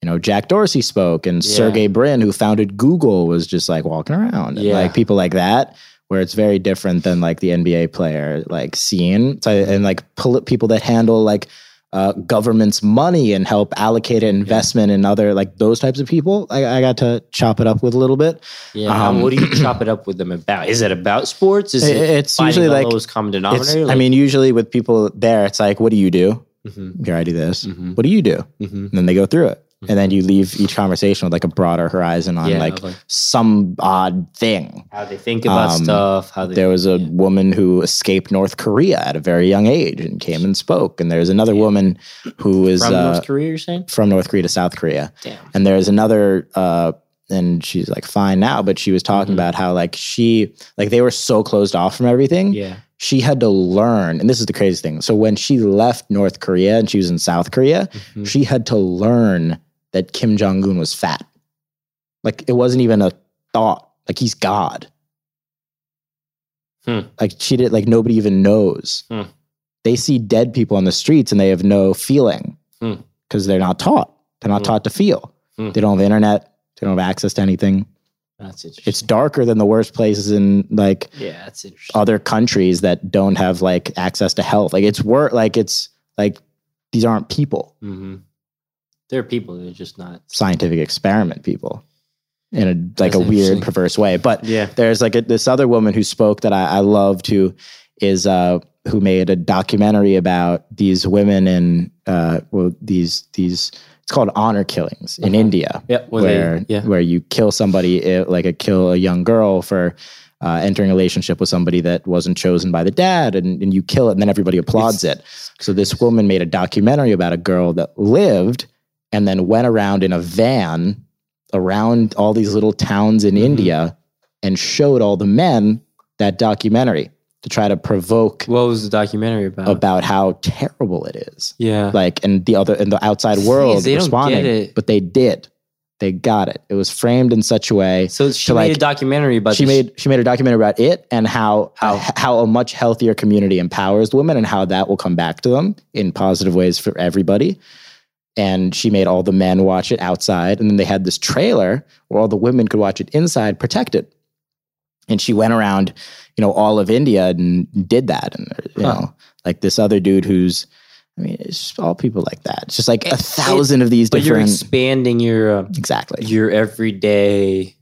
[SPEAKER 2] you know, Jack Dorsey spoke, and
[SPEAKER 1] Yeah.
[SPEAKER 2] Sergey Brin, who founded Google, was just like walking around, and,
[SPEAKER 1] Yeah.
[SPEAKER 2] like people like that. Where it's very different than like the NBA player like scene, so, and like poli- people that handle like uh, government's money and help allocate it, investment and other like those types of people. I, I got to chop it up with a little bit.
[SPEAKER 1] Yeah. how-
[SPEAKER 2] Um,
[SPEAKER 1] what do you chop it up with them about? Is it about sports? Is
[SPEAKER 2] It-
[SPEAKER 1] it,
[SPEAKER 2] it's
[SPEAKER 1] finding
[SPEAKER 2] usually
[SPEAKER 1] the
[SPEAKER 2] like
[SPEAKER 1] lowest common
[SPEAKER 2] it's,
[SPEAKER 1] denominator?
[SPEAKER 2] I mean, mm-hmm, usually with people there, it's like, what do you do?
[SPEAKER 1] hmm
[SPEAKER 2] Here, I do this.
[SPEAKER 1] hmm
[SPEAKER 2] What do you do?
[SPEAKER 1] hmm
[SPEAKER 2] And then they go through it. And then you leave each conversation with like a broader horizon on
[SPEAKER 1] Mm-hmm. yeah,
[SPEAKER 2] like
[SPEAKER 1] of, like
[SPEAKER 2] some odd thing.
[SPEAKER 1] how they think about
[SPEAKER 2] um,
[SPEAKER 1] stuff. How they
[SPEAKER 2] There was a
[SPEAKER 1] yeah.
[SPEAKER 2] woman who escaped North Korea at a very young age and came and spoke. And there's another woman who was
[SPEAKER 1] from
[SPEAKER 2] uh,
[SPEAKER 1] North Korea. You're saying?
[SPEAKER 2] from North Korea to South Korea.
[SPEAKER 1] Damn.
[SPEAKER 2] And there's another, uh, and she's like fine now, but she was talking
[SPEAKER 1] Mhm.
[SPEAKER 2] about how like she, like they were so closed off from everything
[SPEAKER 1] Yeah.
[SPEAKER 2] she had to learn, and this is the crazy thing. So when she left North Korea and she was in South Korea,
[SPEAKER 1] Mhm.
[SPEAKER 2] she had to learn that Kim Jong Un was fat. Like it wasn't even a thought. Like he's God.
[SPEAKER 1] Hmm.
[SPEAKER 2] Like she did. Like nobody even knows.
[SPEAKER 1] Hmm.
[SPEAKER 2] They see dead people on the streets and they have no feeling
[SPEAKER 1] Hmm.
[SPEAKER 2] because they're not taught. They're not
[SPEAKER 1] Hmm.
[SPEAKER 2] taught to feel.
[SPEAKER 1] Hmm.
[SPEAKER 2] They don't have internet. They don't have access to anything.
[SPEAKER 1] That's interesting.
[SPEAKER 2] It's darker than the worst places in like
[SPEAKER 1] yeah, that's interesting.
[SPEAKER 2] other countries that don't have like access to health. Like it's work, like it's like these aren't people,
[SPEAKER 1] hmm There are people that are just not.
[SPEAKER 2] scientific experiment people in a like
[SPEAKER 1] That's
[SPEAKER 2] a weird
[SPEAKER 1] interesting.
[SPEAKER 2] perverse way. But
[SPEAKER 1] Yeah.
[SPEAKER 2] there's like a, this other woman who spoke that I, I loved who is uh who made a documentary about these women in uh well these these it's called honor killings in
[SPEAKER 1] Mhm.
[SPEAKER 2] India
[SPEAKER 1] Yeah. Where? they-
[SPEAKER 2] where
[SPEAKER 1] yeah.
[SPEAKER 2] where you kill somebody eh, like a kill a young girl for uh, entering a relationship with somebody that wasn't chosen by the dad and, and you kill it and then everybody applauds it so this woman made a documentary about a girl that lived and then went around in a van around all these little towns in
[SPEAKER 1] Mhm.
[SPEAKER 2] india and showed all the men that documentary to try to provoke
[SPEAKER 1] What was the documentary about?
[SPEAKER 2] about how terrible it is
[SPEAKER 1] yeah.
[SPEAKER 2] like and the other and the outside
[SPEAKER 1] The thing
[SPEAKER 2] world
[SPEAKER 1] is, they don't
[SPEAKER 2] responding
[SPEAKER 1] get it.
[SPEAKER 2] but they did they got it it was framed in such a way
[SPEAKER 1] so she
[SPEAKER 2] to,
[SPEAKER 1] made
[SPEAKER 2] like-
[SPEAKER 1] a documentary about.
[SPEAKER 2] she
[SPEAKER 1] this-
[SPEAKER 2] made she made a documentary about it and how uh,
[SPEAKER 1] How?
[SPEAKER 2] h- how a much healthier community empowers women and how that will come back to them in positive ways for everybody and she made all the men watch it outside and then they had this trailer where all the women could watch it inside protected and she went around you know all of india and did that and uh, you
[SPEAKER 1] Huh.
[SPEAKER 2] know like this other dude who's i mean it's just all people like that it's just like a thousand of these
[SPEAKER 1] But you're
[SPEAKER 2] different
[SPEAKER 1] expanding your uh,
[SPEAKER 2] exactly
[SPEAKER 1] your everyday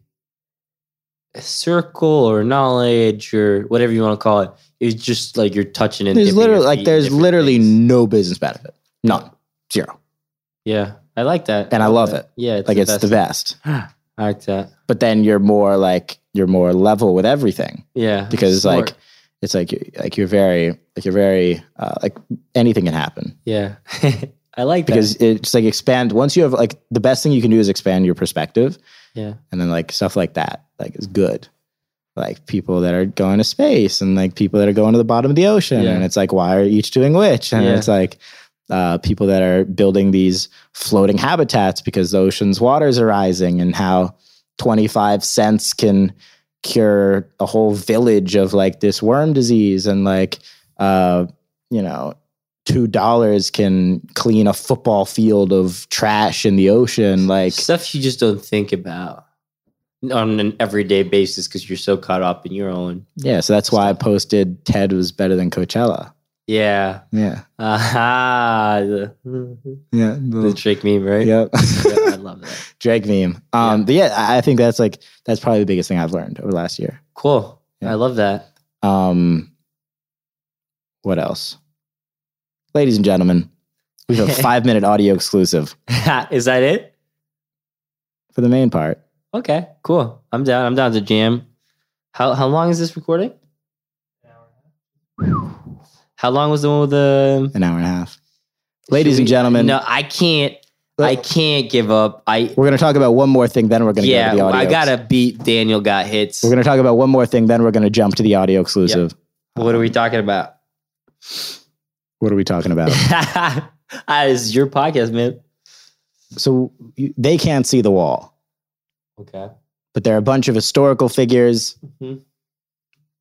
[SPEAKER 1] circle or knowledge or whatever you want to call it. It's just like you're touching and
[SPEAKER 2] there's
[SPEAKER 1] dipping your
[SPEAKER 2] literally
[SPEAKER 1] feet
[SPEAKER 2] like
[SPEAKER 1] in
[SPEAKER 2] there's
[SPEAKER 1] different
[SPEAKER 2] literally
[SPEAKER 1] things.
[SPEAKER 2] no business benefit none zero
[SPEAKER 1] yeah. I like that,
[SPEAKER 2] And I love
[SPEAKER 1] that. Yeah, it's
[SPEAKER 2] like
[SPEAKER 1] the
[SPEAKER 2] it's
[SPEAKER 1] best.
[SPEAKER 2] the best
[SPEAKER 1] I like that.
[SPEAKER 2] but then you're more like you're more level with everything
[SPEAKER 1] Yeah,
[SPEAKER 2] because
[SPEAKER 1] Smart.
[SPEAKER 2] like it's like you like you're very like you're very uh, like anything can happen
[SPEAKER 1] yeah, I like that.
[SPEAKER 2] because it's like expand once you have like the best thing you can do is expand your perspective
[SPEAKER 1] yeah,
[SPEAKER 2] and then like stuff like that like is good like people that are going to space and like people that are going to the bottom of the ocean
[SPEAKER 1] Yeah.
[SPEAKER 2] and it's like why are each doing which and
[SPEAKER 1] Yeah.
[SPEAKER 2] it's like uh, people that are building these floating habitats because the ocean's waters are rising and how 25 cents can cure a whole village of like this worm disease and like uh, you know two dollars can clean a football field of trash in the ocean like
[SPEAKER 1] stuff you just don't think about on an everyday basis because you're so caught up in your own.
[SPEAKER 2] Yeah, so that's why I posted Ted was better than Coachella.
[SPEAKER 1] Yeah,
[SPEAKER 2] Yeah.
[SPEAKER 1] aha, the,
[SPEAKER 2] Yeah.
[SPEAKER 1] the trick meme, right?
[SPEAKER 2] Yep.
[SPEAKER 1] Yeah, I love that.
[SPEAKER 2] Drag meme. Um, but yeah, I I think that's like that's probably the biggest thing I've learned over the last year.
[SPEAKER 1] Cool.
[SPEAKER 2] Yeah.
[SPEAKER 1] I love that.
[SPEAKER 2] Um what else? Ladies and gentlemen, we have a five minute audio exclusive
[SPEAKER 1] Is that it?
[SPEAKER 2] for the main part.
[SPEAKER 1] Okay, cool. I'm down. I'm down to jam. How how long is this recording? How long was the one with the
[SPEAKER 2] An hour and a half. Ladies
[SPEAKER 1] Should
[SPEAKER 2] and
[SPEAKER 1] we-
[SPEAKER 2] gentlemen,
[SPEAKER 1] No, I can't. I
[SPEAKER 2] let-
[SPEAKER 1] can't give up. I
[SPEAKER 2] we're going to talk about one more thing, then we're going to
[SPEAKER 1] yeah.
[SPEAKER 2] go to the audio.
[SPEAKER 1] I gotta beat Daniel. Got hits.
[SPEAKER 2] We're going to talk about one more thing, then we're going to jump to the audio exclusive.
[SPEAKER 1] what are we talking about?
[SPEAKER 2] What are we talking about?
[SPEAKER 1] Ah, this is your podcast, man.
[SPEAKER 2] so you- they can't see the wall,
[SPEAKER 1] Okay.
[SPEAKER 2] but there are a bunch of historical figures,
[SPEAKER 1] Mhm.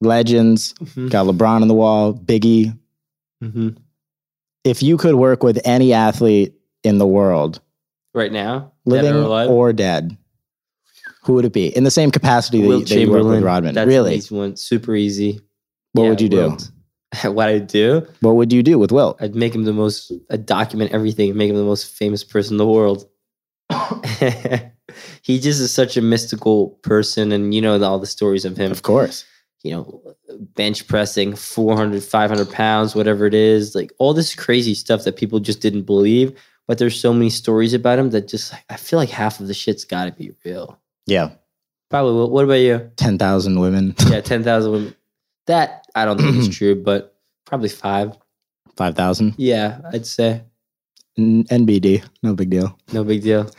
[SPEAKER 2] legends.
[SPEAKER 1] Mm-hmm.
[SPEAKER 2] Got LeBron on the wall, Biggie. If you could work with any athlete in the world,
[SPEAKER 1] Right now, dead
[SPEAKER 2] living
[SPEAKER 1] or alive,
[SPEAKER 2] or dead, who would it be in the same capacity that,
[SPEAKER 1] Wilt
[SPEAKER 2] you- that you work with Rodman?
[SPEAKER 1] That's
[SPEAKER 2] really,
[SPEAKER 1] an easy one. Super easy.
[SPEAKER 2] what
[SPEAKER 1] Yeah,
[SPEAKER 2] would you do?
[SPEAKER 1] Wilt. what I do?
[SPEAKER 2] What would you do with Wilt?
[SPEAKER 1] I'd make him the most. I'd document everything and make him the most famous person in the world. he just is such a mystical person, and you know all the stories of him.
[SPEAKER 2] Of course,
[SPEAKER 1] you know, bench pressing 400, 500 pounds, whatever it is, like all this crazy stuff that people just didn't believe. But there's so many stories about him that just, I feel like half of the shit's got to be real.
[SPEAKER 2] yeah,
[SPEAKER 1] Probably. What, what about you?
[SPEAKER 2] ten thousand women,
[SPEAKER 1] Yeah, 10,000 women. That I don't think is true, but probably five.
[SPEAKER 2] five thousand
[SPEAKER 1] Yeah, I'd say.
[SPEAKER 2] N- NBD, no big deal.
[SPEAKER 1] No big deal.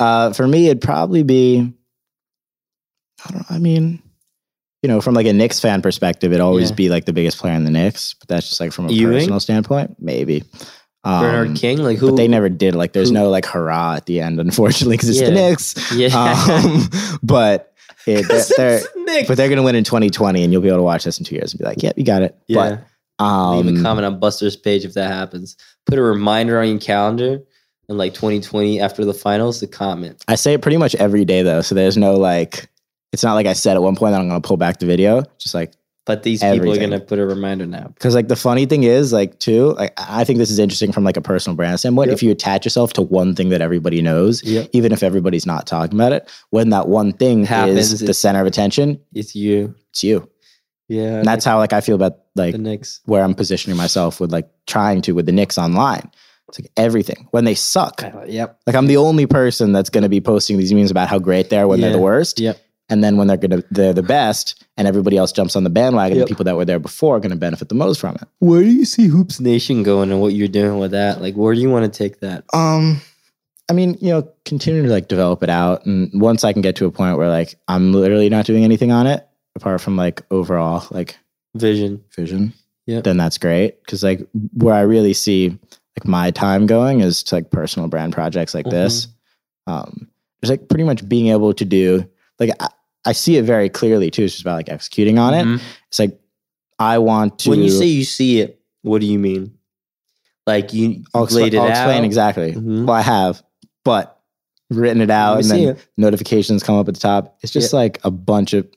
[SPEAKER 2] Uh, for me, it'd probably be, I don't. I mean, you know, from like a Knicks fan perspective, it'd always
[SPEAKER 1] Yeah.
[SPEAKER 2] be like the biggest player in the Knicks. But that's just like from a
[SPEAKER 1] Ewing?
[SPEAKER 2] personal standpoint, maybe. Um,
[SPEAKER 1] Bernard King, like who?
[SPEAKER 2] But they never did. Like, there's
[SPEAKER 1] who-
[SPEAKER 2] no like hurrah at the end, unfortunately, because it's
[SPEAKER 1] Yeah.
[SPEAKER 2] the Knicks.
[SPEAKER 1] Yeah.
[SPEAKER 2] Um, but it, they're, they're-
[SPEAKER 1] Nick.
[SPEAKER 2] but they're gonna win in 2020, and you'll be able to watch this in two years and be like, "Yep, you got it."
[SPEAKER 1] yeah.
[SPEAKER 2] But um,
[SPEAKER 1] Leave a comment on Buster's page if that happens. Put a reminder on your calendar in like 2020 after the finals to comment.
[SPEAKER 2] I say it pretty much every day though, so there's no like. It's not like I said at one point that I'm gonna pull back the video. Just like
[SPEAKER 1] But these people are
[SPEAKER 2] Everything.
[SPEAKER 1] gonna put a reminder now.
[SPEAKER 2] Because like the funny thing is, like too, like I I think this is interesting from like a personal brand standpoint.
[SPEAKER 1] Yep.
[SPEAKER 2] If you attach yourself to one thing that everybody knows,
[SPEAKER 1] Yep.
[SPEAKER 2] even if everybody's not talking about it, when that one thing
[SPEAKER 1] Happens,
[SPEAKER 2] is the
[SPEAKER 1] it's-
[SPEAKER 2] center of attention,
[SPEAKER 1] It's you.
[SPEAKER 2] it's you.
[SPEAKER 1] Yeah.
[SPEAKER 2] And that's how like I feel about like
[SPEAKER 1] the Knicks.
[SPEAKER 2] where I'm positioning myself with like trying to with the Knicks online. It's like everything. When they suck.
[SPEAKER 1] Yep.
[SPEAKER 2] Like I'm the only person that's gonna be posting these memes about how great they are when
[SPEAKER 1] Yeah.
[SPEAKER 2] they're the worst.
[SPEAKER 1] Yep.
[SPEAKER 2] And then when they're gonna they're the best and everybody else jumps on the bandwagon,
[SPEAKER 1] Yep.
[SPEAKER 2] the people that were there before are gonna benefit the most from it.
[SPEAKER 1] Where do you see Hoops Nation going and what you're doing with that? Like, where do you want to take that?
[SPEAKER 2] Um, I mean, you know, continue to like develop it out, and once I can get to a point where like I'm literally not doing anything on it apart from like overall like
[SPEAKER 1] Vision.
[SPEAKER 2] vision,
[SPEAKER 1] Yeah.
[SPEAKER 2] then that's great. Because like where I really see like my time going is to like personal brand projects like this.
[SPEAKER 1] Mm-hmm.
[SPEAKER 2] Um, just like pretty much being able to do like I, I see it very clearly too. It's just about like executing on it.
[SPEAKER 1] Mhm.
[SPEAKER 2] It's like I want to.
[SPEAKER 1] When you say you see it, what do you mean? Like you
[SPEAKER 2] I'll,
[SPEAKER 1] have laid
[SPEAKER 2] explain,
[SPEAKER 1] it
[SPEAKER 2] I'll
[SPEAKER 1] out.
[SPEAKER 2] explain exactly.
[SPEAKER 1] Mhm.
[SPEAKER 2] Well, I have, but written it out
[SPEAKER 1] Let
[SPEAKER 2] and
[SPEAKER 1] me
[SPEAKER 2] then
[SPEAKER 1] see it.
[SPEAKER 2] notifications come up at the top. It's just like a bunch of.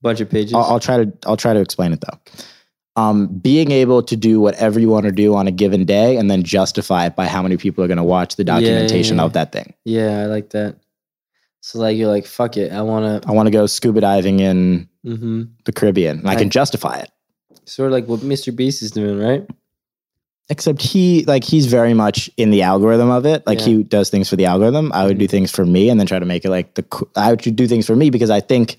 [SPEAKER 1] Bunch of pages.
[SPEAKER 2] I'll, I'll try to. I'll try to explain it though. Um, being able to do whatever you want to do on a given day and then justify it by how many people are going to watch the
[SPEAKER 1] Yeah, yeah,
[SPEAKER 2] documentation
[SPEAKER 1] yeah.
[SPEAKER 2] of that thing.
[SPEAKER 1] yeah, I like that. So like you're like, fuck it. I wanna
[SPEAKER 2] I want to go scuba diving in
[SPEAKER 1] mm-hmm.
[SPEAKER 2] the Caribbean, and I can
[SPEAKER 1] Right.
[SPEAKER 2] justify it.
[SPEAKER 1] sort of like what Mr. Beast is doing, right?
[SPEAKER 2] Except he, like, he's very much in the algorithm of it. Like,
[SPEAKER 1] Yeah. Mm-hmm.
[SPEAKER 2] he does things for the algorithm. I would do things for me, and then try to make it like the. co- I would do things for me because I think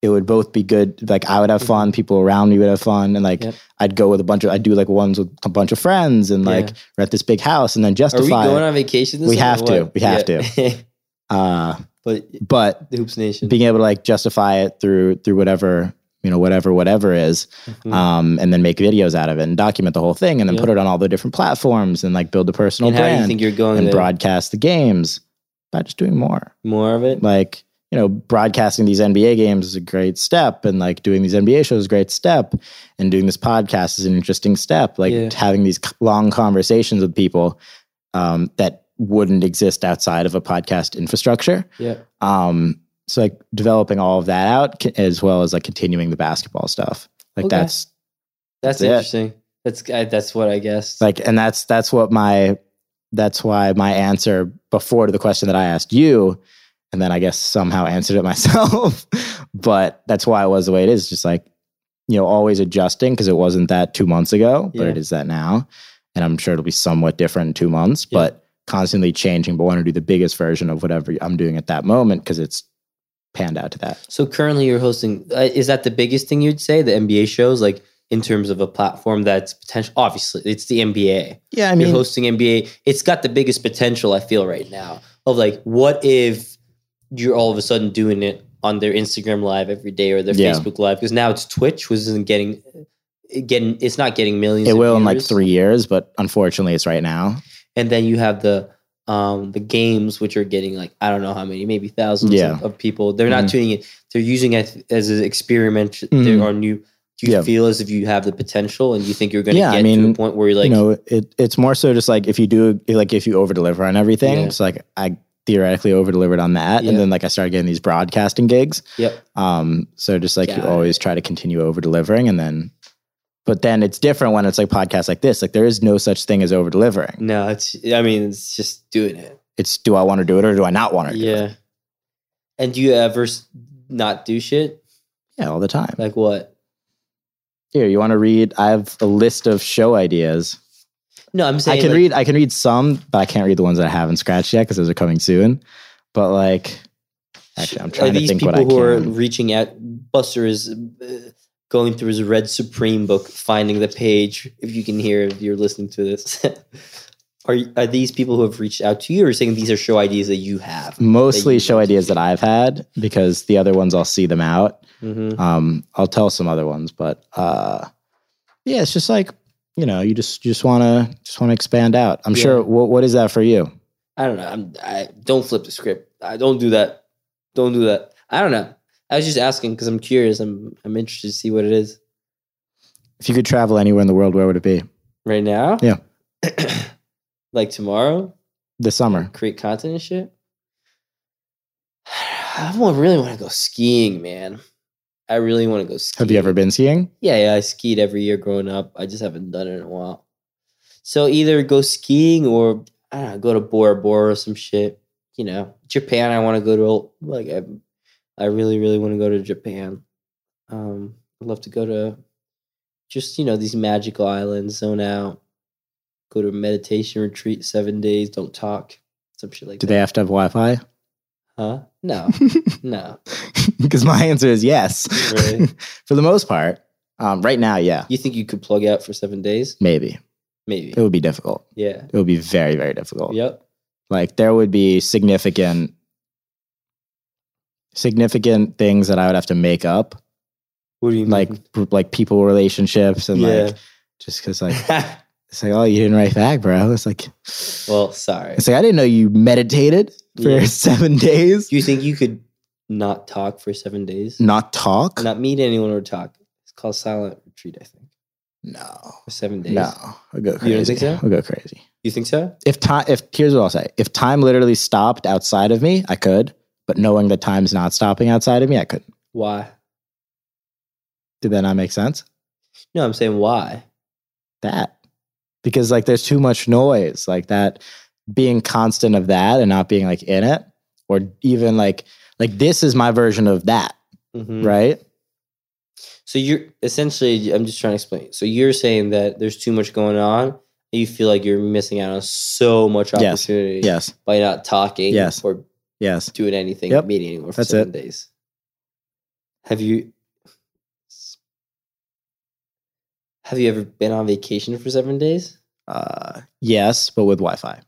[SPEAKER 2] it would both be good. Like, I would have fun. People around me would have fun, and like,
[SPEAKER 1] Mm-hmm. Yep.
[SPEAKER 2] I'd go with a bunch of. I'd do like ones with a bunch of friends, and like,
[SPEAKER 1] Yeah.
[SPEAKER 2] we're at this big house, and then
[SPEAKER 1] Are we
[SPEAKER 2] justify.
[SPEAKER 1] going
[SPEAKER 2] it.
[SPEAKER 1] on vacation this
[SPEAKER 2] We
[SPEAKER 1] summer or
[SPEAKER 2] have to.
[SPEAKER 1] what?
[SPEAKER 2] We have
[SPEAKER 1] to.
[SPEAKER 2] Uh,
[SPEAKER 1] but
[SPEAKER 2] but
[SPEAKER 1] the Hoops Nation.
[SPEAKER 2] being able to like justify it through through whatever you know, whatever whatever is,
[SPEAKER 1] Mhm.
[SPEAKER 2] um, and then make videos out of it and document the whole thing, and then
[SPEAKER 1] Yeah.
[SPEAKER 2] put it on all the different platforms, and like build a personal
[SPEAKER 1] and how do
[SPEAKER 2] brand.
[SPEAKER 1] you think you're going
[SPEAKER 2] and
[SPEAKER 1] there?
[SPEAKER 2] broadcast the games by just doing more.
[SPEAKER 1] more of it?
[SPEAKER 2] Like, you know, broadcasting these NBA games is a great step, and like doing these NBA shows is a great step, and doing this podcast is an interesting step. Like
[SPEAKER 1] Yeah.
[SPEAKER 2] having these c- long conversations with people um, that wouldn't exist outside of a podcast infrastructure.
[SPEAKER 1] yeah.
[SPEAKER 2] Um, so like developing all of that out c- as well as like continuing the basketball stuff. Like
[SPEAKER 1] Okay.
[SPEAKER 2] that's
[SPEAKER 1] That's
[SPEAKER 2] That's it.
[SPEAKER 1] interesting. That's I, that's what I guess.
[SPEAKER 2] like and that's that's what my that's why my answer before to the question that i asked you and then i guess somehow answered it myself but that's why it was the way it is just like you know always adjusting because it wasn't that two months ago but
[SPEAKER 1] Yeah.
[SPEAKER 2] it is that now and i'm sure it'll be somewhat different in two months
[SPEAKER 1] Yeah.
[SPEAKER 2] but constantly changing but want to do the biggest version of whatever i'm doing at that moment because it's panned out to that
[SPEAKER 1] so currently you're hosting. Uh, is that the biggest thing you'd say? The NBA shows, like in terms of a platform that's potential. Obviously, it's the NBA.
[SPEAKER 2] Yeah, I
[SPEAKER 1] You're
[SPEAKER 2] mean,
[SPEAKER 1] hosting NBA. It's got the biggest potential. I feel right now of like, what if you're all of a sudden doing it on their Instagram live every day or their
[SPEAKER 2] Yeah.
[SPEAKER 1] Facebook live because now it's Twitch, which isn't getting uh, getting. It's not getting millions.
[SPEAKER 2] it
[SPEAKER 1] of
[SPEAKER 2] will in like
[SPEAKER 1] viewers.
[SPEAKER 2] three years, but unfortunately, it's right now.
[SPEAKER 1] and then you have the um the games which are getting like i don't know how many maybe thousands
[SPEAKER 2] Yeah.
[SPEAKER 1] of, of people they're not
[SPEAKER 2] Mhm.
[SPEAKER 1] tuning in they're using it as an experiment there
[SPEAKER 2] Mhm.
[SPEAKER 1] are new do you
[SPEAKER 2] Yeah.
[SPEAKER 1] feel as if you have the potential and you think you're going to
[SPEAKER 2] Yeah, I
[SPEAKER 1] get to
[SPEAKER 2] mean,
[SPEAKER 1] a point where you're like
[SPEAKER 2] you know, it it's more so just like if you do like if you over deliver on everything,
[SPEAKER 1] Yeah.
[SPEAKER 2] it's like I theoretically over delivered on that,
[SPEAKER 1] Yeah.
[SPEAKER 2] and then like I started getting these broadcasting gigs.
[SPEAKER 1] Yep.
[SPEAKER 2] Um. So just like you
[SPEAKER 1] Got
[SPEAKER 2] always try to continue over delivering, and then, but then it's different when it's like podcasts like this. Like there is no such thing as over delivering.
[SPEAKER 1] no it's i mean it's just doing it
[SPEAKER 2] It's do I want to do it or do I not want to? do it?
[SPEAKER 1] yeah and do you ever s- not do shit
[SPEAKER 2] Yeah. All the time.
[SPEAKER 1] like what
[SPEAKER 2] Here, you want to read? I have a list of show ideas.
[SPEAKER 1] no i'm saying
[SPEAKER 2] I can
[SPEAKER 1] like,
[SPEAKER 2] read. I can read some, but I can't read the ones that I haven't scratched yet because those are coming soon. But like, actually, I'm
[SPEAKER 1] are
[SPEAKER 2] trying to
[SPEAKER 1] these
[SPEAKER 2] think
[SPEAKER 1] people
[SPEAKER 2] what I
[SPEAKER 1] who are
[SPEAKER 2] can.
[SPEAKER 1] reaching out buster is uh, going through his red supreme book finding the page if you can hear if you're listening to this are are these people who have reached out to you or saying these are show ideas that you have
[SPEAKER 2] Mostly
[SPEAKER 1] you
[SPEAKER 2] show
[SPEAKER 1] want to
[SPEAKER 2] ideas that I've had because the other ones I'll see them out.
[SPEAKER 1] Mhm.
[SPEAKER 2] Um, I'll tell some other ones, but uh, yeah, it's just like you know, you just you just want to just want to expand out. I'm
[SPEAKER 1] Yeah.
[SPEAKER 2] sure. What what is that for you?
[SPEAKER 1] i don't know i'm i don't flip the script i don't do that don't do that i don't know i was just asking because i'm curious i'm i'm interested to see what it is
[SPEAKER 2] If you could travel anywhere in the world, where would it be?
[SPEAKER 1] right now
[SPEAKER 2] Yeah.
[SPEAKER 1] like tomorrow
[SPEAKER 2] This summer.
[SPEAKER 1] create content and shit. I want, really want to go skiing, man. I really want to go skiing.
[SPEAKER 2] Have you ever been skiing?
[SPEAKER 1] Yeah, yeah. I skied every year growing up. I just haven't done it in a while. So either go skiing or I don't know, go to Bora Bora or some shit. You know, Japan. I want to go to like I, I really, really want to go to Japan. Um, I'd love to go to just you know these magical islands, zone out, go to a meditation retreat seven days, don't talk, some shit like
[SPEAKER 2] Do
[SPEAKER 1] that.
[SPEAKER 2] they have to have Wi-Fi?
[SPEAKER 1] huh? No, no.
[SPEAKER 2] Because my answer is yes.
[SPEAKER 1] Really?
[SPEAKER 2] for the most part, um, right now, yeah,
[SPEAKER 1] You think you could plug out for seven days?
[SPEAKER 2] maybe
[SPEAKER 1] Maybe.
[SPEAKER 2] it would be difficult.
[SPEAKER 1] Yeah.
[SPEAKER 2] It would be very, very difficult.
[SPEAKER 1] Yep.
[SPEAKER 2] Like there would be significant, significant things that I would have to make up,
[SPEAKER 1] What do you mean?
[SPEAKER 2] like p- like people relationships and like just because like
[SPEAKER 1] Yeah.
[SPEAKER 2] it's like oh you didn't write back, bro. It's like
[SPEAKER 1] Well, sorry.
[SPEAKER 2] it's like I didn't know you meditated for
[SPEAKER 1] Yeah.
[SPEAKER 2] seven days,
[SPEAKER 1] Do you think you could not talk for seven days?
[SPEAKER 2] not talk.
[SPEAKER 1] Not meet anyone or talk. It's called silent retreat, I think.
[SPEAKER 2] no,
[SPEAKER 1] For seven days.
[SPEAKER 2] no, I'll go crazy.
[SPEAKER 1] You don't think so?
[SPEAKER 2] I'll go crazy.
[SPEAKER 1] You think so?
[SPEAKER 2] if time if here's what i'll say if time literally stopped outside of me i could but knowing that time's not stopping outside of me i couldn't
[SPEAKER 1] Why?
[SPEAKER 2] did that not make sense
[SPEAKER 1] No, I'm saying why.
[SPEAKER 2] that because like there's too much noise like that being constant of that and not being like in it or even like like this is my version of that
[SPEAKER 1] Mhm.
[SPEAKER 2] right
[SPEAKER 1] So you're essentially, I'm just trying to explain. So you're saying that there's too much going on. and You feel like you're missing out on so much
[SPEAKER 2] Yes.
[SPEAKER 1] opportunity
[SPEAKER 2] yes
[SPEAKER 1] by not talking
[SPEAKER 2] Yes.
[SPEAKER 1] or
[SPEAKER 2] yes
[SPEAKER 1] doing anything,
[SPEAKER 2] Yep.
[SPEAKER 1] meeting anyone for
[SPEAKER 2] That's
[SPEAKER 1] seven days. Have you have you ever been on vacation for seven days?
[SPEAKER 2] uh yes but with wi-fi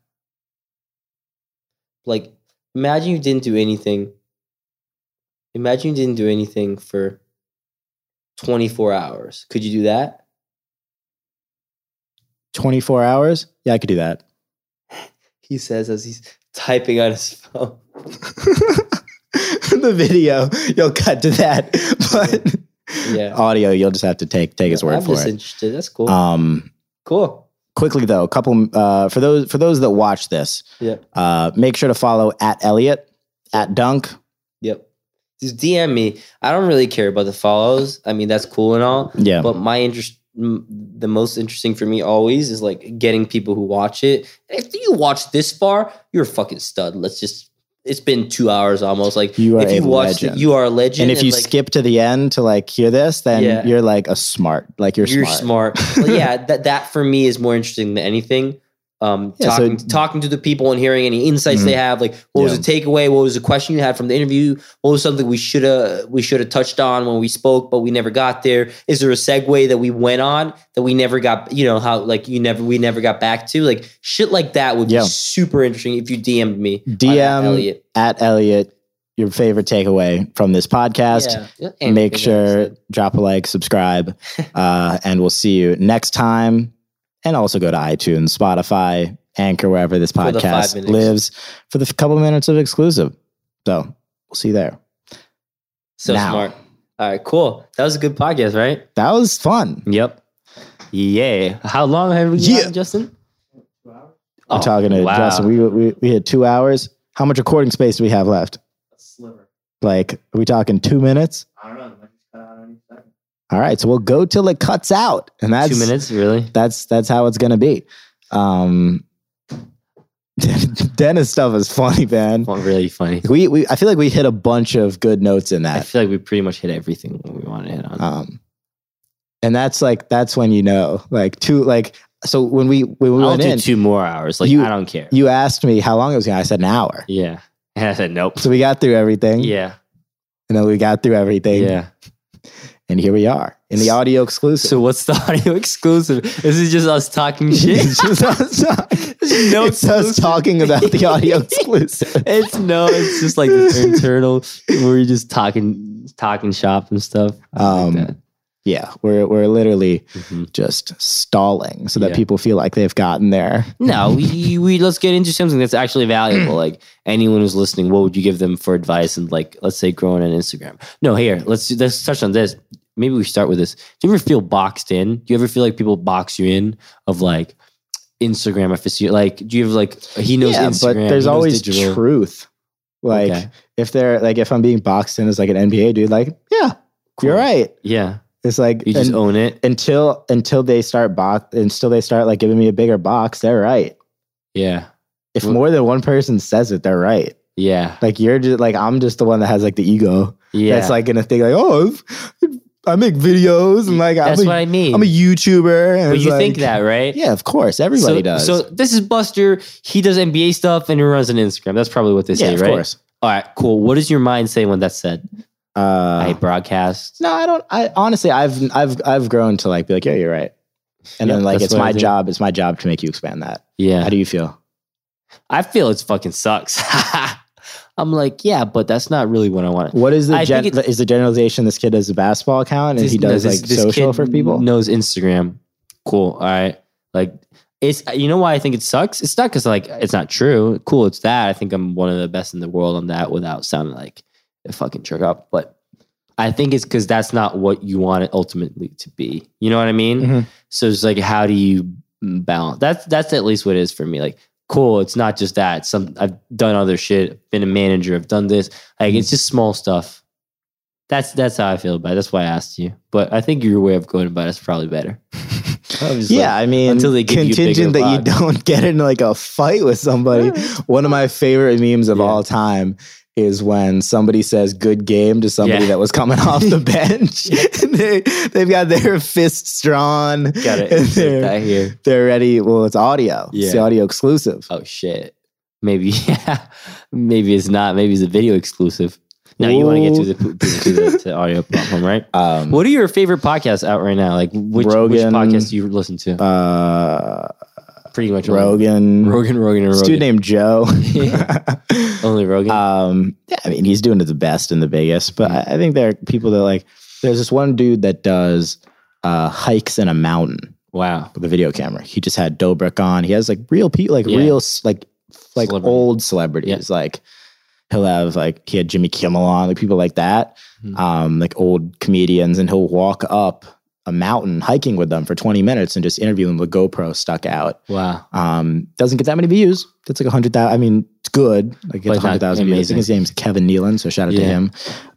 [SPEAKER 1] Like, imagine you didn't do anything. Imagine you didn't do anything for twenty four hours. Could you do that?
[SPEAKER 2] 24 hours yeah i could do that
[SPEAKER 1] He says as he's typing on his phone.
[SPEAKER 2] the video you'll cut to that but
[SPEAKER 1] Yeah.
[SPEAKER 2] audio you'll just have to take take his word
[SPEAKER 1] I'm
[SPEAKER 2] for
[SPEAKER 1] just
[SPEAKER 2] it
[SPEAKER 1] interested. That's cool.
[SPEAKER 2] um
[SPEAKER 1] cool.
[SPEAKER 2] quickly though a couple uh for those for those that watch this
[SPEAKER 1] Yep.
[SPEAKER 2] uh make sure to follow at elliot at dunk
[SPEAKER 1] Yep. Just DM me. I don't really care about the follows. I mean, that's cool and all.
[SPEAKER 2] yeah
[SPEAKER 1] But my interest, m- the most interesting for me always is like getting people who watch it. If you watch this far, you're a fucking stud. Let's just. It's been two hours almost. Like
[SPEAKER 2] You are
[SPEAKER 1] if you
[SPEAKER 2] a
[SPEAKER 1] watched
[SPEAKER 2] legend.
[SPEAKER 1] it, you are a legend.
[SPEAKER 2] and if you
[SPEAKER 1] like,
[SPEAKER 2] skip to the end to like hear this then
[SPEAKER 1] Yeah.
[SPEAKER 2] you're like a smart like you're,
[SPEAKER 1] you're
[SPEAKER 2] smart,
[SPEAKER 1] smart. Well, yeah, that that for me is more interesting than anything. um,
[SPEAKER 2] Yeah, so- Mm-hmm.
[SPEAKER 1] talking, talking to the people and hearing any insights they have. Like, what was
[SPEAKER 2] Yeah.
[SPEAKER 1] the takeaway? What was the question you had from the interview? What was something we should have we should have touched on when we spoke, but we never got there? Is there a segue that we went on that we never got? You know how like you never we never got back to like shit like that would
[SPEAKER 2] Yeah.
[SPEAKER 1] be super interesting if you DM'd me. on
[SPEAKER 2] DM
[SPEAKER 1] Elliot.
[SPEAKER 2] at Elliot your favorite takeaway from this podcast.
[SPEAKER 1] Yeah.
[SPEAKER 2] Make
[SPEAKER 1] Anything
[SPEAKER 2] sure
[SPEAKER 1] else.
[SPEAKER 2] drop a like, subscribe, uh, and we'll see you next time. And also go to iTunes, Spotify, Anchor, wherever this
[SPEAKER 1] For the five
[SPEAKER 2] podcast
[SPEAKER 1] minutes.
[SPEAKER 2] lives, for the f- couple minutes of exclusive. So we'll see you there.
[SPEAKER 1] So
[SPEAKER 2] now.
[SPEAKER 1] smart. All right, cool. That was a good podcast, right?
[SPEAKER 2] That was fun.
[SPEAKER 1] Yep. Yeah. How long have we
[SPEAKER 2] Yeah.
[SPEAKER 1] yeah. Justin? Oh,
[SPEAKER 2] I'm talking to
[SPEAKER 1] wow.
[SPEAKER 2] Justin. We, we we hit two hours. How much recording space do we have left?
[SPEAKER 3] sliver.
[SPEAKER 2] Like, are we talking two minutes?
[SPEAKER 3] I don't know. It might just cut out any second.
[SPEAKER 2] All right, so we'll go till it cuts out, and that's
[SPEAKER 1] Two minutes, really?
[SPEAKER 2] That's that's how it's gonna be. Um, Dennis stuff is funny, man.
[SPEAKER 1] Well, really funny.
[SPEAKER 2] We we I feel like we hit a bunch of good notes in
[SPEAKER 1] I
[SPEAKER 2] that.
[SPEAKER 1] feel like we pretty much hit everything we wanted to hit on.
[SPEAKER 2] Um, and that's like that's when you know, like two, like so when we when we
[SPEAKER 1] I'll
[SPEAKER 2] went
[SPEAKER 1] do
[SPEAKER 2] in,
[SPEAKER 1] two more hours. Like
[SPEAKER 2] You-
[SPEAKER 1] I don't care.
[SPEAKER 2] you asked me how long it was gonna. I said an hour.
[SPEAKER 1] yeah. And I said nope.
[SPEAKER 2] So we got through everything,
[SPEAKER 1] Yeah.
[SPEAKER 2] and then we got through everything,
[SPEAKER 1] Yeah.
[SPEAKER 2] and here we are in the audio exclusive.
[SPEAKER 1] So what's the audio exclusive? This is just us talking shit.
[SPEAKER 2] it's just us,
[SPEAKER 1] no
[SPEAKER 2] it's us
[SPEAKER 1] exclusive.
[SPEAKER 2] talking about the audio exclusive.
[SPEAKER 1] it's no, it's just like this internal where you're just talking talking shop and stuff. I
[SPEAKER 2] Um,
[SPEAKER 1] like that.
[SPEAKER 2] Yeah, we're we're literally
[SPEAKER 1] Mhm.
[SPEAKER 2] just stalling so that
[SPEAKER 1] Yeah.
[SPEAKER 2] people feel like they've gotten there.
[SPEAKER 1] No, we, we let's get into something that's actually valuable. Like anyone who's listening, what would you give them for advice? And like, let's say growing on Instagram. No, here let's let's touch on this. Maybe we start with this. Do you ever feel boxed in? Do you ever feel like people box you in of like Instagram? If it's you- like, do you have like he knows Instagram?
[SPEAKER 2] but
[SPEAKER 1] he
[SPEAKER 2] there's
[SPEAKER 1] knows
[SPEAKER 2] always
[SPEAKER 1] digital.
[SPEAKER 2] truth. Like
[SPEAKER 1] Okay.
[SPEAKER 2] if they're like if I'm being boxed in as like an NBA dude, like yeah,
[SPEAKER 1] Cool.
[SPEAKER 2] you're right.
[SPEAKER 1] yeah,
[SPEAKER 2] It's like
[SPEAKER 1] you just
[SPEAKER 2] un-
[SPEAKER 1] own it.
[SPEAKER 2] until until they start box until they start like giving me a bigger box, they're right.
[SPEAKER 1] Yeah,
[SPEAKER 2] If
[SPEAKER 1] Well-
[SPEAKER 2] more than one person says it, they're right.
[SPEAKER 1] yeah,
[SPEAKER 2] Like you're just like I'm just the one that has like the ego
[SPEAKER 1] yeah.
[SPEAKER 2] that's like gonna think like oh if- I make videos and like
[SPEAKER 1] that's
[SPEAKER 2] I'm, a,
[SPEAKER 1] what I mean.
[SPEAKER 2] am a YouTuber. And
[SPEAKER 1] but
[SPEAKER 2] it's
[SPEAKER 1] you
[SPEAKER 2] like-
[SPEAKER 1] think that, right?
[SPEAKER 2] Yeah, of course, everybody
[SPEAKER 1] so,
[SPEAKER 2] does.
[SPEAKER 1] So this is Buster. He does NBA stuff and he runs an Instagram. That's probably what they
[SPEAKER 2] yeah,
[SPEAKER 1] say,
[SPEAKER 2] of
[SPEAKER 1] right?
[SPEAKER 2] course.
[SPEAKER 1] All right, cool. What does your mind say when that's said?
[SPEAKER 2] Uh,
[SPEAKER 1] I broadcast.
[SPEAKER 2] No, I don't. I honestly, I've I've I've grown to like be like, yeah, you're right. And
[SPEAKER 1] Yeah,
[SPEAKER 2] then like
[SPEAKER 1] that's
[SPEAKER 2] it's
[SPEAKER 1] what I
[SPEAKER 2] my
[SPEAKER 1] do.
[SPEAKER 2] job. It's my job to make you expand that. How
[SPEAKER 1] Yeah,
[SPEAKER 2] do you feel?
[SPEAKER 1] I feel it's fucking sucks. I'm like, yeah, but that's not really what I want.
[SPEAKER 2] What is the
[SPEAKER 1] I
[SPEAKER 2] gen-
[SPEAKER 1] think
[SPEAKER 2] is the generalization? This kid has a basketball account and he does
[SPEAKER 1] no,
[SPEAKER 2] like social
[SPEAKER 1] kid
[SPEAKER 2] for people.
[SPEAKER 1] Knows Instagram. Cool. All right. Like it's you know why I think it sucks. It's not because like it's not true. Cool. It's that I think I'm one of the best in the world on that without sounding like a fucking jerk up. But I think it's because that's not what you want it ultimately to be. You know what I mean?
[SPEAKER 2] Mhm.
[SPEAKER 1] So it's like how do you balance? That's that's at least what it is for me. Like cool. It's not just that. It's Some I've done other shit. Been a manager. I've done this. Like it's just small stuff. That's that's how I feel about it. That's why I asked you. But I think your way of going about it's probably better. I was just
[SPEAKER 2] Yeah,
[SPEAKER 1] like,
[SPEAKER 2] I mean,
[SPEAKER 1] until they give you
[SPEAKER 2] contingent
[SPEAKER 1] bigger
[SPEAKER 2] that you
[SPEAKER 1] box.
[SPEAKER 2] don't get in like a fight with somebody. One of my favorite memes of
[SPEAKER 1] Yeah.
[SPEAKER 2] all time is when somebody says "good game" to somebody
[SPEAKER 1] Yeah.
[SPEAKER 2] that was coming off the bench. and they they've got their fists drawn.
[SPEAKER 1] gotta
[SPEAKER 2] and
[SPEAKER 1] insert
[SPEAKER 2] they're-
[SPEAKER 1] that here.
[SPEAKER 2] they're ready. Well, it's audio. It's the
[SPEAKER 1] Yeah.
[SPEAKER 2] audio exclusive.
[SPEAKER 1] Oh shit. Maybe yeah. Maybe it's not. Maybe it's a video exclusive. Now you want to get to the to the, to the audio platform, right?
[SPEAKER 2] Um,
[SPEAKER 1] Uh, What are your favorite podcasts out right now? Like which, which
[SPEAKER 2] Rogan.
[SPEAKER 1] podcast do you listen to?
[SPEAKER 2] Uh,
[SPEAKER 1] Pretty much only-
[SPEAKER 2] Rogan.
[SPEAKER 1] Rogan, Rogan, and
[SPEAKER 2] This
[SPEAKER 1] Rogan.
[SPEAKER 2] dude named Joe.
[SPEAKER 1] Only Rogan.
[SPEAKER 2] um, yeah, I mean, he's doing it the best and the biggest, but I, I think there are people that like. There's this one dude that does uh, hikes in a mountain
[SPEAKER 1] wow.
[SPEAKER 2] with a video camera. He just had Dobrik on. He has like real people, like
[SPEAKER 1] Yeah.
[SPEAKER 2] real s- like like
[SPEAKER 1] Celebrity.
[SPEAKER 2] old celebrities. Like he'll have like he had Jimmy Kimmel on, like people like that,
[SPEAKER 1] Mhm.
[SPEAKER 2] um, like old comedians, and he'll walk up a mountain hiking with them for 20 minutes and just interview them with GoPro stuck out.
[SPEAKER 1] Wow.
[SPEAKER 2] Um, doesn't get that many views. That's like a hundred thousand. I mean, it's good. Like
[SPEAKER 1] But
[SPEAKER 2] it's
[SPEAKER 1] not
[SPEAKER 2] hundred thousand views. I
[SPEAKER 1] amazing.
[SPEAKER 2] think his name's Kevin Nealon, so shout out to
[SPEAKER 1] Yeah.
[SPEAKER 2] him.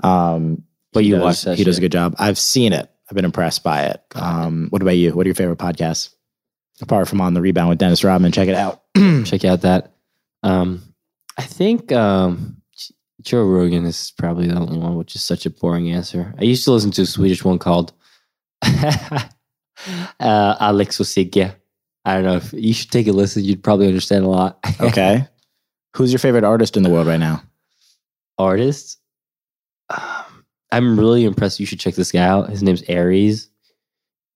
[SPEAKER 2] Um,
[SPEAKER 1] But
[SPEAKER 2] he
[SPEAKER 1] you
[SPEAKER 2] does-
[SPEAKER 1] watch that
[SPEAKER 2] He does
[SPEAKER 1] shit.
[SPEAKER 2] a good job. I've seen it. I've been impressed by it. Um, what about you? What are your favorite podcasts? Apart from on the rebound with Dennis Rodman, check it out.
[SPEAKER 1] check out that. Um, I think um, J- Joe Rogan is probably the only one, which is such a boring answer. I used to listen to a Swedish one called uh, Alex och Sigge. I don't know if you should take a listen. You'd probably understand a lot.
[SPEAKER 2] Okay. Who's your favorite artist in the world right now?
[SPEAKER 1] Artists, um, I'm really impressed. You should check this guy out. His name's Aries.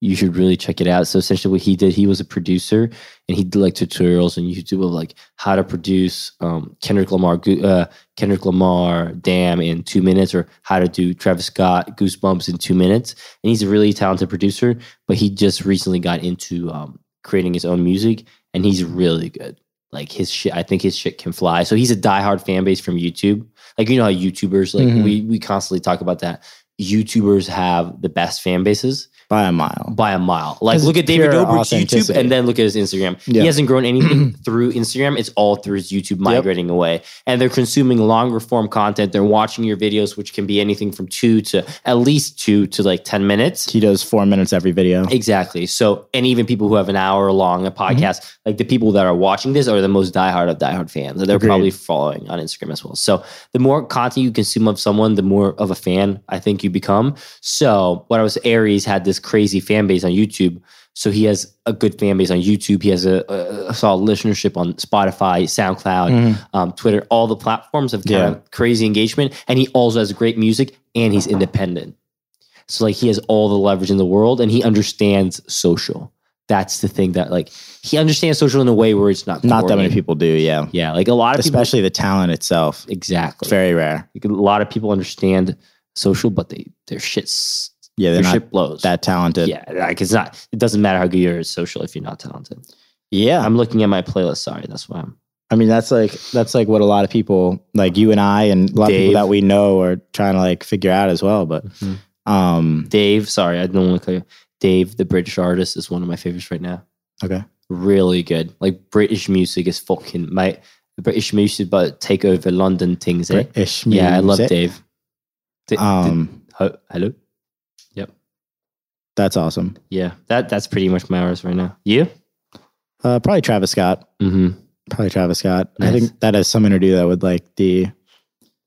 [SPEAKER 1] You should really check it out. So essentially, what he did, he was a producer, and he did like tutorials on YouTube of like how to produce um, Kendrick Lamar, Go- uh, Kendrick Lamar, Damn in two minutes, or how to do Travis Scott Goosebumps in two minutes. And he's a really talented producer, but he just recently got into um, creating his own music, and he's really good. Like his shit, I think his shit can fly. So he's a diehard fan base from YouTube. Like you know how YouTubers, like
[SPEAKER 2] Mhm.
[SPEAKER 1] we we constantly talk about that. YouTubers have the best fan bases
[SPEAKER 2] By a mile.
[SPEAKER 1] by a mile. Like
[SPEAKER 2] 'Cause
[SPEAKER 1] look
[SPEAKER 2] it's
[SPEAKER 1] at David
[SPEAKER 2] pure
[SPEAKER 1] Dobrik's YouTube
[SPEAKER 2] authenticity.
[SPEAKER 1] and then look at his Instagram.
[SPEAKER 2] Yeah.
[SPEAKER 1] He hasn't grown anything through Instagram. It's all through his YouTube migrating away. And they're consuming longer form content. They're watching your videos, which can be anything from two to at least two to like 10 minutes.
[SPEAKER 2] He does four minutes every video.
[SPEAKER 1] Exactly. So, and even people who have an hour long a podcast, like the people that are watching this are the most diehard of diehard fans. and They're
[SPEAKER 2] Agreed.
[SPEAKER 1] probably following on Instagram as well. So, the more content you consume of someone, the more of a fan I think you become. So, what I was Aries had this crazy fan base on YouTube. So he has a good fan base on YouTube. He has a, a, a solid listenership on Spotify, SoundCloud, um, Twitter, all the platforms have kind
[SPEAKER 2] Yeah.
[SPEAKER 1] of crazy engagement. And he also has great music and he's independent. So like he has all the leverage in the world and he understands social. That's the thing that like he understands social in a way where it's not
[SPEAKER 2] Not that
[SPEAKER 1] corny.
[SPEAKER 2] many people do, yeah.
[SPEAKER 1] Yeah, like a lot of
[SPEAKER 2] Especially the talent itself.
[SPEAKER 1] people exactly.
[SPEAKER 2] It's very rare.
[SPEAKER 1] Like, a lot of people understand social, but they their shit's
[SPEAKER 2] Yeah,
[SPEAKER 1] their
[SPEAKER 2] they're not
[SPEAKER 1] shit blows.
[SPEAKER 2] that talented.
[SPEAKER 1] yeah, like it's not. It doesn't matter how good you are at social if you're not talented.
[SPEAKER 2] yeah.
[SPEAKER 1] I'm looking at my playlist. Sorry, that's why I'm.
[SPEAKER 2] I mean, that's like that's like what a lot of people, like you and I, and a lot of
[SPEAKER 1] Dave.
[SPEAKER 2] people that we know, are trying to like figure out as well. But um,
[SPEAKER 1] Dave, sorry, I don't want to call you. Dave, the British artist, is one of my favorites right now.
[SPEAKER 2] Okay.
[SPEAKER 1] Really good. Like British music is fucking my British music, but take over London things. Eh?
[SPEAKER 2] British music.
[SPEAKER 1] Yeah, I love Dave. Di- di-
[SPEAKER 2] Um,
[SPEAKER 1] ho- hello.
[SPEAKER 2] that's awesome.
[SPEAKER 1] Yeah, that that's pretty much my artist right now. You?
[SPEAKER 2] Uh, probably Travis Scott.
[SPEAKER 1] Mm-hmm.
[SPEAKER 2] Probably Travis Scott. I
[SPEAKER 1] Nice.
[SPEAKER 2] think that has something to do that with like the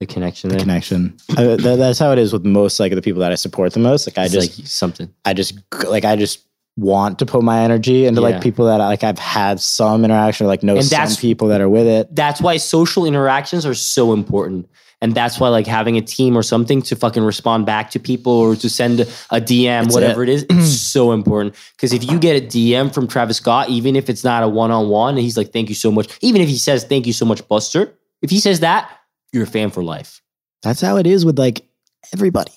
[SPEAKER 1] The connection
[SPEAKER 2] the
[SPEAKER 1] there.
[SPEAKER 2] connection. Uh, th- that's how it is with most like the people that I support the most. Like I
[SPEAKER 1] It's
[SPEAKER 2] just
[SPEAKER 1] like something.
[SPEAKER 2] I just like I just want to put my energy into
[SPEAKER 1] Yeah.
[SPEAKER 2] like people that like I've had some interaction or like know
[SPEAKER 1] And
[SPEAKER 2] some
[SPEAKER 1] that's-
[SPEAKER 2] people that are with it.
[SPEAKER 1] that's why social interactions are so important and that's why like having a team or something to fucking respond back to people or to send a dm
[SPEAKER 2] That's
[SPEAKER 1] whatever it is it's so important because if you get a dm from travis scott even if it's not a one-on-one and he's like thank you so much even if he says thank you so much buster if he says that you're a fan for life
[SPEAKER 2] That's how it is with like everybody.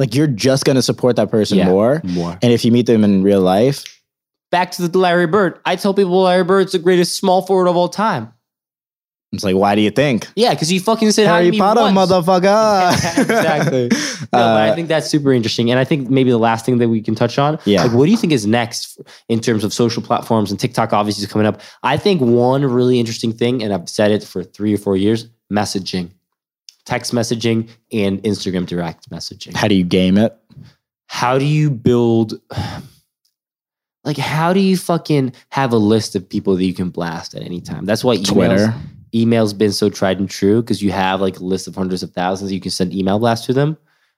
[SPEAKER 2] Like you're just gonna support that person
[SPEAKER 1] Yeah.
[SPEAKER 2] more.
[SPEAKER 1] more
[SPEAKER 2] And if you meet them in real life,
[SPEAKER 1] back to the larry bird i tell people larry bird's the greatest small forward of all time
[SPEAKER 2] it's like, why do you think?
[SPEAKER 1] yeah because you fucking said hi to
[SPEAKER 2] Harry
[SPEAKER 1] me
[SPEAKER 2] Potter,
[SPEAKER 1] once.
[SPEAKER 2] motherfucker.
[SPEAKER 1] Exactly. No, but I
[SPEAKER 2] Uh,
[SPEAKER 1] think that's super interesting. And I think maybe the last thing that we can touch on,
[SPEAKER 2] Yeah.
[SPEAKER 1] like what do you think is next in terms of social platforms and TikTok obviously is coming up? I think one really interesting thing, and I've said it for three or four years, messaging. Text messaging and Instagram direct messaging
[SPEAKER 2] how do you game it?
[SPEAKER 1] how do you build like how do you fucking have a list of people that you can blast at any time that's why emails,
[SPEAKER 2] Twitter.
[SPEAKER 1] emails been so tried and true because you have like a list of hundreds of thousands you can send email blasts to them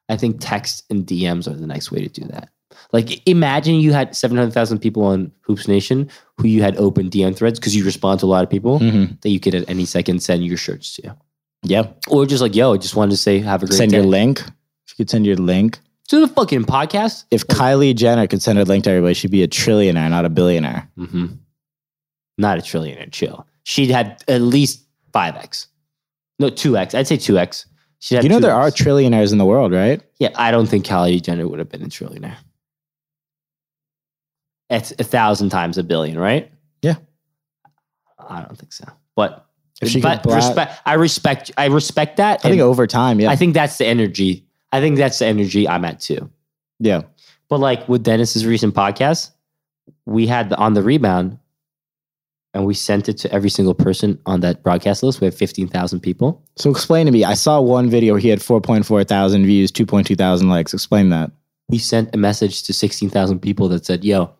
[SPEAKER 1] i think text and dms are the next way to do that like imagine you had 700000 people on hoops nation who you had open dm threads because you respond to a lot of people
[SPEAKER 2] Mm-hmm.
[SPEAKER 1] that you could at any second send your shirts to
[SPEAKER 2] Yep.
[SPEAKER 1] or just like yo just wanted to say have a great
[SPEAKER 2] Send
[SPEAKER 1] day
[SPEAKER 2] your link. If you could send your link.
[SPEAKER 1] to the fucking podcast
[SPEAKER 2] If Kylie Jenner could send her link to everybody, she'd be a trillionaire, not a billionaire.
[SPEAKER 1] hmm Not a trillionaire, chill. She'd had at least 5x. No, 2x. I'd say 2x. She'd had
[SPEAKER 2] You know
[SPEAKER 1] 2X.
[SPEAKER 2] there are trillionaires in the world, right?
[SPEAKER 1] Yeah, I don't think Kylie Jenner would have been a trillionaire. It's a thousand times a billion, right?
[SPEAKER 2] Yeah.
[SPEAKER 1] I don't think so. But,
[SPEAKER 2] If she
[SPEAKER 1] but
[SPEAKER 2] could bla-
[SPEAKER 1] respect, I respect I respect that.
[SPEAKER 2] I think
[SPEAKER 1] and
[SPEAKER 2] over time, yeah.
[SPEAKER 1] I think that's the energy. I think that's the energy I'm at too.
[SPEAKER 2] yeah.
[SPEAKER 1] But like with Dennis's recent podcast, we had the, on the rebound and we sent it to every single person on that broadcast list. We have 15,000 people.
[SPEAKER 2] So explain to me. I saw one video where he had 4.4 thousand views, 2.2 thousand likes. Explain that.
[SPEAKER 1] We sent a message to 16,000 people that said, yo,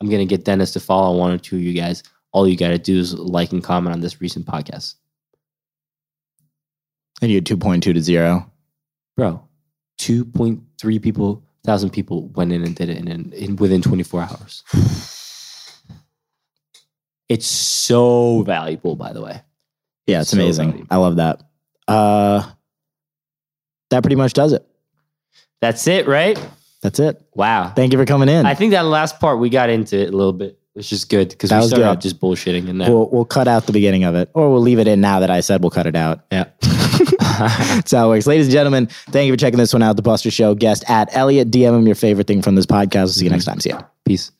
[SPEAKER 1] I'm going to get Dennis to follow one or two of you guys. All you got to do is like and comment on this recent podcast.
[SPEAKER 2] And you had 2.2 to zero.
[SPEAKER 1] Bro, 2.3 people, thousand people went in and did it in, in, in within 24 hours. It's so valuable, by the way.
[SPEAKER 2] Yeah, it's
[SPEAKER 1] So
[SPEAKER 2] amazing.
[SPEAKER 1] valuable.
[SPEAKER 2] I love that. Uh, that pretty much does it.
[SPEAKER 1] That's it, right?
[SPEAKER 2] That's it.
[SPEAKER 1] Wow.
[SPEAKER 2] Thank you for coming in.
[SPEAKER 1] I think that last part we got into it a little bit, which is good because
[SPEAKER 2] That
[SPEAKER 1] we
[SPEAKER 2] was
[SPEAKER 1] started
[SPEAKER 2] good.
[SPEAKER 1] out just bullshitting in there.
[SPEAKER 2] We'll, we'll cut out the beginning of it, or we'll leave it in now that I said we'll cut it out.
[SPEAKER 1] yeah.
[SPEAKER 2] That's how it works. Ladies and gentlemen, thank you for checking this one out. The Buster Show guest at Elliot. DM him your favorite thing from this podcast. We'll see you next time. See ya.
[SPEAKER 1] Peace.